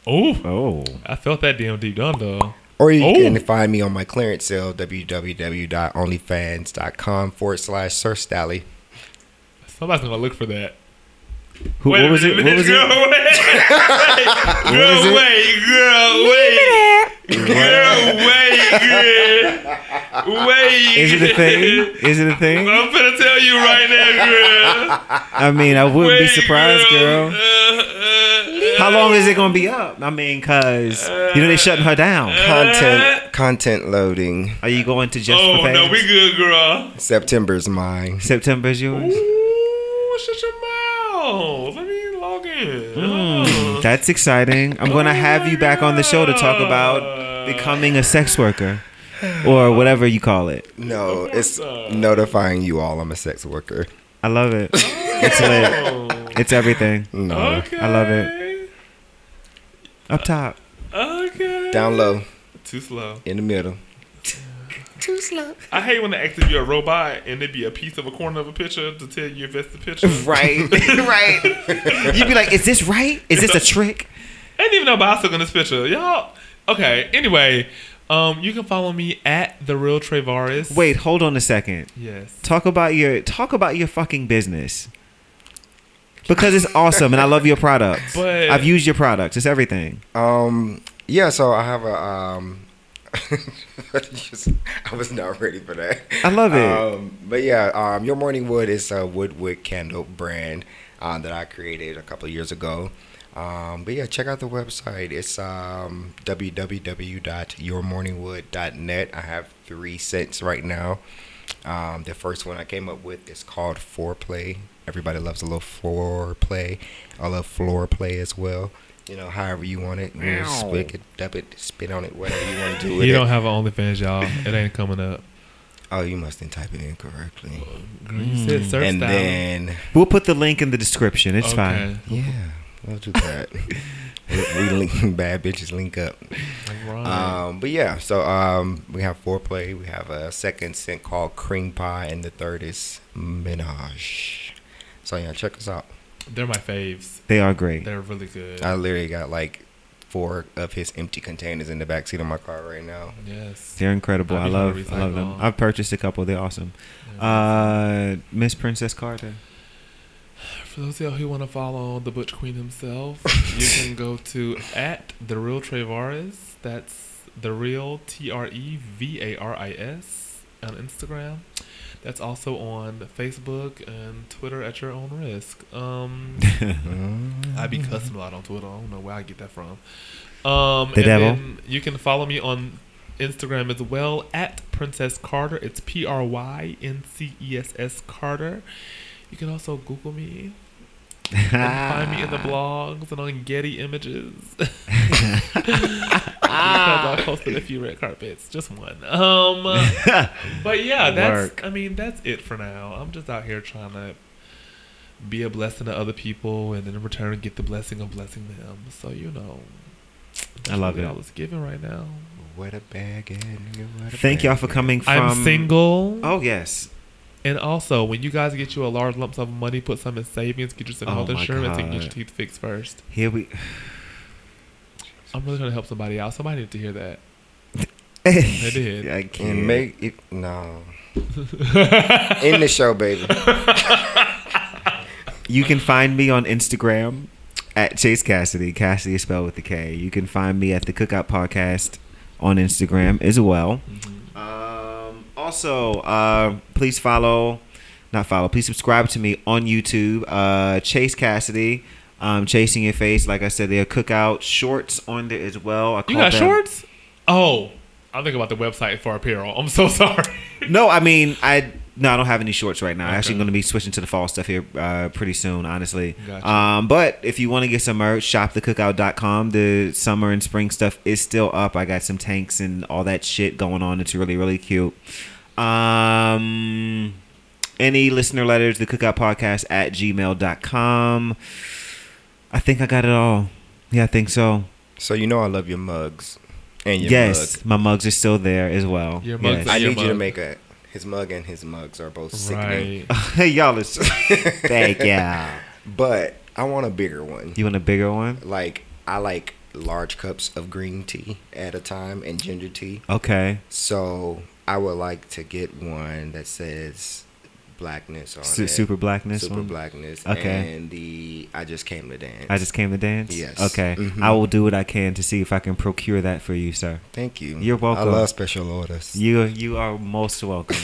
Speaker 3: Oh,
Speaker 4: Oh,
Speaker 3: I felt that damn deep down though.
Speaker 2: Or you
Speaker 3: Oh.
Speaker 2: can find me on my clearance sale, www.onlyfans.com forward slash Sir Stally.
Speaker 3: Somebody's gonna look for that.
Speaker 4: Who,
Speaker 3: Wait a
Speaker 4: what was it?
Speaker 3: minute,
Speaker 4: What was
Speaker 3: girl,
Speaker 4: it?
Speaker 3: Wait, girl,
Speaker 4: was it?
Speaker 3: wait, girl, wait, girl, wait, girl, wait.
Speaker 4: Is it a thing? Is it a thing?
Speaker 3: I'm gonna tell you right now, girl.
Speaker 4: I mean, I wouldn't be
Speaker 3: Wait,
Speaker 4: surprised, girl.
Speaker 3: Uh, uh,
Speaker 4: How long is it gonna be up? I mean, cause you know they shutting her
Speaker 3: Uh,
Speaker 4: down.
Speaker 2: Content content loading.
Speaker 4: Are you going to just
Speaker 3: Oh
Speaker 4: for
Speaker 3: no,
Speaker 4: fans?
Speaker 3: we good, girl.
Speaker 2: September's mine.
Speaker 4: September's yours.
Speaker 3: Ooh, shut your mouth. Let me log in.
Speaker 4: Mm, that's exciting. I'm gonna have you back on the show to talk about becoming a sex worker or whatever you call it.
Speaker 2: No, it's
Speaker 3: uh,
Speaker 2: notifying you all I'm a sex worker.
Speaker 4: I love it. It's lit.
Speaker 3: Oh,
Speaker 4: It's everything.
Speaker 2: No.
Speaker 3: okay.
Speaker 4: I love it. Up top.
Speaker 3: Okay.
Speaker 2: Down low,
Speaker 3: Too slow.
Speaker 2: in the middle.
Speaker 3: I hate when they act if you're a robot and it be a piece of a corner of a picture to tell you if that's the picture.
Speaker 4: Right. right. You'd be like, is this right? Is this a trick?
Speaker 3: I didn't even know about I took in this picture. Y'all okay, anyway, um you can follow me at the real Trevaris.
Speaker 4: Wait, hold on a second.
Speaker 3: Yes.
Speaker 4: Talk about your talk about your fucking business. Because it's awesome and I love your products.
Speaker 3: But-
Speaker 4: I've used your products. It's everything.
Speaker 2: Um yeah, so I have a um just- I was not ready for that.
Speaker 4: I love it.
Speaker 2: Um, but yeah, um, Your Morning Wood is a woodwood candle brand uh, that I created a couple of years ago. Um, but yeah, check out the website. It's um, www.yourmorningwood.net. I have three scents right now. Um, the first one I came up with is called Foreplay. Everybody loves a little foreplay. I love floor play as well. You know, however you want it. You know, Spick it, dub it, spit on it, whatever you want to do with
Speaker 3: You
Speaker 2: it.
Speaker 3: don't have an OnlyFans, y'all. It ain't coming up.
Speaker 2: Oh, you must have typed it in correctly.
Speaker 3: Girl, Mm. you said surf
Speaker 2: and
Speaker 3: style.
Speaker 2: then
Speaker 4: We'll put the link in the description. It's
Speaker 3: Okay.
Speaker 4: fine.
Speaker 2: Yeah, we'll do that. we, we link, bad bitches link up.
Speaker 3: Right.
Speaker 2: Um, but yeah, so um, we have foreplay. We have a second scent called cream pie, and the third is menage. So yeah, check us out.
Speaker 3: They're my faves.
Speaker 4: They are great.
Speaker 3: They're really good.
Speaker 2: I literally got like four of his empty containers in the back seat of my car right now.
Speaker 3: yes.
Speaker 4: They're incredible.
Speaker 3: I'd
Speaker 4: I
Speaker 3: be gonna
Speaker 4: love, I love them.
Speaker 3: recycle.
Speaker 4: I've purchased a couple. They're awesome. Uh, Miss Princess Carter.
Speaker 3: For those of y'all who want to follow the Butch Queen himself, you can go to at the real Trevaris. That's the real T R E V A R I S on Instagram. That's also on Facebook and Twitter at your own risk. Um,
Speaker 4: Mm-hmm.
Speaker 2: Mm-hmm.
Speaker 3: I be cussing a lot on Twitter. I don't know where I get that from. Um,
Speaker 4: The
Speaker 3: and
Speaker 4: devil.
Speaker 3: then You can follow me on Instagram as well at Princess Carter. It's P R Y N C E S S Carter. You can also Google me and find me in the blogs and on Getty Images. because I posted a few red carpets, just one. Um, but yeah, that's.
Speaker 4: Work.
Speaker 3: I mean, that's it for now. I'm just out here trying to be a blessing to other people, and in return, get the blessing of blessing them. So you know, that's
Speaker 4: I love
Speaker 3: what I
Speaker 4: it.
Speaker 3: was giving right now.
Speaker 2: What a bag, eh, nigga, what a
Speaker 4: Thank
Speaker 2: bag.
Speaker 4: y'all for coming from.
Speaker 3: I'm single,
Speaker 4: Oh yes.
Speaker 3: and also when you guys get you a large lump sum of money, put some in savings, get you some
Speaker 4: Oh
Speaker 3: health
Speaker 4: my
Speaker 3: insurance, and get your
Speaker 4: God.
Speaker 3: teeth fixed first.
Speaker 4: Here we.
Speaker 3: I'm really trying to help somebody out. Somebody needed to hear that.
Speaker 4: I
Speaker 3: did.
Speaker 4: I
Speaker 2: And
Speaker 4: can't.
Speaker 2: make it no. in the show, baby.
Speaker 4: You can find me on Instagram at Chase Cassidy. Cassidy is spelled with a K. You can find me at the Cookout Podcast on Instagram as well. Um, also, uh, please follow, not follow, please subscribe to me on YouTube. Uh, Chase Cassidy, um, Chasing Your Face. Like I said, there are Cookout shorts on there as well. I
Speaker 3: You
Speaker 4: call
Speaker 3: got
Speaker 4: them-
Speaker 3: shorts? Oh, I'm thinking about the website for apparel. I'm so sorry.
Speaker 4: No, I mean, I no, I don't have any shorts right now. I'm Actually,
Speaker 3: Okay.
Speaker 4: going to be switching to the fall stuff here uh, pretty soon, honestly.
Speaker 3: Gotcha.
Speaker 4: Um, but if you want to get some merch, shopthecookout.com. The summer and spring stuff is still up. I got some tanks and all that shit going on. It's really really cute. Um, any listener letters, the cookout podcast at gmail.com. I think I got it all. Yeah, I think so.
Speaker 2: So you know I love your mugs and your
Speaker 4: yes,
Speaker 2: mug.
Speaker 4: my mugs are still there as well.
Speaker 3: Your mugs
Speaker 4: Yes.
Speaker 3: are-
Speaker 2: I
Speaker 3: Your
Speaker 2: need you to
Speaker 3: mug.
Speaker 2: make a his mug and his mugs are both sickening.
Speaker 3: Right.
Speaker 4: Hey, y'all, it's thank y'all.
Speaker 2: But I want a bigger one.
Speaker 4: You want a bigger one?
Speaker 2: Like I like large cups of green tea at a time and ginger tea.
Speaker 4: Okay.
Speaker 2: So I would like to get one that says blackness on
Speaker 4: Su-
Speaker 2: it.
Speaker 4: Super Blackness
Speaker 2: Oh, Super
Speaker 4: one?
Speaker 2: blackness.
Speaker 4: Okay.
Speaker 2: And the I just came to dance.
Speaker 4: I just came to dance.
Speaker 2: Yes.
Speaker 4: Okay.
Speaker 2: Mhm.
Speaker 4: I will do what I can to see if I can procure that for you, sir.
Speaker 2: Thank you.
Speaker 4: You're welcome.
Speaker 2: I love special orders.
Speaker 4: You you are most welcome.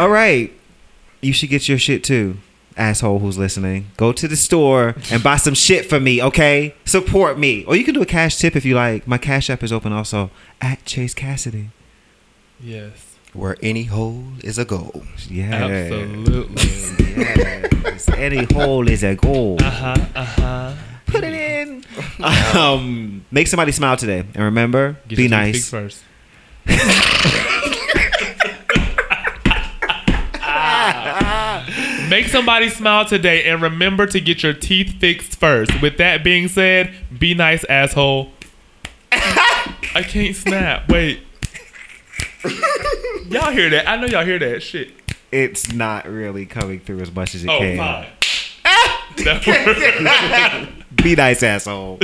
Speaker 4: All right. You should get your shit too. Asshole who's listening. Go to the store and buy some shit for me, okay? Support me. Or you can do a cash tip if you like. My cash app is open also at Chase Cassidy.
Speaker 3: Yes.
Speaker 2: Where any hole is a goal.
Speaker 4: Yeah.
Speaker 3: Absolutely.
Speaker 4: Yes. Any hole is a goal.
Speaker 3: uh-huh. Uh-huh.
Speaker 4: Put it in. Um, make somebody smile today. And remember,
Speaker 3: Get
Speaker 4: be
Speaker 3: your toothpick
Speaker 4: nice.
Speaker 3: first. Make somebody smile today and remember to get your teeth fixed first. With that being said, be nice, asshole. I can't snap. Wait. Y'all hear that? I know y'all hear that shit.
Speaker 4: It's not really coming through as much as it
Speaker 3: Oh,
Speaker 4: can.
Speaker 3: fine. That worked.
Speaker 4: Be nice, asshole.